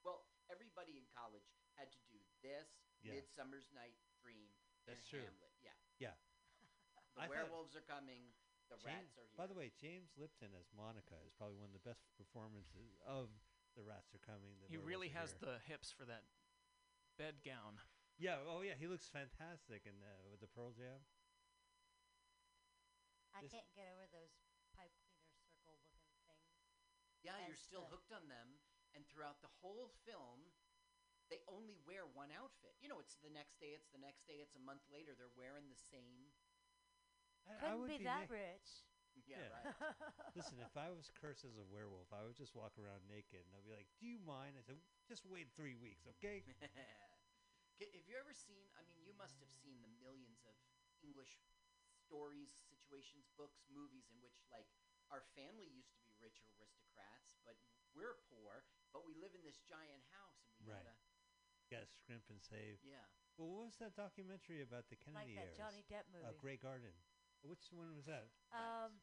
Speaker 4: Well, everybody in college had to do this,
Speaker 3: Yeah.
Speaker 4: Midsummer's Night Dream, and
Speaker 3: That's true.
Speaker 4: Hamlet. Yeah.
Speaker 3: yeah.
Speaker 4: The
Speaker 3: I thought-
Speaker 4: werewolves are coming. The
Speaker 3: James,
Speaker 4: rats are here.
Speaker 3: by the way, James Lipton as Monica is probably one of the best performances of The Rats Are Coming. The
Speaker 6: He
Speaker 3: Werewolves
Speaker 6: really
Speaker 3: Are Here.
Speaker 6: has the hips for that bed gown.
Speaker 3: Yeah. Oh yeah. He looks fantastic in uh, with the Pearl Jam.
Speaker 5: I
Speaker 3: This-
Speaker 5: can't get over those pipe cleaner circle looking things.
Speaker 4: yeah, you're
Speaker 5: as
Speaker 4: still
Speaker 5: the-
Speaker 4: hooked on them, and throughout the whole film, they only wear one outfit. You know, it's the next day, it's the next day, it's a month later. They're wearing the same.
Speaker 3: I- I
Speaker 5: Couldn't
Speaker 3: would
Speaker 5: be,
Speaker 3: be
Speaker 5: that
Speaker 3: na-
Speaker 5: rich.
Speaker 4: Yeah,
Speaker 3: Yeah.
Speaker 4: right. <laughs>
Speaker 3: <laughs> Listen, if I was cursed as a werewolf, I would just walk around naked, and they'll be like, "Do you mind?" I said, "Just wait three
Speaker 4: <laughs>
Speaker 3: weeks, okay?"
Speaker 4: K- Have you ever seen? I mean, you must have seen the millions of English stories, situations, books, movies in which, like, our family used to be rich aristocrats, but we're poor, but we live in this giant house and we
Speaker 3: Right.
Speaker 4: gotta,
Speaker 3: Got to scrimp and save.
Speaker 4: yeah.
Speaker 3: Well, what was that documentary about the
Speaker 5: like
Speaker 3: Kennedy
Speaker 5: that
Speaker 3: years?
Speaker 5: Johnny Depp
Speaker 3: Uh,
Speaker 5: movie.
Speaker 3: Grey Garden. Which one was that?
Speaker 5: um,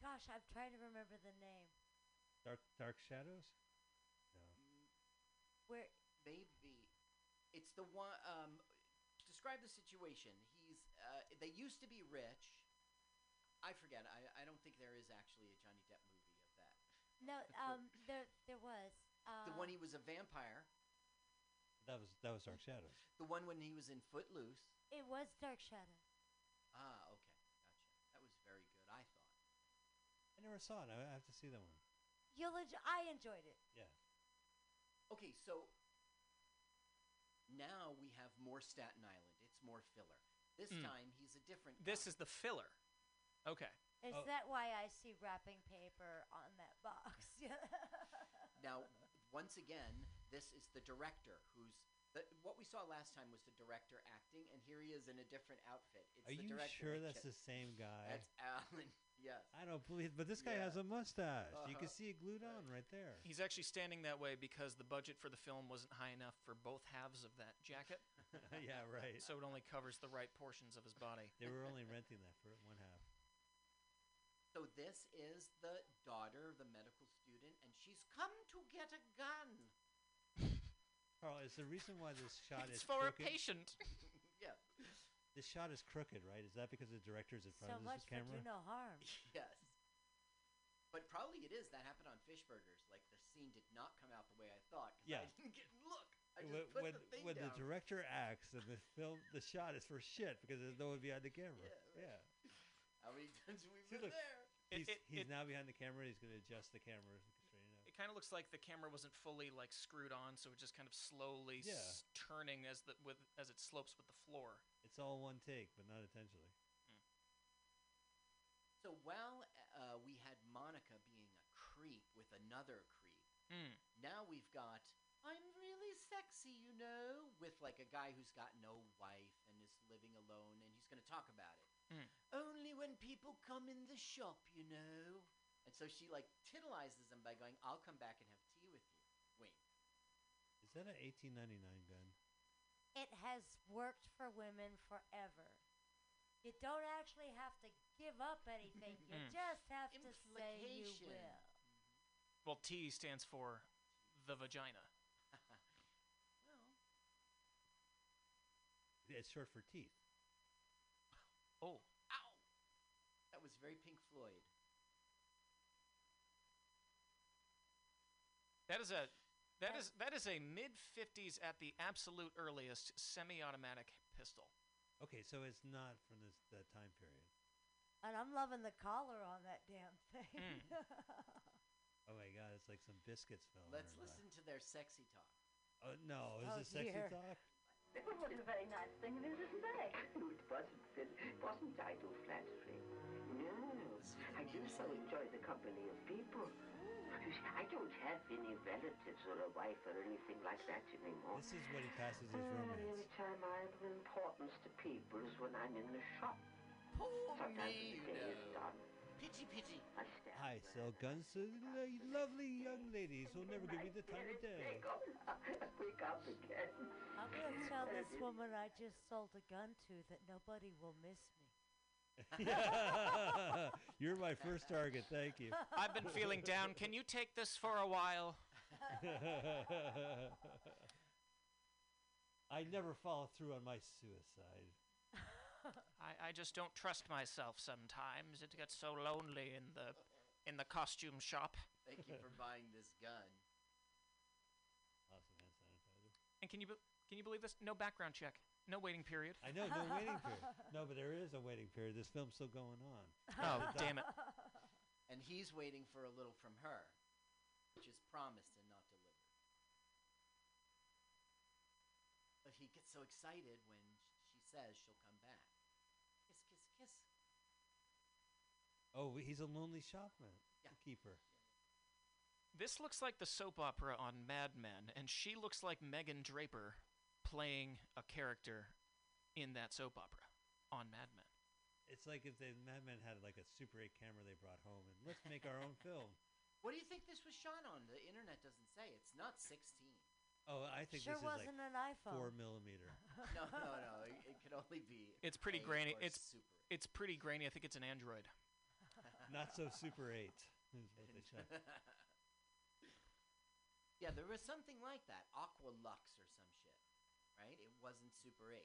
Speaker 5: gosh, I'm trying to remember the name.
Speaker 3: Dark Dark Shadows. No.
Speaker 5: Where
Speaker 4: Maybe it's the one. Um, describe the situation. He's. Uh, they used to be rich. I forget. I, I don't think there is actually a Johnny Depp movie of that.
Speaker 5: no, um, there there was um,
Speaker 4: the one he was a vampire.
Speaker 3: That was that was Dark Shadows.
Speaker 4: The one when he was in Footloose.
Speaker 5: It was Dark Shadow.
Speaker 4: Ah, okay. Gotcha. That was very good, I thought.
Speaker 3: I never saw it. I I have to see that one.
Speaker 5: You'll enjoy, I enjoyed it.
Speaker 3: Yeah.
Speaker 4: Okay, so now we have more Staten Island. It's more filler. This
Speaker 6: Mm.
Speaker 4: time he's a different
Speaker 6: This
Speaker 4: guy.
Speaker 6: is the filler. Okay.
Speaker 5: Is
Speaker 3: Oh.
Speaker 5: that why I see wrapping paper on that box? <laughs> Yeah.
Speaker 4: Now, once again, this is the director who's the, what we saw last time was the director acting, and here he is in a different outfit. It's
Speaker 3: Are
Speaker 4: the
Speaker 3: you
Speaker 4: director
Speaker 3: sure
Speaker 4: that
Speaker 3: that's
Speaker 4: ca-
Speaker 3: the same guy?
Speaker 4: That's Alan. <laughs> Yes.
Speaker 3: I don't believe. But this guy
Speaker 4: Yeah.
Speaker 3: has a mustache. You
Speaker 4: Uh-huh.
Speaker 3: can see it glued
Speaker 4: Right.
Speaker 3: on right there.
Speaker 4: <laughs>
Speaker 6: He's actually standing that way because the budget for the film wasn't high enough for both halves of that jacket,
Speaker 3: <laughs> <laughs> yeah. Right.
Speaker 6: so it only covers the right portions of his
Speaker 3: <laughs>
Speaker 6: body.
Speaker 3: They were only renting that for one half.
Speaker 4: So this is the daughter of the medical student, and she's come to get a gun. <laughs>
Speaker 3: Carl, is the reason why this shot
Speaker 6: It's
Speaker 3: is
Speaker 6: for a
Speaker 3: crooked?
Speaker 6: patient.
Speaker 4: yes.
Speaker 3: This shot is crooked, right? Is that because the director's in front
Speaker 5: so
Speaker 3: of
Speaker 5: much
Speaker 3: this camera?
Speaker 5: for do no harm.
Speaker 4: Yes. But probably it is. That happened on Fish Burgers. Like, the scene did not come out the way I thought. 'cause I
Speaker 3: Yeah.
Speaker 4: didn't get, look, I just
Speaker 3: when
Speaker 4: put
Speaker 3: when,
Speaker 4: the thing
Speaker 3: when
Speaker 4: down.
Speaker 3: the director acts and the film the shot is for shit because there's no one behind the camera.
Speaker 4: Yeah,
Speaker 3: Yeah.
Speaker 4: right. How many times have we
Speaker 3: See,
Speaker 4: been
Speaker 3: look,
Speaker 4: there?
Speaker 6: It-
Speaker 3: He's,
Speaker 6: it-
Speaker 3: he's
Speaker 6: it-
Speaker 3: now behind the camera. He's going to adjust the camera. straighten it up.
Speaker 6: It it kind of looks like the camera wasn't fully like screwed on, so it just kind of slowly
Speaker 3: Yeah.
Speaker 6: s- turning as the with as it slopes with the floor.
Speaker 3: It's all one take, but not intentionally.
Speaker 4: So while uh, we had Monica being a creep with another creep,
Speaker 6: Hmm.
Speaker 4: now we've got I'm really sexy, you know, with like a guy who's got no wife and is living alone, and he's going to talk about it. Only when people come in the shop, you know. And so she like titillizes him by going, "I'll come back and have tea with you." Wait,
Speaker 3: Is that an 1899 gun?
Speaker 5: It has worked for women forever. You don't actually have to give up anything. you
Speaker 6: Mm.
Speaker 5: just have to say you will.
Speaker 6: Well, T stands for the vagina.
Speaker 3: It's short for teeth.
Speaker 6: Oh,
Speaker 4: ow! That was very Pink Floyd.
Speaker 6: That is a that is that is a mid fifties at the absolute earliest semi-automatic pistol.
Speaker 3: Okay, so it's not from this that time period.
Speaker 5: And I'm loving the collar on that damn thing.
Speaker 3: Oh my god, it's like some biscuits fell. on
Speaker 4: Let's
Speaker 3: her lap.
Speaker 4: listen to their sexy talk.
Speaker 3: Oh no, is
Speaker 4: Oh,
Speaker 3: this sexy
Speaker 4: dear.
Speaker 3: talk?
Speaker 10: It wasn't a very nice thing, and it isn't they? No, it wasn't, Phil. Wasn't I too flattery? No, I do so enjoy the company of people. You see, I don't have any relatives or a wife or anything like that anymore.
Speaker 3: This is what he passes
Speaker 10: Ah,
Speaker 3: as
Speaker 10: the
Speaker 3: romance.
Speaker 10: only time I'm of importance to people is when I'm in the shop. Sometimes
Speaker 4: me,
Speaker 10: the
Speaker 4: you
Speaker 10: day is
Speaker 4: know.
Speaker 10: done.
Speaker 4: Pity, pity.
Speaker 10: I stand.
Speaker 3: I sell guns to lo- lovely young ladies who'll never give me the time of day. <laughs>
Speaker 10: <laughs> Wake up again.
Speaker 5: <laughs> I'm going to tell this woman I just sold a gun to that nobody will miss me.
Speaker 3: You're my first target. Thank you. <laughs>
Speaker 6: I've been feeling down. Can you take this for a while?
Speaker 3: I never follow through on my suicide.
Speaker 6: I, I just don't trust myself sometimes. It gets so lonely in the in the costume shop.
Speaker 4: Thank you for buying this gun.
Speaker 3: Awesome hand sanitizer.
Speaker 6: And can you be- can you believe this? No background check. No waiting period.
Speaker 3: I know, no waiting period. No, but there is a waiting period. This film's still going
Speaker 4: <laughs>
Speaker 3: on.
Speaker 6: Oh, <laughs> damn it.
Speaker 4: And he's waiting for a little from her, which is promised and not delivered. But he gets so excited when sh- she says she'll come back. Kiss, kiss, kiss.
Speaker 3: Oh, he's a lonely shopman
Speaker 4: Yeah.
Speaker 3: keeper.
Speaker 6: This looks like the soap opera on Mad Men, and she looks like Megan Draper playing a character in that soap opera on Mad Men.
Speaker 3: It's like if the Mad Men had like a Super 8 camera they brought home, and let's make our own film.
Speaker 4: What do you think this was shot on? The internet doesn't say. It's not 16.
Speaker 3: Oh, I think
Speaker 5: Sure
Speaker 3: this is like
Speaker 5: wasn't an iPhone.
Speaker 3: four millimeter.
Speaker 4: <laughs> no, no, no. It, it could only be.
Speaker 6: It's pretty
Speaker 4: eight
Speaker 6: grainy.
Speaker 4: or
Speaker 6: It's
Speaker 4: super.
Speaker 6: it's pretty grainy. I think it's an Android.
Speaker 3: Not so Super 8 is what they shot.
Speaker 4: <laughs> yeah, there was something like that. Aqua Lux or some shit. Right? It wasn't Super 8.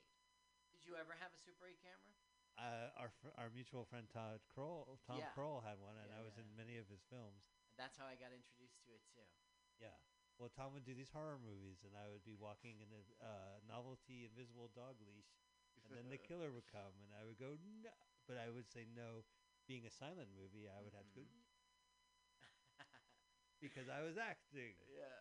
Speaker 4: Did you ever have a Super 8 camera?
Speaker 3: Uh, our fr- our mutual friend Todd Kroll, Tom
Speaker 4: Yeah.
Speaker 3: Kroll had one, and
Speaker 4: Yeah,
Speaker 3: I was
Speaker 4: yeah.
Speaker 3: in many of his films.
Speaker 4: That's how I got introduced to it too.
Speaker 3: Yeah. Well, Tom would do these horror movies, and I would be walking in a uh, novelty invisible dog leash, and then the killer would come, and I would go no, but I would say no. Being a silent movie, I would have to go "No,"
Speaker 4: Mm-hmm.
Speaker 6: Mm-hmm.
Speaker 3: because I was acting.
Speaker 4: Yeah,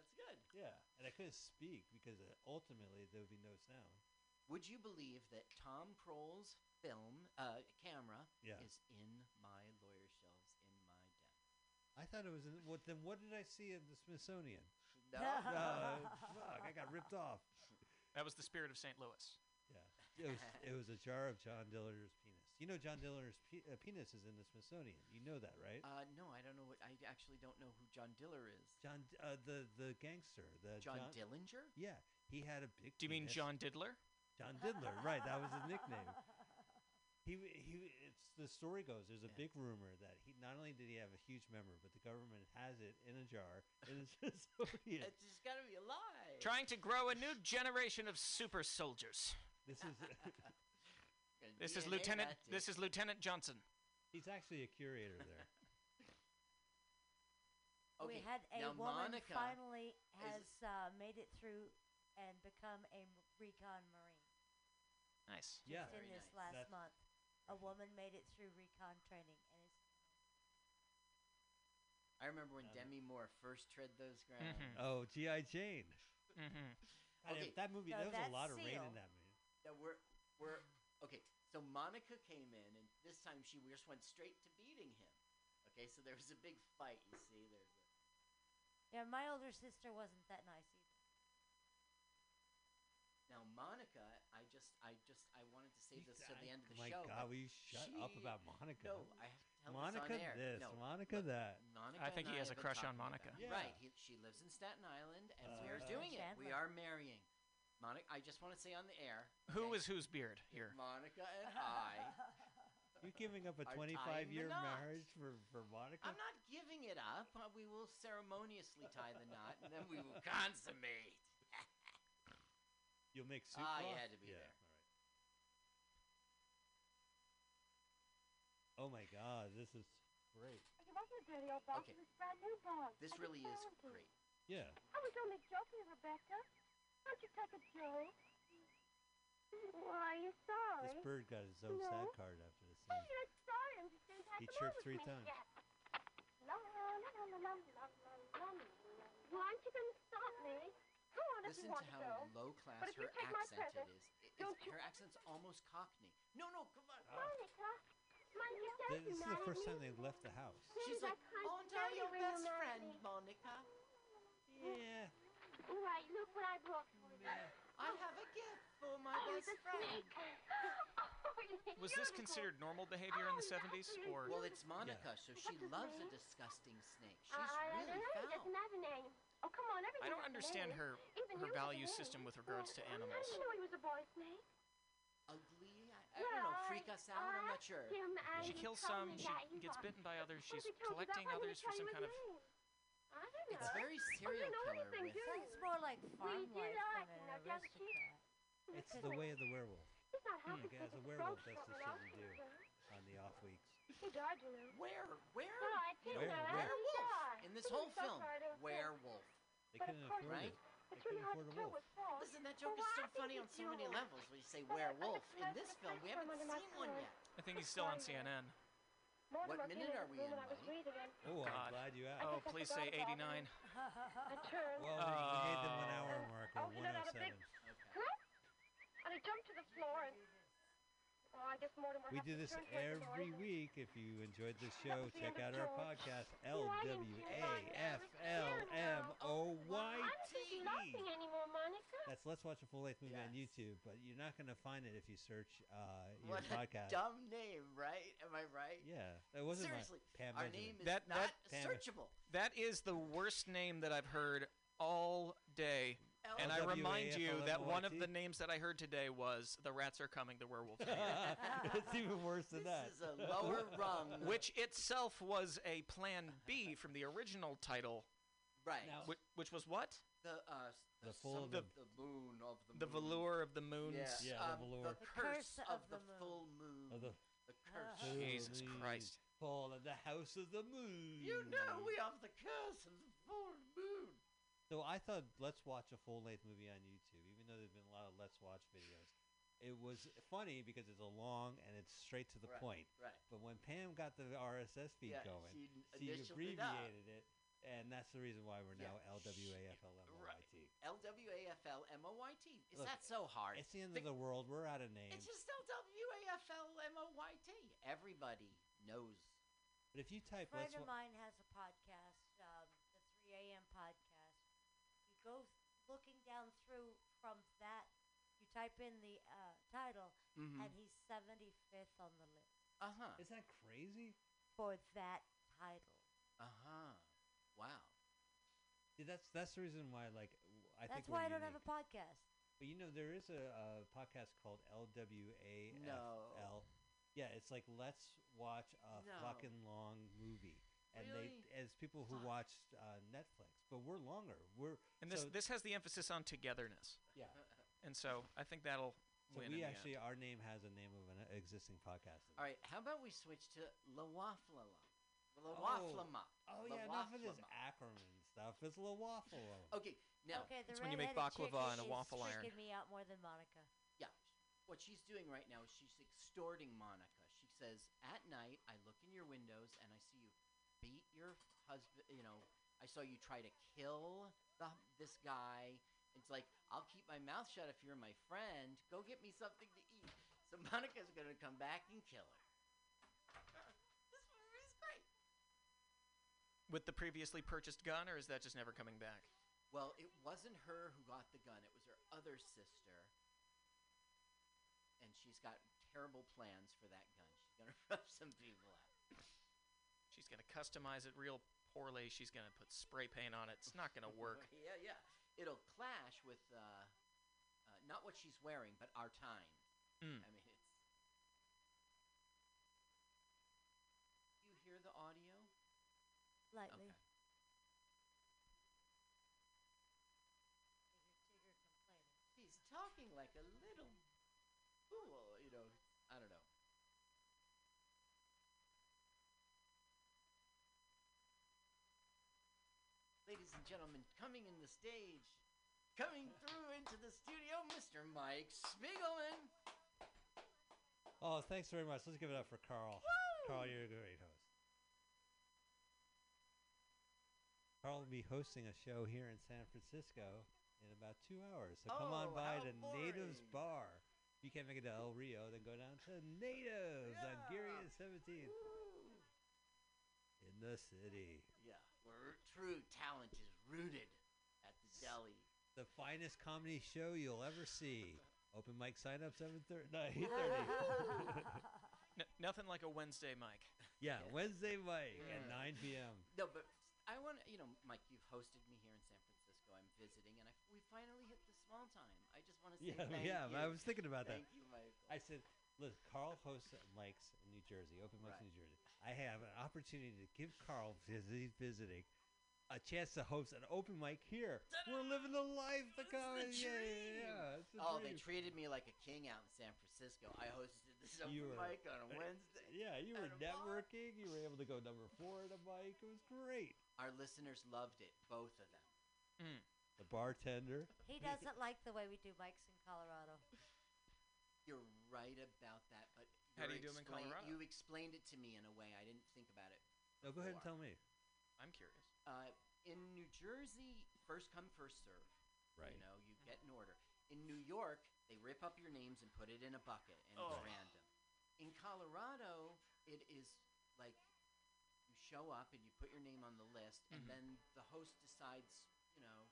Speaker 4: that's good.
Speaker 3: Yeah, and I couldn't speak because uh, ultimately there would be no sound.
Speaker 4: Would you believe that Tom Kroll's film uh, camera
Speaker 3: Yeah.
Speaker 4: is in my lawyer shelves in my desk?
Speaker 3: I thought it was in what? Then what did I see in the Smithsonian?
Speaker 6: <laughs>
Speaker 4: No,
Speaker 3: <laughs> Uh, fuck! I got ripped off.
Speaker 6: That was the spirit of St. Louis.
Speaker 3: Yeah, it was it was a jar of John Dillinger's penis. You know John Dillinger's pe- uh, penis is in the Smithsonian. You know that, right?
Speaker 4: uh, no, I don't know what. I actually don't know who John Diller is.
Speaker 3: John, uh, D- uh, the the gangster, the
Speaker 4: John, Dillinger?
Speaker 3: Yeah, he had a big.
Speaker 6: Do you mean
Speaker 3: penis.
Speaker 6: John Diddler?
Speaker 3: <laughs> John Diddler, right? That was his nickname. He w- he. w- It's the story goes. There's a
Speaker 4: Yeah.
Speaker 3: big rumor that he not only did he have a huge member, but the government has it in a jar in <laughs> the Smithsonian.
Speaker 4: It's just gotta be a lie.
Speaker 6: Trying to grow a new generation of super soldiers.
Speaker 3: This is. <laughs>
Speaker 4: Gonna
Speaker 6: This is
Speaker 4: DNA
Speaker 6: Lieutenant
Speaker 4: that
Speaker 6: This
Speaker 4: dude.
Speaker 6: is Lieutenant Johnson.
Speaker 3: he's actually a curator
Speaker 4: <laughs>
Speaker 3: there.
Speaker 5: we
Speaker 4: Okay,
Speaker 5: had a
Speaker 4: now
Speaker 5: woman
Speaker 4: Monica
Speaker 5: finally has uh, made it through and become a m- recon marine.
Speaker 6: Nice.
Speaker 3: Yeah,
Speaker 5: Just
Speaker 4: Very
Speaker 5: in this
Speaker 4: nice.
Speaker 5: last
Speaker 3: That's-
Speaker 5: month, a woman made it through recon training and is
Speaker 4: I remember when Demi Moore first tread those grounds.
Speaker 3: Oh, G.I. Jane.
Speaker 6: Mm-hmm.
Speaker 3: I didn't-
Speaker 4: Okay,
Speaker 3: that movie,
Speaker 4: no,
Speaker 3: there was
Speaker 4: that's
Speaker 3: a lot of rain
Speaker 4: Seal.
Speaker 3: in that movie.
Speaker 4: That we're we're okay. So Monica came in, and this time she just went straight to beating him. Okay, so there was a big fight. You see, there's a
Speaker 5: Yeah, my older sister wasn't that nice either.
Speaker 4: Now Monica, I just, I just, I wanted to save this to the end of the
Speaker 3: my
Speaker 4: show. but
Speaker 3: God, will you shut up
Speaker 4: she-
Speaker 3: about Monica?
Speaker 4: No, I have to tell
Speaker 3: Monica
Speaker 4: this on air.
Speaker 3: this,
Speaker 4: No,
Speaker 3: Monica
Speaker 4: look,
Speaker 3: that.
Speaker 4: Monica
Speaker 6: I think
Speaker 4: and
Speaker 6: he
Speaker 4: have
Speaker 6: has a
Speaker 4: been
Speaker 6: crush on
Speaker 4: talking about
Speaker 6: Monica.
Speaker 4: it.
Speaker 6: Yeah.
Speaker 4: Right, he, she lives in Staten Island, and we are
Speaker 6: Uh,
Speaker 4: doing it. We are
Speaker 6: Chandler.
Speaker 4: marrying. Monica, I just want to say on the air,
Speaker 6: Who is whose beard here?
Speaker 4: Monica and I.
Speaker 3: You're giving up a
Speaker 4: Are tying
Speaker 3: 25 year
Speaker 4: the knot.
Speaker 3: marriage for, for Monica?
Speaker 4: I'm not giving it up. Uh, we will ceremoniously tie the knot, and then we will consummate.
Speaker 3: You'll make soup.
Speaker 4: Ah, you
Speaker 3: broth?
Speaker 4: had to be
Speaker 3: Yeah.
Speaker 4: there.
Speaker 3: Oh my God, this is great.
Speaker 10: It wasn't a dirty old box. It was a brand new box.
Speaker 4: This
Speaker 10: I just
Speaker 4: really is
Speaker 10: found it.
Speaker 4: great.
Speaker 3: Yeah.
Speaker 10: I was only joking, Rebecca. Don't you take a joke? Why, are you sorry?
Speaker 3: This bird got his own
Speaker 10: No.
Speaker 3: sad card after this.
Speaker 10: Oh,
Speaker 3: Thing.
Speaker 10: you're sorry. I'm just saying
Speaker 3: He
Speaker 10: that
Speaker 3: chirped three times.
Speaker 10: Why aren't you going to stop me? Go on if
Speaker 4: Listen
Speaker 10: you want
Speaker 4: to
Speaker 10: to
Speaker 4: how
Speaker 10: go.
Speaker 4: low class
Speaker 10: But if you
Speaker 4: her
Speaker 10: take my
Speaker 4: accent
Speaker 10: present,
Speaker 4: it is. I- it's-
Speaker 10: don't you-
Speaker 4: her accent's almost Cockney. No, no, come on.
Speaker 10: Monica, mind yourself,
Speaker 3: Th- This is the
Speaker 10: Madeline.
Speaker 3: first time they've left the house.
Speaker 4: She's
Speaker 10: I
Speaker 4: like,
Speaker 10: can't
Speaker 4: oh, now
Speaker 10: stand the
Speaker 4: your
Speaker 10: way you
Speaker 4: best
Speaker 10: mad
Speaker 4: friend,
Speaker 10: me."
Speaker 4: Monica.
Speaker 3: Yeah.
Speaker 10: All right, look what I brought for you.
Speaker 4: I have a gift for my
Speaker 10: Oh,
Speaker 4: best
Speaker 10: the
Speaker 4: friend.
Speaker 10: snake. <laughs> Oh, you're
Speaker 6: Was this
Speaker 10: beautiful.
Speaker 6: considered normal behavior in the 70s? Or
Speaker 4: Well, it's Monica, so she
Speaker 10: What's his
Speaker 4: loves a
Speaker 10: name?
Speaker 4: disgusting snake. She's
Speaker 10: I- I
Speaker 4: really
Speaker 10: don't know. It
Speaker 4: foul.
Speaker 10: doesn't have a name. Oh, come on, everything
Speaker 6: I don't
Speaker 10: has a
Speaker 6: understand
Speaker 10: name.
Speaker 6: her
Speaker 10: Even
Speaker 6: her
Speaker 10: you have a
Speaker 6: value
Speaker 10: name.
Speaker 6: system with regards to
Speaker 10: Well, How
Speaker 6: animals.
Speaker 10: do you know he was a boy snake?
Speaker 4: Ugly. I, I don't know. Freak us out. I'm not sure.
Speaker 6: She kills some, she gets bitten by others, she's collecting others for some kind of.
Speaker 10: I don't know.
Speaker 4: It's very serial killer with.
Speaker 5: Sounds more like farm
Speaker 10: did
Speaker 5: life
Speaker 10: like
Speaker 5: than
Speaker 10: him,
Speaker 5: an
Speaker 10: now, doesn't she?
Speaker 5: aristocrat.
Speaker 3: It's the way of the werewolf.
Speaker 10: He's not
Speaker 3: Hmm.
Speaker 10: happy
Speaker 3: Okay, as
Speaker 10: because
Speaker 3: a
Speaker 10: his
Speaker 3: werewolf,
Speaker 10: throat's
Speaker 3: that's the
Speaker 10: not
Speaker 3: shit you do
Speaker 10: relaxed.
Speaker 3: on the off weeks.
Speaker 10: He died, you know.
Speaker 4: Where? Where?
Speaker 10: Well, I think
Speaker 3: Where-
Speaker 10: now
Speaker 3: where-
Speaker 10: after he
Speaker 4: Werewolf.
Speaker 10: died.
Speaker 4: In
Speaker 10: He
Speaker 4: this
Speaker 10: was
Speaker 4: whole
Speaker 10: so
Speaker 4: film,
Speaker 10: sorry to offend.
Speaker 4: werewolf.
Speaker 3: They
Speaker 10: But of
Speaker 3: couldn't
Speaker 10: course
Speaker 3: afford
Speaker 4: Right?
Speaker 3: it.
Speaker 10: It's really
Speaker 3: They couldn't
Speaker 10: hard to
Speaker 3: afford a
Speaker 10: tell
Speaker 3: wolf.
Speaker 10: what's wrong.
Speaker 4: Listen, that
Speaker 10: Well,
Speaker 4: joke is
Speaker 10: why
Speaker 4: so
Speaker 10: I think
Speaker 4: funny on
Speaker 10: it's
Speaker 4: so many
Speaker 10: yours.
Speaker 4: levels when you say
Speaker 10: Well, I- I
Speaker 4: werewolf.
Speaker 10: just
Speaker 4: In
Speaker 10: read
Speaker 4: this
Speaker 10: the
Speaker 4: film, we
Speaker 10: first
Speaker 4: haven't
Speaker 10: one under my
Speaker 4: seen one
Speaker 10: pillow.
Speaker 4: yet.
Speaker 6: I think he's still on CNN.
Speaker 10: Mortimer
Speaker 4: What
Speaker 10: came
Speaker 4: minute
Speaker 10: into
Speaker 4: are
Speaker 10: the
Speaker 4: we
Speaker 10: room
Speaker 4: in,
Speaker 10: and I was
Speaker 4: Mike?
Speaker 10: reading it.
Speaker 3: Oh, I'm
Speaker 6: God.
Speaker 3: glad you asked.
Speaker 6: Oh,
Speaker 10: guess I
Speaker 6: please say
Speaker 10: forgot about
Speaker 6: 89.
Speaker 3: <laughs>
Speaker 10: I
Speaker 4: <laughs>
Speaker 10: turned.
Speaker 3: Well, we, we made the one hour
Speaker 10: Oh.
Speaker 3: mark
Speaker 10: Oh,
Speaker 3: on
Speaker 10: you know that
Speaker 3: 107.
Speaker 10: big- What? And I jumped to the floor and. Well, I guess Mortimer
Speaker 3: We
Speaker 10: has
Speaker 3: do
Speaker 10: to
Speaker 3: this
Speaker 10: turn to us in the
Speaker 3: every
Speaker 10: morning.
Speaker 3: week. If you enjoyed
Speaker 10: <laughs>
Speaker 3: this
Speaker 10: That
Speaker 3: show,
Speaker 10: was the
Speaker 3: check out
Speaker 10: end
Speaker 3: our
Speaker 10: of George.
Speaker 3: podcast,
Speaker 10: Well, I didn't I
Speaker 3: L-W-A-F-L-M-O-Y-T.
Speaker 10: don't think you love me anymore, Monica.
Speaker 3: That's E. Let's Watch a Full Length Movie on
Speaker 4: Yes.
Speaker 3: YouTube, but you're not going to find it if you search uh, your
Speaker 4: What a
Speaker 3: podcast.
Speaker 4: dumb name, right? Am I right?
Speaker 3: Yeah, that wasn't
Speaker 4: Seriously,
Speaker 3: my Pam
Speaker 4: our
Speaker 3: Benjamin. <laughs>
Speaker 4: name is
Speaker 6: That-
Speaker 4: not
Speaker 6: that-
Speaker 3: Pam-
Speaker 4: searchable.
Speaker 6: That is the worst name that I've heard all day. And I remind you that one of the names that I heard today was The Rats Are Coming, The Werewolves Are
Speaker 3: <laughs>
Speaker 6: Here.
Speaker 3: it's even worse than that.
Speaker 4: This is a lower
Speaker 3: <laughs>
Speaker 4: rung.
Speaker 6: Which itself was a plan B from the original title,
Speaker 4: right?
Speaker 3: Now-
Speaker 6: which, which was what?
Speaker 4: the uh, s-
Speaker 3: The full
Speaker 4: some-
Speaker 3: of the-
Speaker 4: the moon of the
Speaker 6: The
Speaker 4: moon.
Speaker 6: velour of the moons.
Speaker 4: Yeah,
Speaker 3: Yeah, the
Speaker 4: um,
Speaker 3: velour.
Speaker 5: The
Speaker 4: curse
Speaker 5: curse
Speaker 4: of
Speaker 5: of
Speaker 4: the,
Speaker 5: the moon.
Speaker 4: full moon.
Speaker 3: Of the
Speaker 4: the curse.
Speaker 5: Uh-huh.
Speaker 6: Jesus
Speaker 3: Holy
Speaker 6: Christ.
Speaker 3: Fall of the house of the moon.
Speaker 4: You know we have the curse of the full moon.
Speaker 3: So I thought let's watch a full length movie on YouTube, even though there've been a lot of let's watch videos. It was funny because it's a long and it's straight to the
Speaker 4: Right,
Speaker 3: point.
Speaker 4: right.
Speaker 3: But when Pam got the RSS feed
Speaker 4: Yeah,
Speaker 3: going,
Speaker 4: she n-
Speaker 3: she
Speaker 4: initialed it up.
Speaker 3: abbreviated it, and that's the reason why we're
Speaker 4: Yeah,
Speaker 3: now
Speaker 4: she-
Speaker 3: LWAFLMYT.
Speaker 4: L W A F L M O Y T. Is
Speaker 3: Look,
Speaker 4: that so hard?
Speaker 3: It's the end of the world. We're out of names.
Speaker 4: It's just L W A F L M O Y T. Everybody knows.
Speaker 3: But if you
Speaker 5: A
Speaker 3: type
Speaker 5: friend
Speaker 3: let's
Speaker 5: of
Speaker 3: wa-
Speaker 5: mine has a podcast, um, the 3 a.m. podcast. You go th- looking down through from that, you type in the uh, title,
Speaker 3: Mm-hmm.
Speaker 6: Hmm.
Speaker 5: and he's 75th on the list
Speaker 4: Uh huh.
Speaker 3: is that crazy?
Speaker 5: for that title.
Speaker 4: Uh
Speaker 3: Uh-huh.
Speaker 4: huh. Wow.
Speaker 3: Yeah, that's that's the reason why like w- I think
Speaker 5: That's
Speaker 3: we're
Speaker 5: why I don't have
Speaker 3: unique.
Speaker 5: a podcast.
Speaker 3: But you know, there is a, uh podcast called LWAFL.
Speaker 4: No.
Speaker 3: Yeah, it's like let's watch a
Speaker 4: No.
Speaker 3: fucking long movie, and
Speaker 4: Really?
Speaker 3: they as people who watch uh, Netflix, but we're longer. We're
Speaker 6: And this,
Speaker 3: so-
Speaker 6: this has the emphasis on togetherness.
Speaker 3: yeah.
Speaker 6: And so I think that'll
Speaker 3: So
Speaker 6: win. in
Speaker 3: we
Speaker 6: the end.
Speaker 3: actually our name has a name of an existing podcast.
Speaker 4: <laughs> All right. How about we switch to Lawaflala? Lawaflama.
Speaker 3: Lawaflama. Oh, yeah, enough of this Ackerman stuff. It's Lawaflama.
Speaker 4: Okay. Now,
Speaker 5: okay, the
Speaker 6: It's when you make
Speaker 5: redheaded chick
Speaker 6: baklava and a
Speaker 5: is
Speaker 6: waffle iron.
Speaker 5: freaking me out more than Monica.
Speaker 4: yeah. What she's doing right now is she's extorting Monica. She says, At night, I look in your windows and I see you beat your husband, you know, I saw you try to kill the, this guy. It's like, I'll keep my mouth shut if you're my friend. Go get me something to eat. So <laughs> Monica's going to come back and kill her. <laughs> this movie's great.
Speaker 6: With the previously purchased gun, or is that just never coming back?
Speaker 4: Well, it wasn't her who got the gun, it was her other sister. And she's got terrible plans for that gun. She's going to <laughs> rub some people out.
Speaker 6: She's gonna customize it real poorly. She's gonna put spray paint on it. It's not gonna work.
Speaker 4: <laughs> yeah, yeah. It'll clash with uh, uh, not what she's wearing, but our time.
Speaker 6: Mm.
Speaker 4: I mean, it's. You hear the audio?
Speaker 5: Lightly.
Speaker 4: He's talking like a little fool, you know. I don't know. Ladies and gentlemen, coming in the stage, coming through into the studio, Mr. Mike Spiegelman.
Speaker 3: Oh, thanks very much. Let's give it up for Carl. Carl, you're a great host. Carl will be hosting a show here in San Francisco in about two hours. So come on
Speaker 4: Oh,
Speaker 3: by
Speaker 4: how
Speaker 3: to Natives
Speaker 4: boring.
Speaker 3: Bar. If you can't make it to El Rio, then go down to Natives on Geary and 17th in the city.
Speaker 4: Yeah, where true talent is rooted at the deli.
Speaker 3: The finest comedy show you'll ever see. Open mic sign up 7:30. No, 8:30.
Speaker 4: <laughs>
Speaker 6: N- nothing like a Wednesday, Mike.
Speaker 3: yeah, Wednesday mic
Speaker 4: Yeah.
Speaker 3: at 9 p.m.
Speaker 4: No, but I want to, you know, Mike, you've hosted me here in San Francisco. I'm visiting, and I, we finally hit the small time. I just want to say
Speaker 3: Yeah,
Speaker 4: thank
Speaker 3: yeah.
Speaker 4: you.
Speaker 3: I was thinking about
Speaker 4: thank
Speaker 3: that.
Speaker 4: you, Mike.
Speaker 3: I said, look, Carl hosts at Mike's in New Jersey, Open Mike's
Speaker 4: Right.
Speaker 3: in New Jersey. I have an opportunity to give Carl, because he's visiting, a chance to host an open mic here. We're living the life, the comedy. Yeah, yeah, yeah. It's a
Speaker 4: oh, they
Speaker 3: dream.
Speaker 4: treated me like a king out in San Francisco. I hosted this open
Speaker 3: You were-
Speaker 4: mic on
Speaker 3: <laughs>
Speaker 4: a Wednesday.
Speaker 3: Yeah, you were
Speaker 4: at a bar.
Speaker 3: networking. You were able to go number four at a mic. It was great.
Speaker 4: Our listeners loved it, both of them.
Speaker 6: Hmm,
Speaker 3: The bartender.
Speaker 6: <laughs>
Speaker 5: He doesn't like the way we do mics in Colorado.
Speaker 4: You're right about that, but
Speaker 6: How do
Speaker 4: you're
Speaker 6: you do 'em in
Speaker 4: explain-
Speaker 6: Colorado?
Speaker 4: You explained it to me in a way I didn't think about it.
Speaker 3: No, go ahead and
Speaker 4: before.
Speaker 3: tell me.
Speaker 6: I'm curious.
Speaker 4: Uh, in New Jersey, first come, first serve.
Speaker 3: Right.
Speaker 4: You know, you get an order. In New York, they rip up your names and put it in a bucket, and
Speaker 6: Oh.
Speaker 4: it's random. In Colorado, it is like you show up and you put your name on the list,
Speaker 6: Mhm.
Speaker 4: and then the host decides, you know,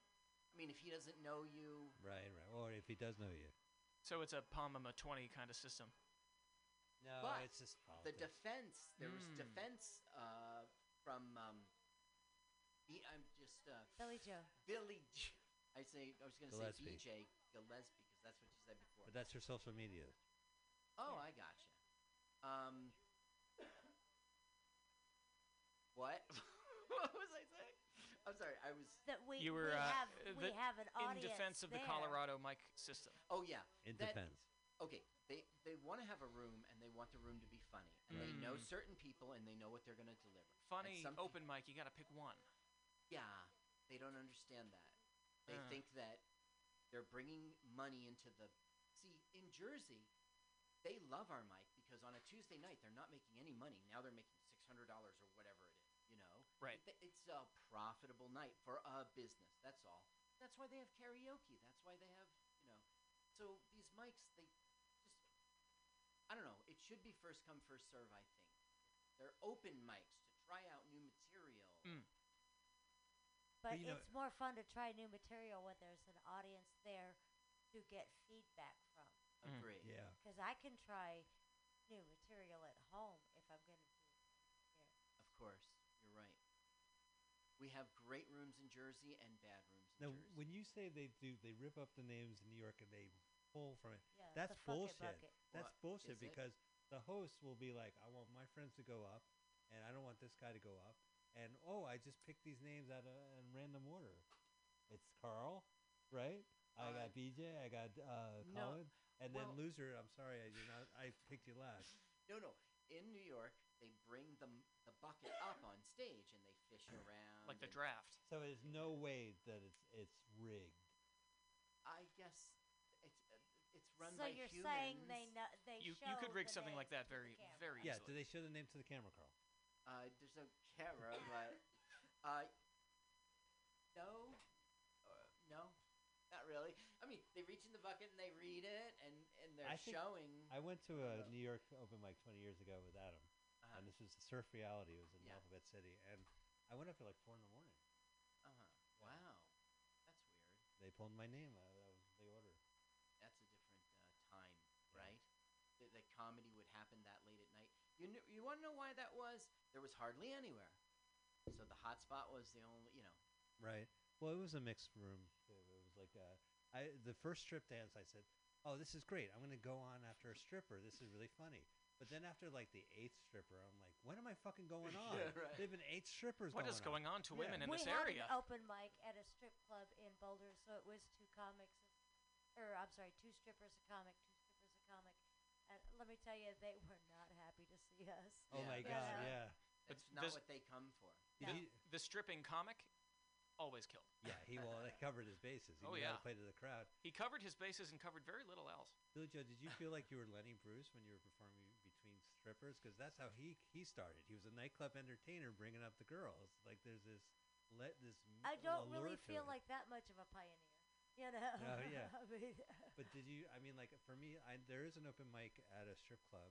Speaker 4: I mean, if he doesn't know you,
Speaker 3: Right, right. Or if he does know you.
Speaker 6: So it's a Palma 20 kind of system.
Speaker 3: No,
Speaker 4: But
Speaker 3: it's just
Speaker 4: the
Speaker 3: politics.
Speaker 4: defense there was
Speaker 6: Mm.
Speaker 4: defense uh, from um, B- I'm just uh,
Speaker 5: Billy Joe.
Speaker 4: Billy. J- I say I was going to say E
Speaker 3: Gillespie.
Speaker 4: BJ Gillespie because that's what you said before.
Speaker 3: but that's her social media.
Speaker 4: oh, I gotcha. Um, what? <laughs> what was I saying? I'm sorry. I was.
Speaker 5: That we,
Speaker 6: you were
Speaker 5: we
Speaker 6: uh,
Speaker 5: have
Speaker 6: uh,
Speaker 5: we
Speaker 6: the-
Speaker 5: have an
Speaker 6: in
Speaker 5: audience
Speaker 6: defense of the
Speaker 5: there.
Speaker 6: Colorado Mike system.
Speaker 4: Oh yeah.
Speaker 3: It
Speaker 4: that-
Speaker 3: depends.
Speaker 4: okay, they they want to have a room and they want the room to be funny and they know
Speaker 3: Mm.
Speaker 4: certain people and they know what they're going to deliver. And
Speaker 6: Funny
Speaker 4: some peop-
Speaker 6: open mic. You got to pick one.
Speaker 4: Yeah, they don't understand that. They
Speaker 6: Uh.
Speaker 4: think that they're bringing money into the. See, in Jersey, they love our mic because on a Tuesday night they're not making any money. Now they're making six hundred dollars or whatever it is. You know,
Speaker 6: Right.
Speaker 4: Th- It's a profitable night for a business. That's all. That's why they have karaoke. That's why they have you know. So these mics, they just. I don't know. It should be first come first serve. I think they're open mics to try out new material.
Speaker 6: Hmm,
Speaker 5: But
Speaker 3: you know-
Speaker 5: it's more fun to try new material when there's an audience there to get feedback from.
Speaker 6: Mm.
Speaker 4: Agree.
Speaker 3: Yeah.
Speaker 5: Because I can try new material at home if I'm going to do
Speaker 4: Of course, you're right. We have great rooms in Jersey and bad rooms in
Speaker 3: Now,
Speaker 4: Jersey.
Speaker 3: when you say they do, they rip up the names in New York and they pull from it.
Speaker 5: Yeah,
Speaker 3: that's
Speaker 5: the bucket
Speaker 3: bullshit.
Speaker 5: bucket.
Speaker 3: That's
Speaker 4: What is
Speaker 3: bullshit
Speaker 4: it?
Speaker 3: because the host will be like, "I want my friends to go up, and I don't want this guy to go up." And oh, I just picked these names out of in random order. It's Carl, right? I
Speaker 4: Uh,
Speaker 3: got BJ. I got uh,
Speaker 4: no,
Speaker 3: Colin, and
Speaker 4: well-
Speaker 3: then loser. I'm sorry, I, you're not. I picked you last.
Speaker 4: no, no. In New York, they bring the, m- the bucket up on stage and they fish around.
Speaker 6: Like the
Speaker 4: and
Speaker 6: draft.
Speaker 3: So there's no way that it's it's rigged.
Speaker 4: I guess it's uh, it's run
Speaker 5: it. So
Speaker 4: by
Speaker 5: you're
Speaker 4: humans.
Speaker 5: saying they know they
Speaker 6: You,
Speaker 5: show
Speaker 6: you could rig
Speaker 5: the
Speaker 6: something like
Speaker 5: names
Speaker 6: that
Speaker 5: to the
Speaker 6: very,
Speaker 5: camera.
Speaker 6: very
Speaker 3: Yeah.
Speaker 6: easily.
Speaker 3: Do they show the name to the camera, Carl?
Speaker 4: Uh, there's no camera, but Uh, no, uh, no, not really. I mean, they reach in the bucket and they read it, and and they're
Speaker 3: I think
Speaker 4: showing.
Speaker 3: I went to a New York open mic 20 years ago with Adam,
Speaker 4: Uh-huh.
Speaker 3: and this was Surf Reality. It was in
Speaker 4: Yeah.
Speaker 3: Alphabet City, and I went up at like four in the morning.
Speaker 4: uh-huh. Wow, that's weird.
Speaker 3: They pulled my name out of the order.
Speaker 4: that's a different uh, time, right? That the comedy would happen that late at night. You kn- you want to know why that was? There was hardly anywhere, so the hot spot was the only you know.
Speaker 3: Right. Well, it was a mixed room. It it was like a, I the first strip dance. I said, "Oh, this is great. I'm going to go on after a stripper. This is really funny." But then after like the eighth stripper, I'm like, "When am I fucking going
Speaker 6: <laughs>
Speaker 3: on?
Speaker 6: Yeah, right.
Speaker 3: They've been eight strippers.
Speaker 6: What
Speaker 3: going
Speaker 6: is going on to women in
Speaker 5: we
Speaker 6: this
Speaker 5: had
Speaker 6: area?
Speaker 5: an open mic at a strip club in Boulder, so it was two comics, or I'm sorry, two strippers, a comic, two strippers, a comic. And let me tell you, they were not happy to see us.
Speaker 3: Oh my
Speaker 5: Yes.
Speaker 3: god! Yeah.
Speaker 6: But
Speaker 4: That's not
Speaker 6: does-
Speaker 4: what they come for.
Speaker 3: Did
Speaker 6: The,
Speaker 3: you-
Speaker 6: the stripping comic always killed.
Speaker 3: Yeah, he well, <laughs> they covered his bases. He
Speaker 6: Oh,
Speaker 3: knew how
Speaker 6: yeah.
Speaker 3: to play to the crowd.
Speaker 6: He covered his bases and covered very little else.
Speaker 3: Billy Joe, did you feel like you were Lenny Bruce when you were performing between strippers? Because that's how he he started. He was a nightclub entertainer, bringing up the girls. Like there's this let this. m-
Speaker 5: I don't
Speaker 3: Mm, allure
Speaker 5: really
Speaker 3: to
Speaker 5: feel
Speaker 3: it.
Speaker 5: like that much of a pioneer, you know.
Speaker 3: No, yeah.
Speaker 5: <laughs> I mean,
Speaker 3: But did you? I mean, like for me, I, there is an open mic at a strip club,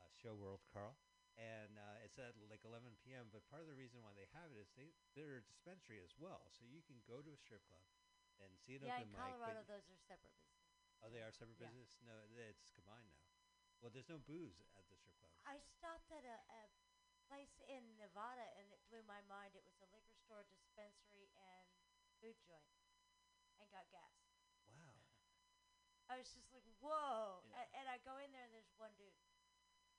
Speaker 3: uh, Show World Carl, and uh, it's at like 11 p.m. But part of the reason why they have it is they they're a dispensary as well, so you can go to a strip club and see an
Speaker 5: yeah,
Speaker 3: open
Speaker 5: in
Speaker 3: mic. but
Speaker 5: Colorado,
Speaker 3: you-
Speaker 5: those are separate business.
Speaker 3: oh, they are separate
Speaker 5: yeah.
Speaker 3: business. No, th- it's combined now. Well, there's no booze at the strip club.
Speaker 5: I stopped at a, a place in Nevada, and it blew my mind. It was a liquor store, dispensary, and food joint, and got gas.
Speaker 3: Wow.
Speaker 5: I was just like, whoa.
Speaker 3: Yeah.
Speaker 5: A- and I go in there, and there's one dude.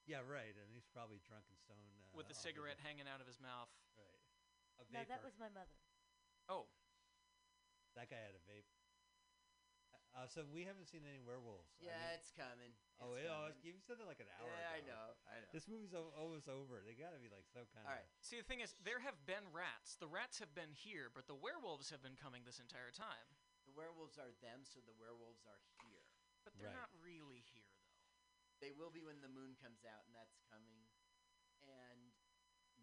Speaker 3: Yeah, right. And he's probably drunk and stoned. Uh,
Speaker 6: With
Speaker 3: off
Speaker 6: a
Speaker 3: of
Speaker 6: cigarette hanging out of his mouth.
Speaker 3: Right. A
Speaker 5: No,
Speaker 3: vapor.
Speaker 5: that was my mother.
Speaker 6: Oh,
Speaker 3: That guy had a vape. Uh, so we haven't seen any werewolves. I
Speaker 4: Yeah,
Speaker 3: mean-
Speaker 4: it's coming. It's
Speaker 3: Oh, it, oh,
Speaker 4: coming.
Speaker 3: you said it like an hour
Speaker 4: Yeah, I
Speaker 3: ago.
Speaker 4: know. I know.
Speaker 3: This movie's al- almost over. They gotta be like some kind
Speaker 4: All
Speaker 3: of.
Speaker 4: right.
Speaker 6: see, the thing is, there have been rats. The rats have been here, but the werewolves have been coming this entire time.
Speaker 4: The werewolves are them, so the werewolves are here.
Speaker 6: But they're
Speaker 3: Right.
Speaker 6: not really here,
Speaker 4: They will be when the moon comes out, and that's coming. And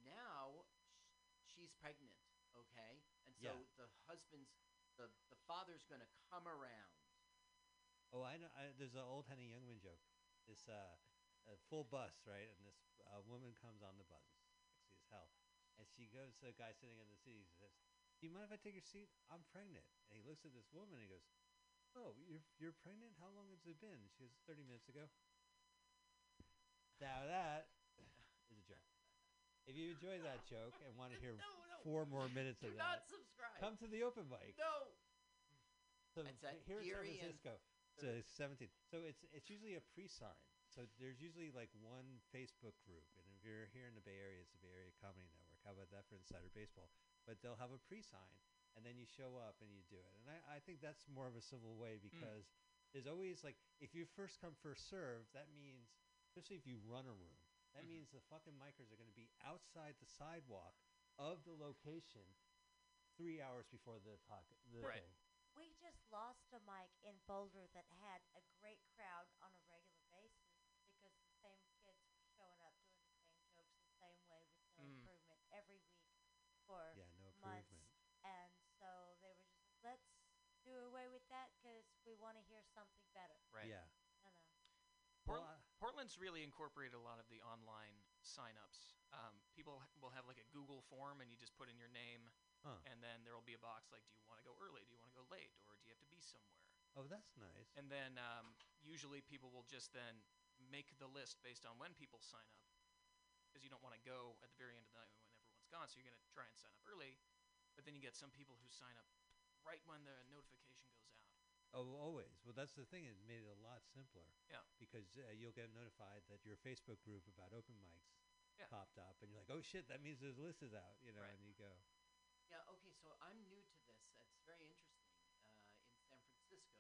Speaker 4: now sh- she's pregnant, okay? And so
Speaker 3: Yeah.
Speaker 4: the husband's, the, the father's going to come around.
Speaker 3: Oh, I know. I, there's an old Henny Youngman joke. This uh, a full bus, right? And this uh, woman comes on the bus, sexy as hell, and she goes to the guy sitting in the seat. She says, "Do you mind if I take your seat? I'm pregnant." And he looks at this woman and he goes, "Oh, you're you're pregnant? How long has it been?" She goes, 30 minutes ago." Now that <laughs> is a joke. If you enjoyed that joke and want
Speaker 4: <laughs>
Speaker 3: to hear
Speaker 4: No, no.
Speaker 3: four more minutes
Speaker 4: Do
Speaker 3: of
Speaker 4: not
Speaker 3: that,
Speaker 4: subscribe.
Speaker 3: come to the open mic.
Speaker 4: no.
Speaker 3: So
Speaker 4: It's at
Speaker 3: he- here in San
Speaker 4: Erie and-
Speaker 3: Francisco, so it's 17. So it's it's usually a pre-sign. So there's usually like one Facebook group, and if you're here in the Bay Area, it's the Bay Area Comedy Network. How about that for Insider Baseball? But they'll have a pre-sign, and then you show up and you do it. And I, I think that's more of a civil way because there's always like if you first come first serve, that means especially if you run a room, that means the fucking micers are going to be outside the sidewalk of the location three hours before the pocket the
Speaker 6: Right.
Speaker 3: thing.
Speaker 5: We just lost a mic in Boulder that had a great crowd on a regular basis because the same kids were showing up doing the same jokes the same way with no
Speaker 6: Mm.
Speaker 5: improvement every week for
Speaker 3: Yeah, no
Speaker 5: months.
Speaker 3: improvement.
Speaker 5: And so they were just like, let's do away with that because we want to hear something better.
Speaker 6: though. Right.
Speaker 3: Yeah.
Speaker 5: You know.
Speaker 3: Well,
Speaker 6: Portl-
Speaker 3: I-
Speaker 6: Portland's really incorporated a lot of the online signups. Um, people h- will have like a Google form, and you just put in your name,
Speaker 3: Huh.
Speaker 6: and then there will be a box like, "Do you want to go early? Do you want to go late? Or do you have to be somewhere?"
Speaker 3: Oh, that's nice.
Speaker 6: And then um, usually people will just then make the list based on when people sign up, because you don't want to go at the very end of the night when everyone's gone. So you're going to try and sign up early, but then you get some people who sign up right when the notification goes out.
Speaker 3: Oh, well, always. Well, that's the thing. It made it a lot simpler.
Speaker 6: Yeah.
Speaker 3: Because uh, you'll get notified that your Facebook group about open mics
Speaker 6: Yeah.
Speaker 3: popped up, and you're like, "Oh shit, that means this list is out," you know,
Speaker 6: Right.
Speaker 3: and you go,
Speaker 4: Yeah, okay, so I'm new to this. It's very interesting. Uh, in San Francisco,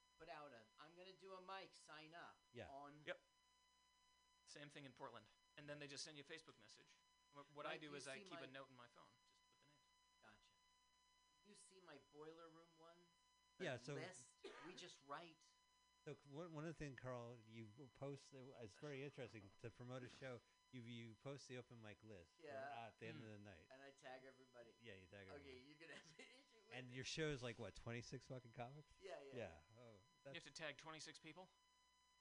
Speaker 4: you put out a, I'm going to do a mic, sign up
Speaker 3: Yeah.
Speaker 4: on
Speaker 6: Yep. Same thing in Portland, and then they just send you a Facebook message. What, what I
Speaker 4: Mike,
Speaker 6: do
Speaker 4: you
Speaker 6: is I
Speaker 4: see
Speaker 6: keep
Speaker 4: my-
Speaker 6: a note in my phone, just with the name.
Speaker 4: Gotcha. You see my boiler room ones?
Speaker 3: Yeah,
Speaker 4: The
Speaker 3: so-
Speaker 4: list, we just write.
Speaker 3: So c- one, one of the things, Carl, you post, uh, it's very interesting to promote a show. you you post the open mic list. or
Speaker 4: Yeah.
Speaker 3: at the end
Speaker 6: Mm.
Speaker 3: of the night.
Speaker 4: And I tag everybody.
Speaker 3: Yeah, you tag
Speaker 4: Okay,
Speaker 3: everyone.
Speaker 4: you're gonna have an issue with
Speaker 3: And
Speaker 4: it.
Speaker 3: your show is like what twenty six fucking comics.
Speaker 4: Yeah, yeah,
Speaker 3: Yeah.
Speaker 4: yeah.
Speaker 3: Oh,
Speaker 6: You
Speaker 3: that's
Speaker 6: have to tag 26 people.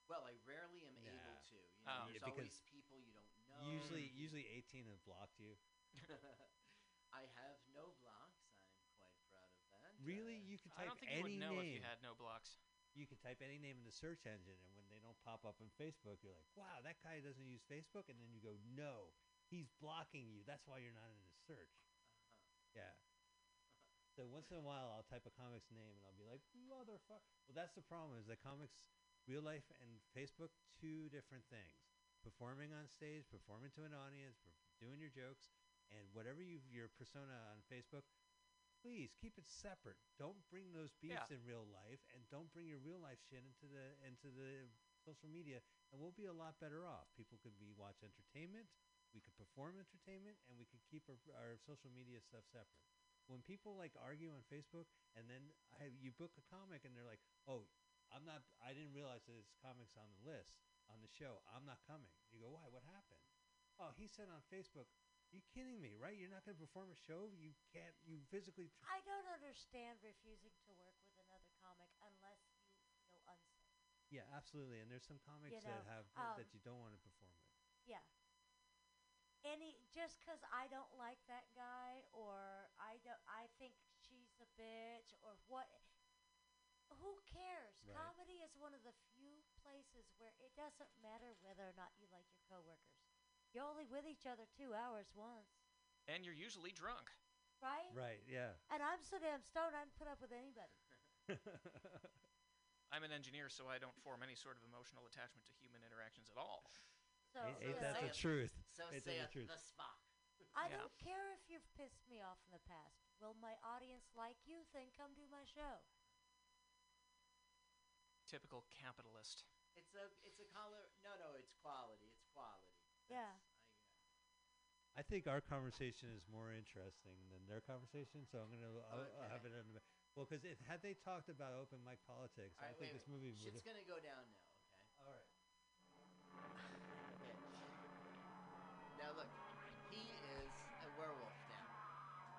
Speaker 4: Well, I rarely am able
Speaker 3: Nah.
Speaker 4: to. You know,
Speaker 6: Oh.
Speaker 4: there's
Speaker 3: Yeah, because
Speaker 4: always people you don't know.
Speaker 3: usually usually eighteen have blocked you.
Speaker 4: <laughs> I have no blocks. I'm quite proud of that.
Speaker 3: Really,
Speaker 4: Uh,
Speaker 3: you could
Speaker 6: I
Speaker 3: type
Speaker 6: don't think you
Speaker 3: any
Speaker 6: would know
Speaker 3: name.
Speaker 6: if you had no blocks.
Speaker 3: you can type any name in the search engine, and when they don't pop up in Facebook, you're like, wow, that guy doesn't use Facebook. And then you go, no, he's blocking you. That's why you're not in the search. Yeah. So once in a while, I'll type a comic's name, and I'll be like, motherfucker. Well, that's the problem is that comics, real life and Facebook, two different things. Performing on stage, performing to an audience, per- doing your jokes, and whatever you your persona on Facebook, please keep it separate. Don't bring those beefs
Speaker 6: Yeah.
Speaker 3: in real life, and don't bring your real life shit into the into the social media, and we'll be a lot better off. People could be watch entertainment, we could perform entertainment, and we could keep our, our social media stuff separate. When people like argue on Facebook, and then I, you book a comic, and they're like, "Oh, I'm not. I didn't realize that this comic's on the list on the show. I'm not coming." You go, "Why? What happened?" Oh, he said on Facebook. You kidding me, right? You're not going to perform a show. You can't. You physically
Speaker 5: I don't understand refusing to work with another comic unless you feel unsafe.
Speaker 3: Yeah, absolutely. And there's some comics that
Speaker 5: know,
Speaker 3: have uh, that
Speaker 5: um,
Speaker 3: you don't want to perform with.
Speaker 5: Yeah. Any just because I don't like that guy or I don't I think she's a bitch or what? Who cares?
Speaker 12: Right.
Speaker 5: Comedy is one of the few places where it doesn't matter whether or not you like your coworkers. You're only with each other two hours once,
Speaker 6: And you're usually drunk.
Speaker 5: right?
Speaker 3: Right? Yeah. <laughs>
Speaker 5: And I'm so damn stoned I don't put up with anybody.
Speaker 6: I'm an engineer, so I don't form any sort of emotional attachment to human interactions at all.
Speaker 5: So
Speaker 3: Ain't- ain't
Speaker 5: so
Speaker 3: that the
Speaker 5: saith-
Speaker 3: truth?
Speaker 4: So
Speaker 3: Ain't
Speaker 4: saith
Speaker 3: that the truth?
Speaker 4: the Spock.
Speaker 5: I
Speaker 6: Yeah.
Speaker 5: don't care if you've pissed me off in the past. Will my audience like you? Then come do my show.
Speaker 6: Typical capitalist.
Speaker 4: It's a it's a color. No, no, it's quality. It's quality.
Speaker 5: Yeah.
Speaker 3: I think our conversation is more interesting than their conversation, so I'm gonna I'll, I'll have it in a minute. Well, because if had they talked about open mic politics,
Speaker 4: All right,
Speaker 3: I think
Speaker 4: wait,
Speaker 3: this movie would.
Speaker 4: Shit's gonna go down now. Okay.
Speaker 3: All right.
Speaker 4: Now look, he is a werewolf now.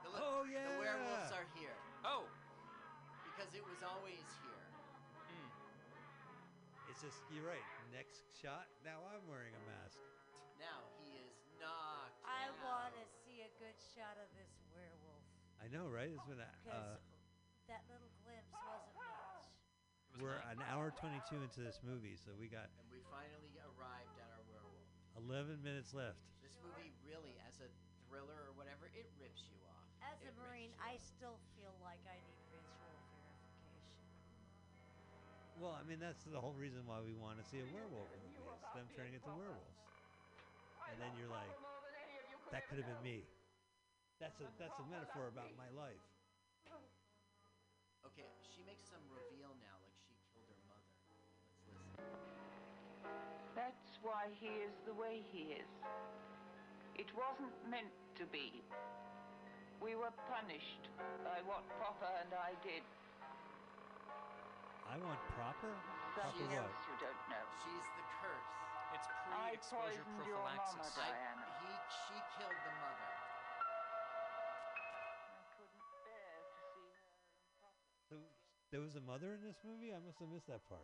Speaker 4: The look,
Speaker 3: Oh,
Speaker 4: The werewolves
Speaker 3: yeah.
Speaker 4: are here
Speaker 6: Oh.
Speaker 4: because it was always here.
Speaker 6: Hmm.
Speaker 3: It's just you're right. Next shot. Now I'm wearing a mask.
Speaker 4: Now he is knocked.
Speaker 5: I
Speaker 4: out.
Speaker 5: want to see a good shot of this werewolf
Speaker 3: I know, right? It's been a,
Speaker 5: because
Speaker 3: uh,
Speaker 5: that little glimpse wasn't much.
Speaker 3: we're an hour 22 into this movie, so we got
Speaker 4: And we finally arrived at our werewolf.
Speaker 3: 11 minutes left.
Speaker 4: This movie really, as a thriller or whatever, it rips you off.
Speaker 5: As a
Speaker 4: It rips
Speaker 5: marine,
Speaker 4: you
Speaker 5: I
Speaker 4: off.
Speaker 5: still feel like I need visual verification.
Speaker 3: Well, I mean that's the whole reason why we want to see a werewolf movie. It's them turning into werewolves, and then you're like, that could have been me. That's a that's a metaphor about my life.
Speaker 4: Okay, she makes some reveal now, like she killed her mother. Let's listen.
Speaker 13: That's why he is the way he is. It wasn't meant to be. We were punished by what Popper and I did.
Speaker 3: I want proper. Proper
Speaker 13: Something
Speaker 3: what?
Speaker 13: else you don't know.
Speaker 4: She's the curse.
Speaker 6: It's
Speaker 13: I
Speaker 6: pre-exposure
Speaker 13: poisoned your mama,
Speaker 6: prophylaxis.
Speaker 13: Diane.
Speaker 4: He, she killed the mother.
Speaker 3: So, there was a mother in this movie. I must have missed that part.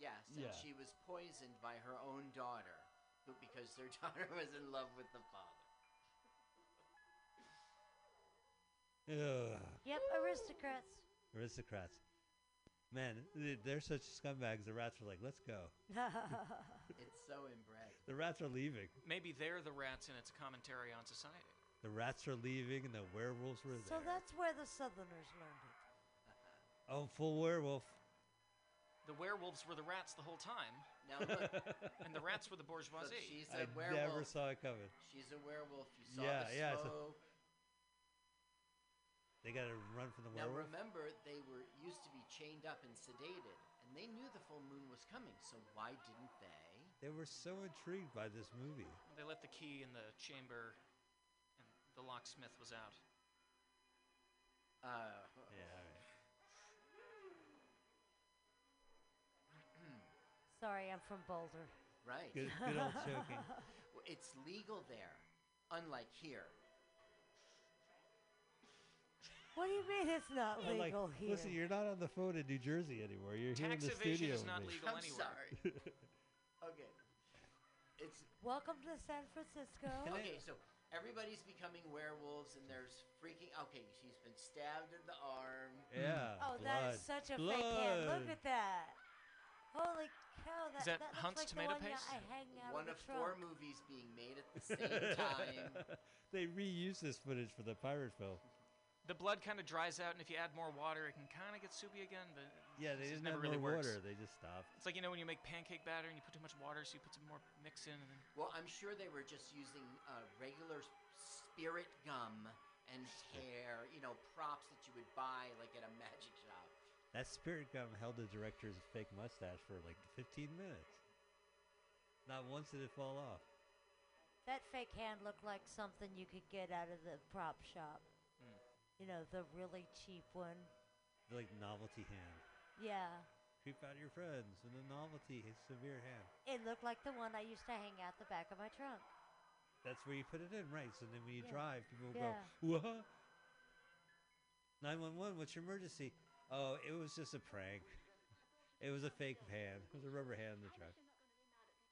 Speaker 4: Yes, and
Speaker 3: Yeah.
Speaker 4: she was poisoned by her own daughter, who- because their <laughs> daughter was in love with the father.
Speaker 3: Ugh,
Speaker 5: Yep, aristocrats.
Speaker 3: aristocrats. Man, th- they're such scumbags. The rats were like, "Let's go."
Speaker 4: It's so inbred.
Speaker 3: The rats are leaving.
Speaker 6: Maybe they're the rats and it's a commentary on society.
Speaker 3: The rats are leaving, and the werewolves <laughs> were there.
Speaker 5: so that's where the Southerners learned it.
Speaker 3: oh, full werewolf.
Speaker 6: The werewolves were the rats the whole time.
Speaker 4: Now
Speaker 3: <laughs>
Speaker 4: look,
Speaker 6: and the rats were the
Speaker 4: look,
Speaker 6: bourgeoisie.
Speaker 4: she's a
Speaker 3: I never
Speaker 4: werewolf.
Speaker 3: saw it coming.
Speaker 4: She's a werewolf. You saw
Speaker 3: Yeah,
Speaker 4: the
Speaker 3: yeah, it's a
Speaker 4: smoke.
Speaker 3: They gotta run from the
Speaker 4: now
Speaker 3: werewolf.
Speaker 4: remember, they were used to be chained up and sedated, and they knew the full moon was coming. So why didn't they?
Speaker 3: They were so intrigued by this movie.
Speaker 6: They left the key in the chamber, and the locksmith was out. Oh.
Speaker 4: <laughs> Uh,
Speaker 3: Yeah, all right.
Speaker 5: Sorry, I'm from Boulder.
Speaker 4: right.
Speaker 3: <laughs> Good, good old choking.
Speaker 4: W- It's legal there, unlike here.
Speaker 5: What do you mean it's not
Speaker 3: I'm like,
Speaker 5: legal here?
Speaker 3: Listen, you're not on the phone in New Jersey anymore. You're here in
Speaker 6: Tax
Speaker 3: the
Speaker 6: evasion
Speaker 3: studio.
Speaker 6: is
Speaker 3: with
Speaker 6: not
Speaker 3: me.
Speaker 6: legal
Speaker 4: I'm
Speaker 6: anywhere.
Speaker 4: sorry.
Speaker 3: <laughs>
Speaker 4: okay. It's
Speaker 5: Welcome to San
Speaker 3: <laughs>
Speaker 5: Francisco.
Speaker 4: okay. So everybody's becoming werewolves, and there's freaking. Okay, she's been stabbed in the arm.
Speaker 3: Yeah.
Speaker 5: Oh, that is
Speaker 3: blood.
Speaker 5: such a fake hand. Look <laughs>
Speaker 3: Blood.
Speaker 5: at that. Holy cow! That,
Speaker 6: that
Speaker 5: looks
Speaker 6: Hunt's
Speaker 5: like
Speaker 6: tomato
Speaker 5: the one
Speaker 6: paste?
Speaker 5: Yeah, I hang out
Speaker 4: One of
Speaker 5: of, the
Speaker 4: four
Speaker 5: trunk.
Speaker 4: movies being made at the
Speaker 3: <laughs>
Speaker 4: same time.
Speaker 3: they reused this footage for the pirate film.
Speaker 6: The blood kind of dries out, and if you add more water, it can kind of get soupy again. But
Speaker 3: Yeah, they
Speaker 6: it
Speaker 3: didn't have
Speaker 6: never really
Speaker 3: more
Speaker 6: works.
Speaker 3: water. They just stopped.
Speaker 6: It's like you know when you make pancake batter and you put too much water, so you put some more mix in, and then
Speaker 4: Well, I'm sure they were just using uh, regular s- spirit gum and hair, you know, props that you would buy like at a magic shop.
Speaker 3: That spirit gum held the director's fake mustache for like 15 minutes. Not once did it fall off.
Speaker 5: That fake hand looked like something you could get out of the prop shop.
Speaker 4: Hmm.
Speaker 5: You know, the really cheap one.
Speaker 3: Like novelty hand.
Speaker 5: Yeah,
Speaker 3: Creep out your friends in a novelty severe hand.
Speaker 5: it looked like the one I used to hang out the back of my trunk.
Speaker 3: That's where you put it in, right? So then when you
Speaker 5: Yeah.
Speaker 3: drive, people will
Speaker 5: Yeah.
Speaker 3: go, "What? 911, what's your emergency? Oh, it was just a prank. <laughs> It was a fake hand. It was a rubber hand in the truck.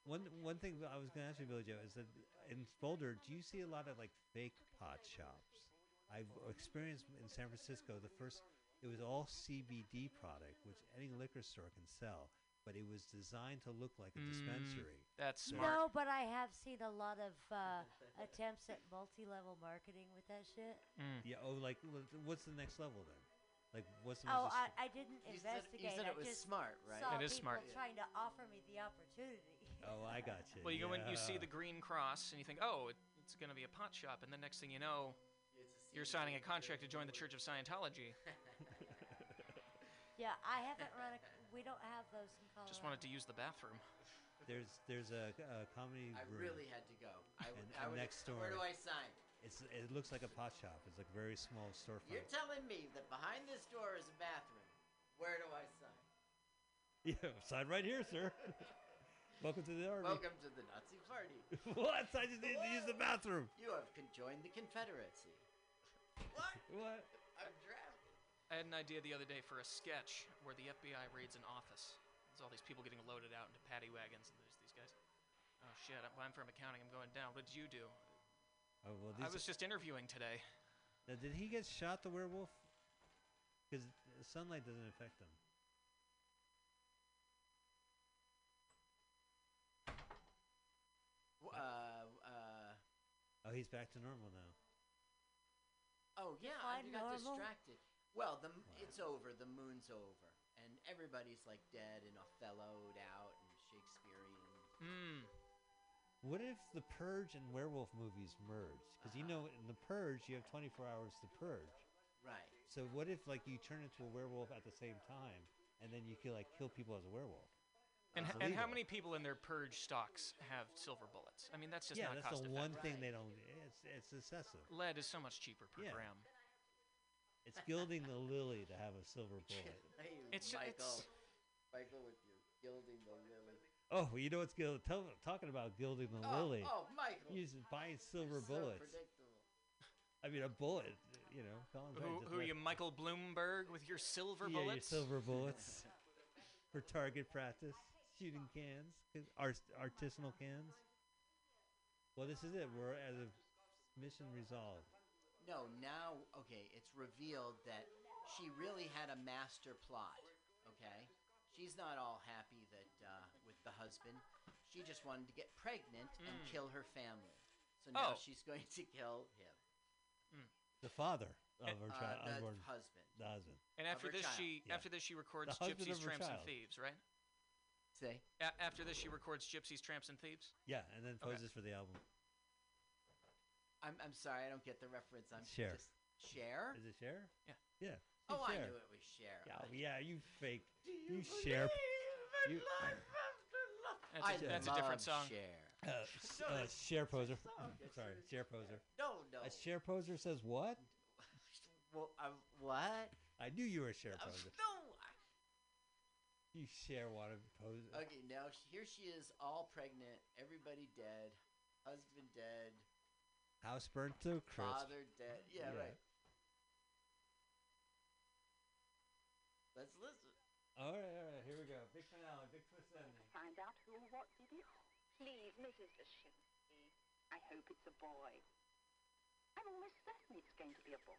Speaker 3: One one thing I was going to ask you, Billy Joe, is that in Boulder, do you see a lot of like fake pot shops? I've experienced in San Francisco the first. It was all CBD product, which any liquor store can sell, but it was designed to look like a
Speaker 6: Mm,
Speaker 3: dispensary.
Speaker 6: that's
Speaker 3: So-
Speaker 6: smart.
Speaker 5: No, but I have seen a lot of uh,
Speaker 4: <laughs>
Speaker 5: attempts at multi-level marketing with that shit.
Speaker 6: Mm.
Speaker 3: Yeah. Oh, like wh- what's the next level then? Like what's the
Speaker 5: Oh,
Speaker 3: most
Speaker 5: I, I didn't
Speaker 4: You said- you
Speaker 5: investigate.
Speaker 4: said it
Speaker 5: I
Speaker 4: was
Speaker 5: just
Speaker 4: smart, right?
Speaker 5: Saw
Speaker 6: It is
Speaker 5: people
Speaker 6: smart.
Speaker 5: Trying to offer me the opportunity.
Speaker 3: oh, I
Speaker 5: <laughs>
Speaker 3: got you.
Speaker 6: well, you go in, you see
Speaker 3: yeah.
Speaker 6: the green cross, and you think, oh, it, it's going to be a pot shop, and the next thing you know, you're signing a contract to join the Church of Scientology.
Speaker 5: yeah, I haven't run. A, we don't have those in Colorado.
Speaker 6: Just wanted to use the bathroom.
Speaker 3: There's there's a, a comedy
Speaker 4: I
Speaker 3: room.
Speaker 4: really had to go. I would.
Speaker 3: And-
Speaker 4: I
Speaker 3: and
Speaker 4: would
Speaker 3: next
Speaker 4: Where do
Speaker 3: door.
Speaker 4: I sign?
Speaker 3: It's it looks like a pot shop. It's like very small
Speaker 4: You're
Speaker 3: storefront.
Speaker 4: telling me that behind this door is a bathroom. Where do I sign?
Speaker 3: <laughs> yeah, sign right here, sir. <laughs> Welcome to the army.
Speaker 4: Welcome to the Nazi party.
Speaker 3: <laughs> what? I just need to use the bathroom.
Speaker 4: You have con- joined the Confederacy. What?
Speaker 3: What?
Speaker 4: I'm drafted.
Speaker 6: I had an idea the other day for a sketch where the FBI raids an office. There's all these people getting loaded out into paddy wagons, and there's these guys. Oh shit! I'm, I'm from accounting. I'm going down. What did you do?
Speaker 3: Oh well,
Speaker 6: I
Speaker 3: these
Speaker 6: was just interviewing today.
Speaker 3: now, did he get shot? The werewolf? Because sunlight doesn't affect them.
Speaker 4: W- Uh, uh,
Speaker 3: Oh, he's back to normal now.
Speaker 4: oh yeah, I
Speaker 5: find
Speaker 4: got
Speaker 5: normal?
Speaker 4: distracted. Well, the m it's over. The moon's over, and everybody's like dead and Othello'd out and Shakespearean.
Speaker 6: Hmm.
Speaker 3: What if the Purge and werewolf movies merged? Because you know, in the Purge, you have 24 hours to purge.
Speaker 4: Right. <laughs>
Speaker 3: So what if like you turn into a werewolf at the same time, and then you can like kill people as a werewolf?
Speaker 6: And,
Speaker 3: That's
Speaker 6: h- and how
Speaker 3: illegal.
Speaker 6: many people in their purge stocks have silver bullets? I mean, that's just
Speaker 3: yeah,
Speaker 6: not
Speaker 3: that's
Speaker 6: cost
Speaker 3: the one
Speaker 6: effective.
Speaker 3: thing they don't. It's it's excessive.
Speaker 6: Lead is so much cheaper per
Speaker 3: Yeah.
Speaker 6: gram.
Speaker 3: It's gilding the lily to have a
Speaker 4: <laughs>
Speaker 3: silver bullet.
Speaker 4: Hey,
Speaker 6: It's-
Speaker 4: Michael.
Speaker 6: it's-
Speaker 4: Michael with you, gilding the lily.
Speaker 3: Oh, well, you know what's gild? Tell, talking about gilding the
Speaker 4: Oh,
Speaker 3: lily.
Speaker 4: oh, Michael.
Speaker 3: You just buy silver
Speaker 4: so
Speaker 3: bullets.
Speaker 4: predictable.
Speaker 3: I mean, a bullet. You know, Colin's right,
Speaker 6: Who,
Speaker 3: just
Speaker 6: who are
Speaker 3: let-
Speaker 6: you, Michael Bloomberg, with your silver
Speaker 3: yeah, your
Speaker 6: bullets?
Speaker 3: silver bullets for target practice, shooting cans, 'cause art- artisanal cans. Well, this is it. We're at a mission resolved.
Speaker 4: No, now okay, it's revealed that she really had a master plot. Okay, she's not all happy that uh, with the husband. She just wanted to get pregnant and
Speaker 6: Mm.
Speaker 4: kill her family. So now
Speaker 6: Oh.
Speaker 4: she's <laughs> going to kill him,
Speaker 3: The father of her
Speaker 4: uh,
Speaker 3: child,
Speaker 4: the
Speaker 3: unborn
Speaker 4: husband.
Speaker 3: the husband.
Speaker 6: And
Speaker 4: of
Speaker 6: after
Speaker 4: her
Speaker 6: this,
Speaker 4: child.
Speaker 6: she
Speaker 3: Yeah.
Speaker 6: after this she records
Speaker 3: husband
Speaker 6: gypsies,
Speaker 3: of her
Speaker 6: tramps, and
Speaker 3: child.
Speaker 6: thieves, right?
Speaker 4: Say,
Speaker 6: A- after this, she records gypsies, tramps, and thieves.
Speaker 3: Yeah, and then
Speaker 6: Okay.
Speaker 3: poses for the album.
Speaker 4: I'm, I'm sorry, I don't get the reference. I'm
Speaker 3: Cher.
Speaker 4: just share.
Speaker 3: Is it Cher?
Speaker 6: Yeah.
Speaker 3: Yeah.
Speaker 4: Oh,
Speaker 3: Cher.
Speaker 4: I knew it was share.
Speaker 3: Yeah, oh, yeah, you fake. you Cher. You,
Speaker 6: That's, a- that's a different song.
Speaker 4: <laughs>
Speaker 3: uh, s- uh, Cher poser.
Speaker 4: It's
Speaker 3: <laughs> Sorry,
Speaker 4: her-
Speaker 3: Cher poser.
Speaker 4: No, no.
Speaker 3: A Cher poser says what?
Speaker 4: <laughs> Well, I, what?
Speaker 3: I knew you were a Cher
Speaker 4: Uh, <laughs>
Speaker 3: poser.
Speaker 4: no. I-
Speaker 3: You Cher wanted poser.
Speaker 4: Okay, now sh- here she is, all pregnant, everybody dead. Husband dead.
Speaker 3: House burnt to crisp.
Speaker 4: Father dead. Yeah,
Speaker 3: Yeah.
Speaker 4: right. Let's listen.
Speaker 3: All right, all right, here we go. Big finale, big twist ending.
Speaker 12: Find out who or what did it. Please, Mrs. Lashinsky. I hope it's a boy. I'm almost certain it's going to be a boy.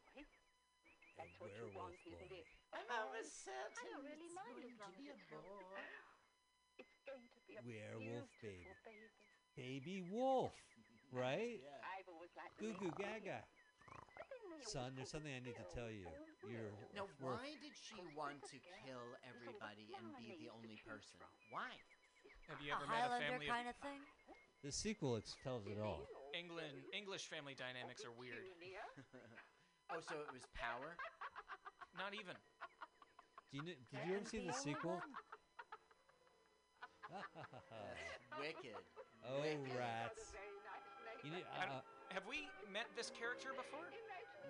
Speaker 12: That's what you
Speaker 11: werewolf
Speaker 12: want, isn't
Speaker 11: boy.
Speaker 12: it?
Speaker 11: I'm
Speaker 12: boy.
Speaker 11: almost
Speaker 12: I
Speaker 11: certain
Speaker 12: don't really
Speaker 11: it's
Speaker 12: mind
Speaker 11: going
Speaker 12: as
Speaker 11: to
Speaker 12: long
Speaker 11: be
Speaker 12: as
Speaker 11: a
Speaker 12: it's not-
Speaker 11: boy.
Speaker 12: <laughs> It's going to be a
Speaker 3: Werewolf baby.
Speaker 12: beautiful baby.
Speaker 3: Baby wolf,
Speaker 4: <laughs>
Speaker 3: right?
Speaker 12: I've always liked the
Speaker 3: Goo
Speaker 12: name
Speaker 3: goo
Speaker 12: Bill.
Speaker 3: gaga.
Speaker 12: But then they always
Speaker 3: Son, there's
Speaker 12: called
Speaker 3: something I
Speaker 12: him
Speaker 3: need to
Speaker 12: Bill
Speaker 3: tell you.
Speaker 12: and
Speaker 3: You're
Speaker 12: Will.
Speaker 4: Now,
Speaker 3: worth-
Speaker 4: why did she want to kill everybody and be the only person? Why? <laughs>
Speaker 6: Have you
Speaker 5: A
Speaker 6: ever met a
Speaker 5: Highlander
Speaker 6: family
Speaker 5: kind
Speaker 6: of
Speaker 5: of thing.
Speaker 3: The sequel ex- tells it all.
Speaker 6: England English family dynamics are weird?
Speaker 4: oh, so it was
Speaker 3: <laughs>
Speaker 4: power?
Speaker 6: Not even.
Speaker 3: Do you kn- did you ever see the <laughs> sequel?
Speaker 4: Wicked.
Speaker 3: oh
Speaker 4: Wicked.
Speaker 3: rats! You need,
Speaker 6: I don't-
Speaker 3: uh,
Speaker 6: have we met this character before?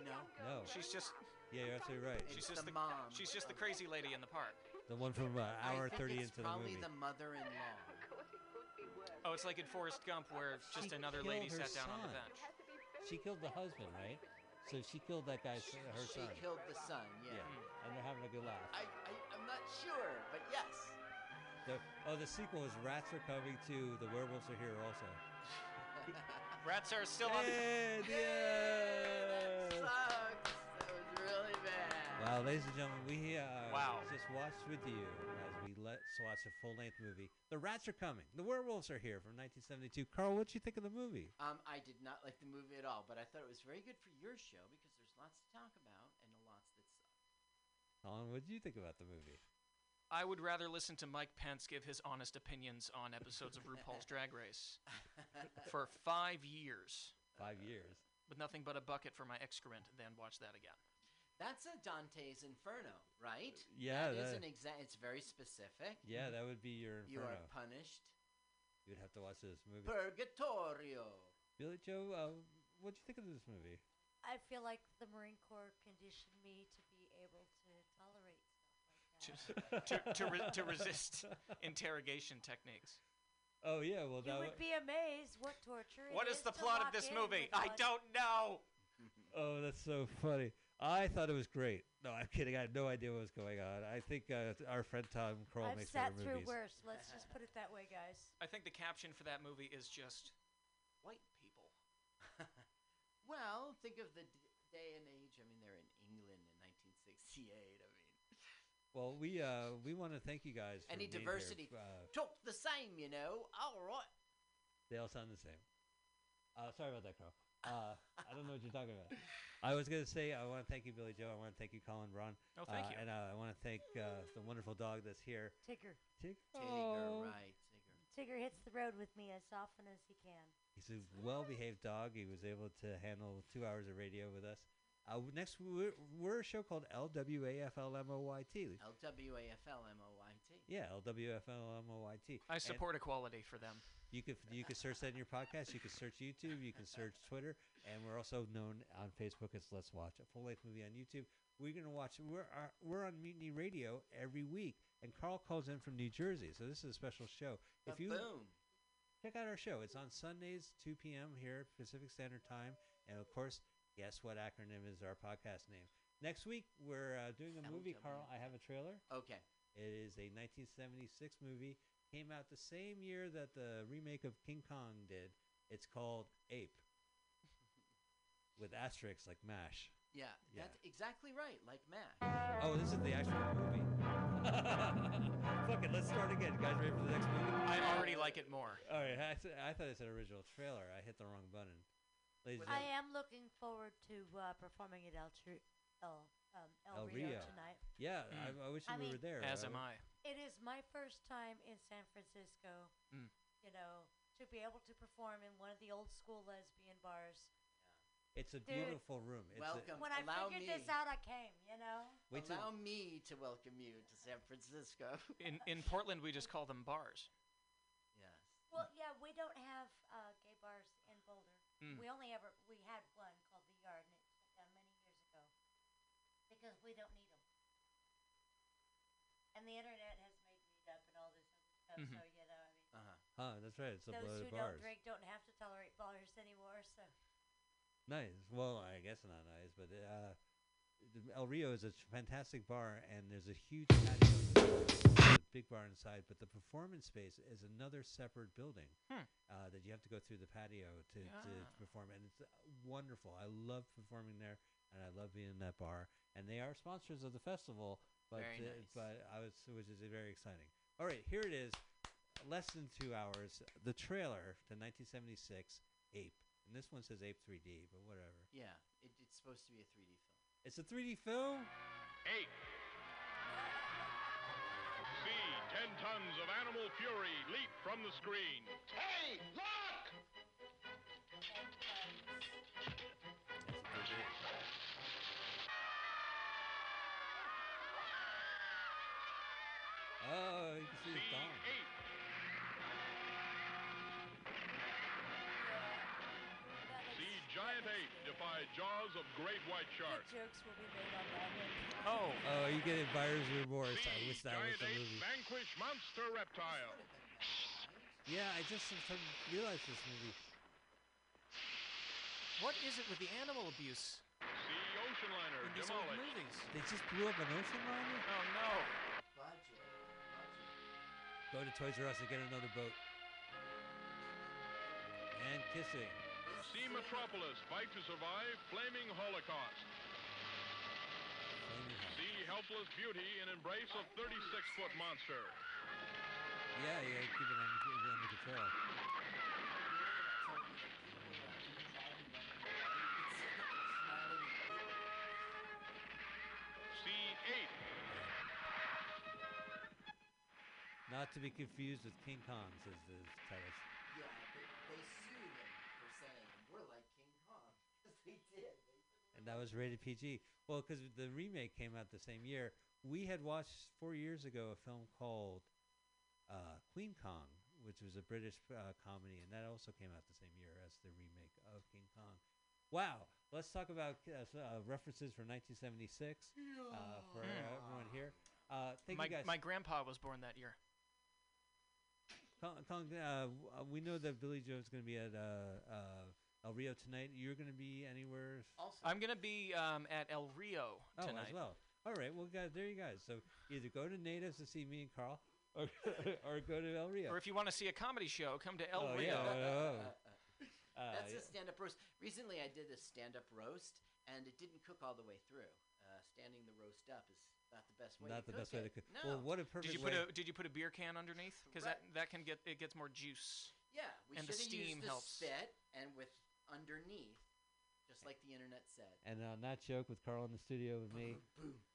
Speaker 4: No.
Speaker 3: no,
Speaker 6: She's just
Speaker 3: yeah, you're absolutely right.
Speaker 6: she's just the, She's just the crazy lady in the park.
Speaker 3: The one from uh, hour thirty into the
Speaker 4: probably
Speaker 3: movie.
Speaker 4: the mother-in-law.
Speaker 6: Oh, it's like in Forrest Gump where
Speaker 3: She
Speaker 6: just another
Speaker 3: killed
Speaker 6: lady
Speaker 3: her
Speaker 6: sat down on
Speaker 3: son.
Speaker 6: the bench.
Speaker 3: She killed the husband, right? So she killed that guy's her
Speaker 4: she
Speaker 3: son.
Speaker 4: killed the son, yeah.
Speaker 3: and they're having a good laugh.
Speaker 4: I, I, I'm not sure, but yes.
Speaker 3: The- oh, the sequel is Rats Are Coming too. The werewolves are here also.
Speaker 6: Rats are still on.
Speaker 3: Hey, the
Speaker 4: That
Speaker 3: end.
Speaker 4: sucks. That was really bad.
Speaker 3: Uh. Wow, ladies and gentlemen, we uh,
Speaker 6: Wow.
Speaker 3: just watched with you as we let's watch a full-length movie. The Rats Are Coming. The Werewolves Are Here from 1972. Carl, what'd you think of the movie?
Speaker 4: Um, I did not like the movie at all, but I thought it was very good for your show because there's lots to talk about and a lots that suck.
Speaker 3: Colin, what'd you think about the movie?
Speaker 6: I would rather listen to Mike Pence give his honest opinions on episodes of RuPaul's Drag Race for five years
Speaker 3: Five years.
Speaker 6: with nothing but a bucket for my excrement, then watch that again.
Speaker 4: That's a Dante's Inferno, right?
Speaker 3: Uh, Yeah,
Speaker 4: that is
Speaker 3: that-
Speaker 4: an exact. It's very specific.
Speaker 3: Yeah, that would be your
Speaker 4: You
Speaker 3: Inferno.
Speaker 4: are punished.
Speaker 3: You would have to watch this movie.
Speaker 4: Purgatorio.
Speaker 3: Billy Joe, uh, what'd you think of this movie?
Speaker 5: I feel like the Marine Corps conditioned me to be able to tolerate
Speaker 6: To, to, to, re- to resist interrogation techniques.
Speaker 3: Oh yeah, well
Speaker 5: You
Speaker 3: that.
Speaker 5: would be amazed what torture. it
Speaker 6: What is the
Speaker 5: to
Speaker 6: plot
Speaker 5: lock
Speaker 6: of this
Speaker 5: in
Speaker 6: movie?
Speaker 5: with
Speaker 6: I
Speaker 5: one-
Speaker 6: don't know.
Speaker 3: Oh, that's so funny. I thought it was great. No, I'm kidding. I had no idea what was going on. I think uh, t- our friend Tom Kroll
Speaker 5: I've
Speaker 3: makes
Speaker 5: sat
Speaker 3: better
Speaker 5: through
Speaker 3: movies.
Speaker 5: worse. Let's just put it that way, guys.
Speaker 6: I think the caption for that movie is just white people.
Speaker 4: <laughs> Well, think of the d- day and age. I mean, they're in England in 1968. I mean,
Speaker 3: Well, we uh, we want to thank you guys. For
Speaker 4: any
Speaker 3: being here.
Speaker 4: diversity.
Speaker 3: Uh,
Speaker 4: Talk the same, you know. All right.
Speaker 3: they all sound the same. Uh, sorry about that, Carl. Uh, I don't know what you're talking about. I was gonna say I want to thank you, Billy Joe. I want to thank you, Colin Braun.
Speaker 6: Oh, thank
Speaker 3: uh,
Speaker 6: you.
Speaker 3: And uh, I want to thank uh, the wonderful dog that's here.
Speaker 5: Tigger.
Speaker 3: Tig-
Speaker 4: Tigger,
Speaker 3: Oh.
Speaker 4: right. Tigger.
Speaker 5: Tigger hits the road with me as often as he can.
Speaker 3: He's a well-behaved dog. He was able to handle two hours of radio with us. Uh, w- next, we're, we're a show called LWAFLMOYT.
Speaker 4: L W A F L M O Y T.
Speaker 3: Yeah, LWFLMOYT.
Speaker 6: I
Speaker 3: And
Speaker 6: support equality for them.
Speaker 3: You could you could search that in your podcast. You can search YouTube. You can search Twitter, and we're also known on Facebook as Let's Watch a full length movie on YouTube. We're gonna watch. We're uh, we're on Mutiny Radio every week, and Carl calls in from New Jersey, so this is a special show. If you
Speaker 4: Boom.
Speaker 3: check out our show, it's on Sundays 2 p.m. here Pacific Standard Time, and of course, guess what acronym is our podcast name? Next week we're uh, doing a movie. Carl, I have a trailer.
Speaker 4: Okay.
Speaker 3: It is a 1976 movie. Came out the same year that the remake of King Kong did. It's called Ape, with asterisks like Mash.
Speaker 4: Yeah,
Speaker 3: Yeah.
Speaker 4: that's exactly right. Like Matt.
Speaker 3: Oh, this is the actual movie. <laughs> Fuck it, let's start again, guys. Ready for the next movie?
Speaker 6: I already like it more.
Speaker 3: All right, Oh, I, th- I thought it said original trailer. I hit the wrong button. Ladies and
Speaker 5: I
Speaker 3: gentlemen-
Speaker 5: am looking forward to uh, performing at El, Tri- El, um, El,
Speaker 3: El
Speaker 5: Rio,
Speaker 3: Rio.
Speaker 5: tonight.
Speaker 3: Yeah,
Speaker 6: Mm.
Speaker 3: I, I wish
Speaker 5: I
Speaker 3: we
Speaker 5: mean-
Speaker 3: were there. uh,
Speaker 6: As am I.
Speaker 5: It is my first time in San Francisco.
Speaker 6: Mm.
Speaker 5: You know, to be able to perform in one of the old school lesbian bars.
Speaker 3: It's a
Speaker 5: Dude.
Speaker 3: beautiful room. It's
Speaker 4: Welcome.
Speaker 3: A,
Speaker 5: When I
Speaker 4: allow
Speaker 5: figured
Speaker 4: me.
Speaker 5: this out, I came. You know.
Speaker 3: wait till-
Speaker 4: Allow me to welcome you to San Francisco. <laughs>
Speaker 6: In in Portland, we just call them bars.
Speaker 4: yes.
Speaker 5: Well, yeah, we don't have uh, gay bars in Boulder.
Speaker 6: Mm.
Speaker 5: We only ever we had one called the Yard, and it shut down many years ago because we don't need them. And the internet has made meetup and all this other stuff.
Speaker 6: Mhm.
Speaker 5: So you know, I mean,
Speaker 4: Uh huh.
Speaker 3: Ah, that's right. It's
Speaker 5: Those
Speaker 3: uploaded
Speaker 5: who
Speaker 3: bars.
Speaker 5: don't drink don't have to tolerate bars anymore. So
Speaker 3: Nice. Well, I guess not nice, but uh, the El Rio is a ch- fantastic bar, and there's a huge patio, there's a big bar inside. But the performance space is another separate building
Speaker 6: Hmm.
Speaker 3: uh, that you have to go through the patio to, to
Speaker 6: Ah.
Speaker 3: perform, and it's uh, wonderful. I love performing there, and I love being in that bar. And they are sponsors of the festival, but
Speaker 6: Very
Speaker 3: uh,
Speaker 6: nice.
Speaker 3: but I was which is uh, very exciting. All right, here it is. Less than two hours. The trailer to 1976 Ape, and this one says Ape 3D, but whatever.
Speaker 4: Yeah, it, it's supposed to be a 3D film.
Speaker 3: It's a 3D film.
Speaker 14: Ape. See 10 tons of animal fury leap from the screen. Hey, look!
Speaker 3: Oh, you can see his dong.
Speaker 14: The giant ape defy jaws of great white shark.
Speaker 5: jokes will be made on that one.
Speaker 3: Oh,
Speaker 6: Oh.
Speaker 3: you get buyer's remorse. I wish that
Speaker 14: Giant
Speaker 3: was the
Speaker 14: ape
Speaker 3: movie.
Speaker 14: vanquish monster reptile.
Speaker 3: Yeah, I just sort of realized this movie.
Speaker 6: What is it with the animal abuse
Speaker 14: See ocean liner
Speaker 6: in these old
Speaker 14: demolished.
Speaker 6: movies?
Speaker 3: They just blew up an ocean liner.
Speaker 6: Oh no!
Speaker 3: Go to Toys R Us and get another boat. And kissing.
Speaker 14: See Metropolis fight to survive flaming holocaust. See helpless beauty in embrace of 36-foot monster.
Speaker 3: Yeah, yeah, keep it under, keep it under control.
Speaker 14: See ape.
Speaker 3: Not to be confused with King Kong, says the title.
Speaker 10: Yeah, they, they sued him for saying, we're like King Kong. <laughs> Because they did.
Speaker 3: And that was rated PG. Well, because the remake came out the same year. We had watched four years ago a film called uh, Queen Kong, which was a British uh, comedy, and that also came out the same year as the remake of King Kong. Wow. Let's talk about uh, s- uh, references from 1976 uh, for
Speaker 6: Yeah.
Speaker 3: uh, everyone here. Uh, thank
Speaker 6: my
Speaker 3: you guys.
Speaker 6: my grandpa was born that year.
Speaker 3: Kong, Kong uh, w- uh, we know that Billy Joe's going to be at uh, uh, El Rio tonight. You're going to be anywhere
Speaker 6: I'm gonna be um, at El Rio
Speaker 3: Oh,
Speaker 6: tonight.
Speaker 3: as well. All right. Well, guys, there you guys. So either go to Natives to see me and Carl, <laughs> or, or go to El Rio.
Speaker 6: Or if you want to see a comedy show, come to El
Speaker 3: Oh,
Speaker 6: Rio.
Speaker 4: <laughs>
Speaker 3: yeah, oh, oh. Uh,
Speaker 4: Uh, That's
Speaker 3: yeah.
Speaker 4: a stand up roast. Recently, I did a stand up roast, and it didn't cook all the way through. Uh, standing the roast up is not the best way.
Speaker 3: Not
Speaker 4: to
Speaker 3: the
Speaker 4: cook
Speaker 3: best way to
Speaker 4: it.
Speaker 3: cook.
Speaker 4: No.
Speaker 3: Well, what a
Speaker 6: Did
Speaker 3: perfect
Speaker 6: you put
Speaker 3: way-
Speaker 6: a Did you put a beer can underneath? Because that that can get it gets more juice.
Speaker 4: Yeah, we
Speaker 6: and the
Speaker 4: shoulda
Speaker 6: steam
Speaker 4: used the
Speaker 6: helps.
Speaker 4: spit and with underneath, just like the internet said.
Speaker 3: And on that joke with Carl in the studio with me,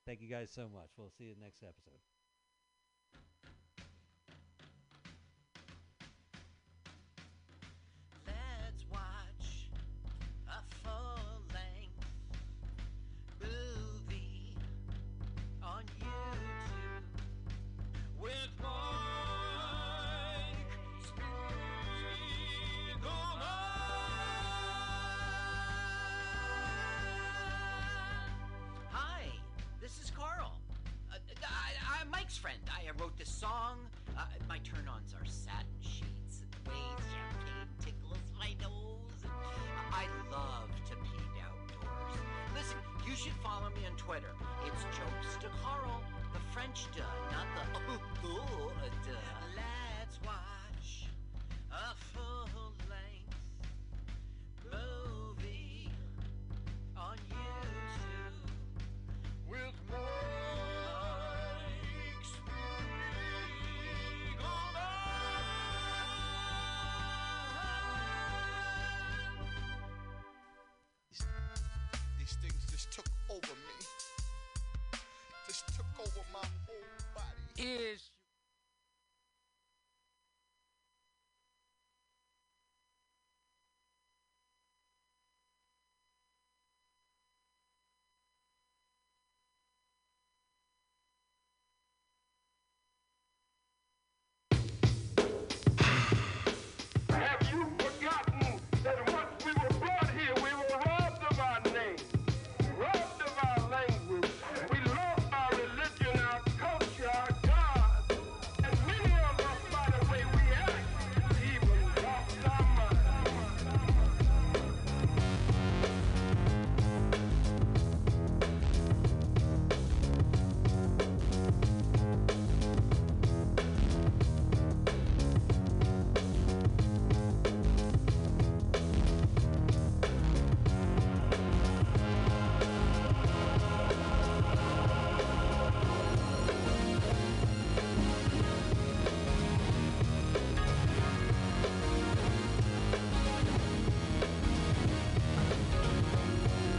Speaker 3: thank you guys so much. We'll see you next episode.
Speaker 10: Let's watch a full length movie on YouTube with Mike Spiegelman.
Speaker 4: Hi, this is Carl. Uh, I, I'm Mike's friend. I, I wrote this song. Uh, my turn ons are satin sheets and the way champagne tickles my nose. uh, I love to paint outdoors. Listen, you should follow me on Twitter. It's Jokes de Carl, the French oh, duh, not the. duh, duh.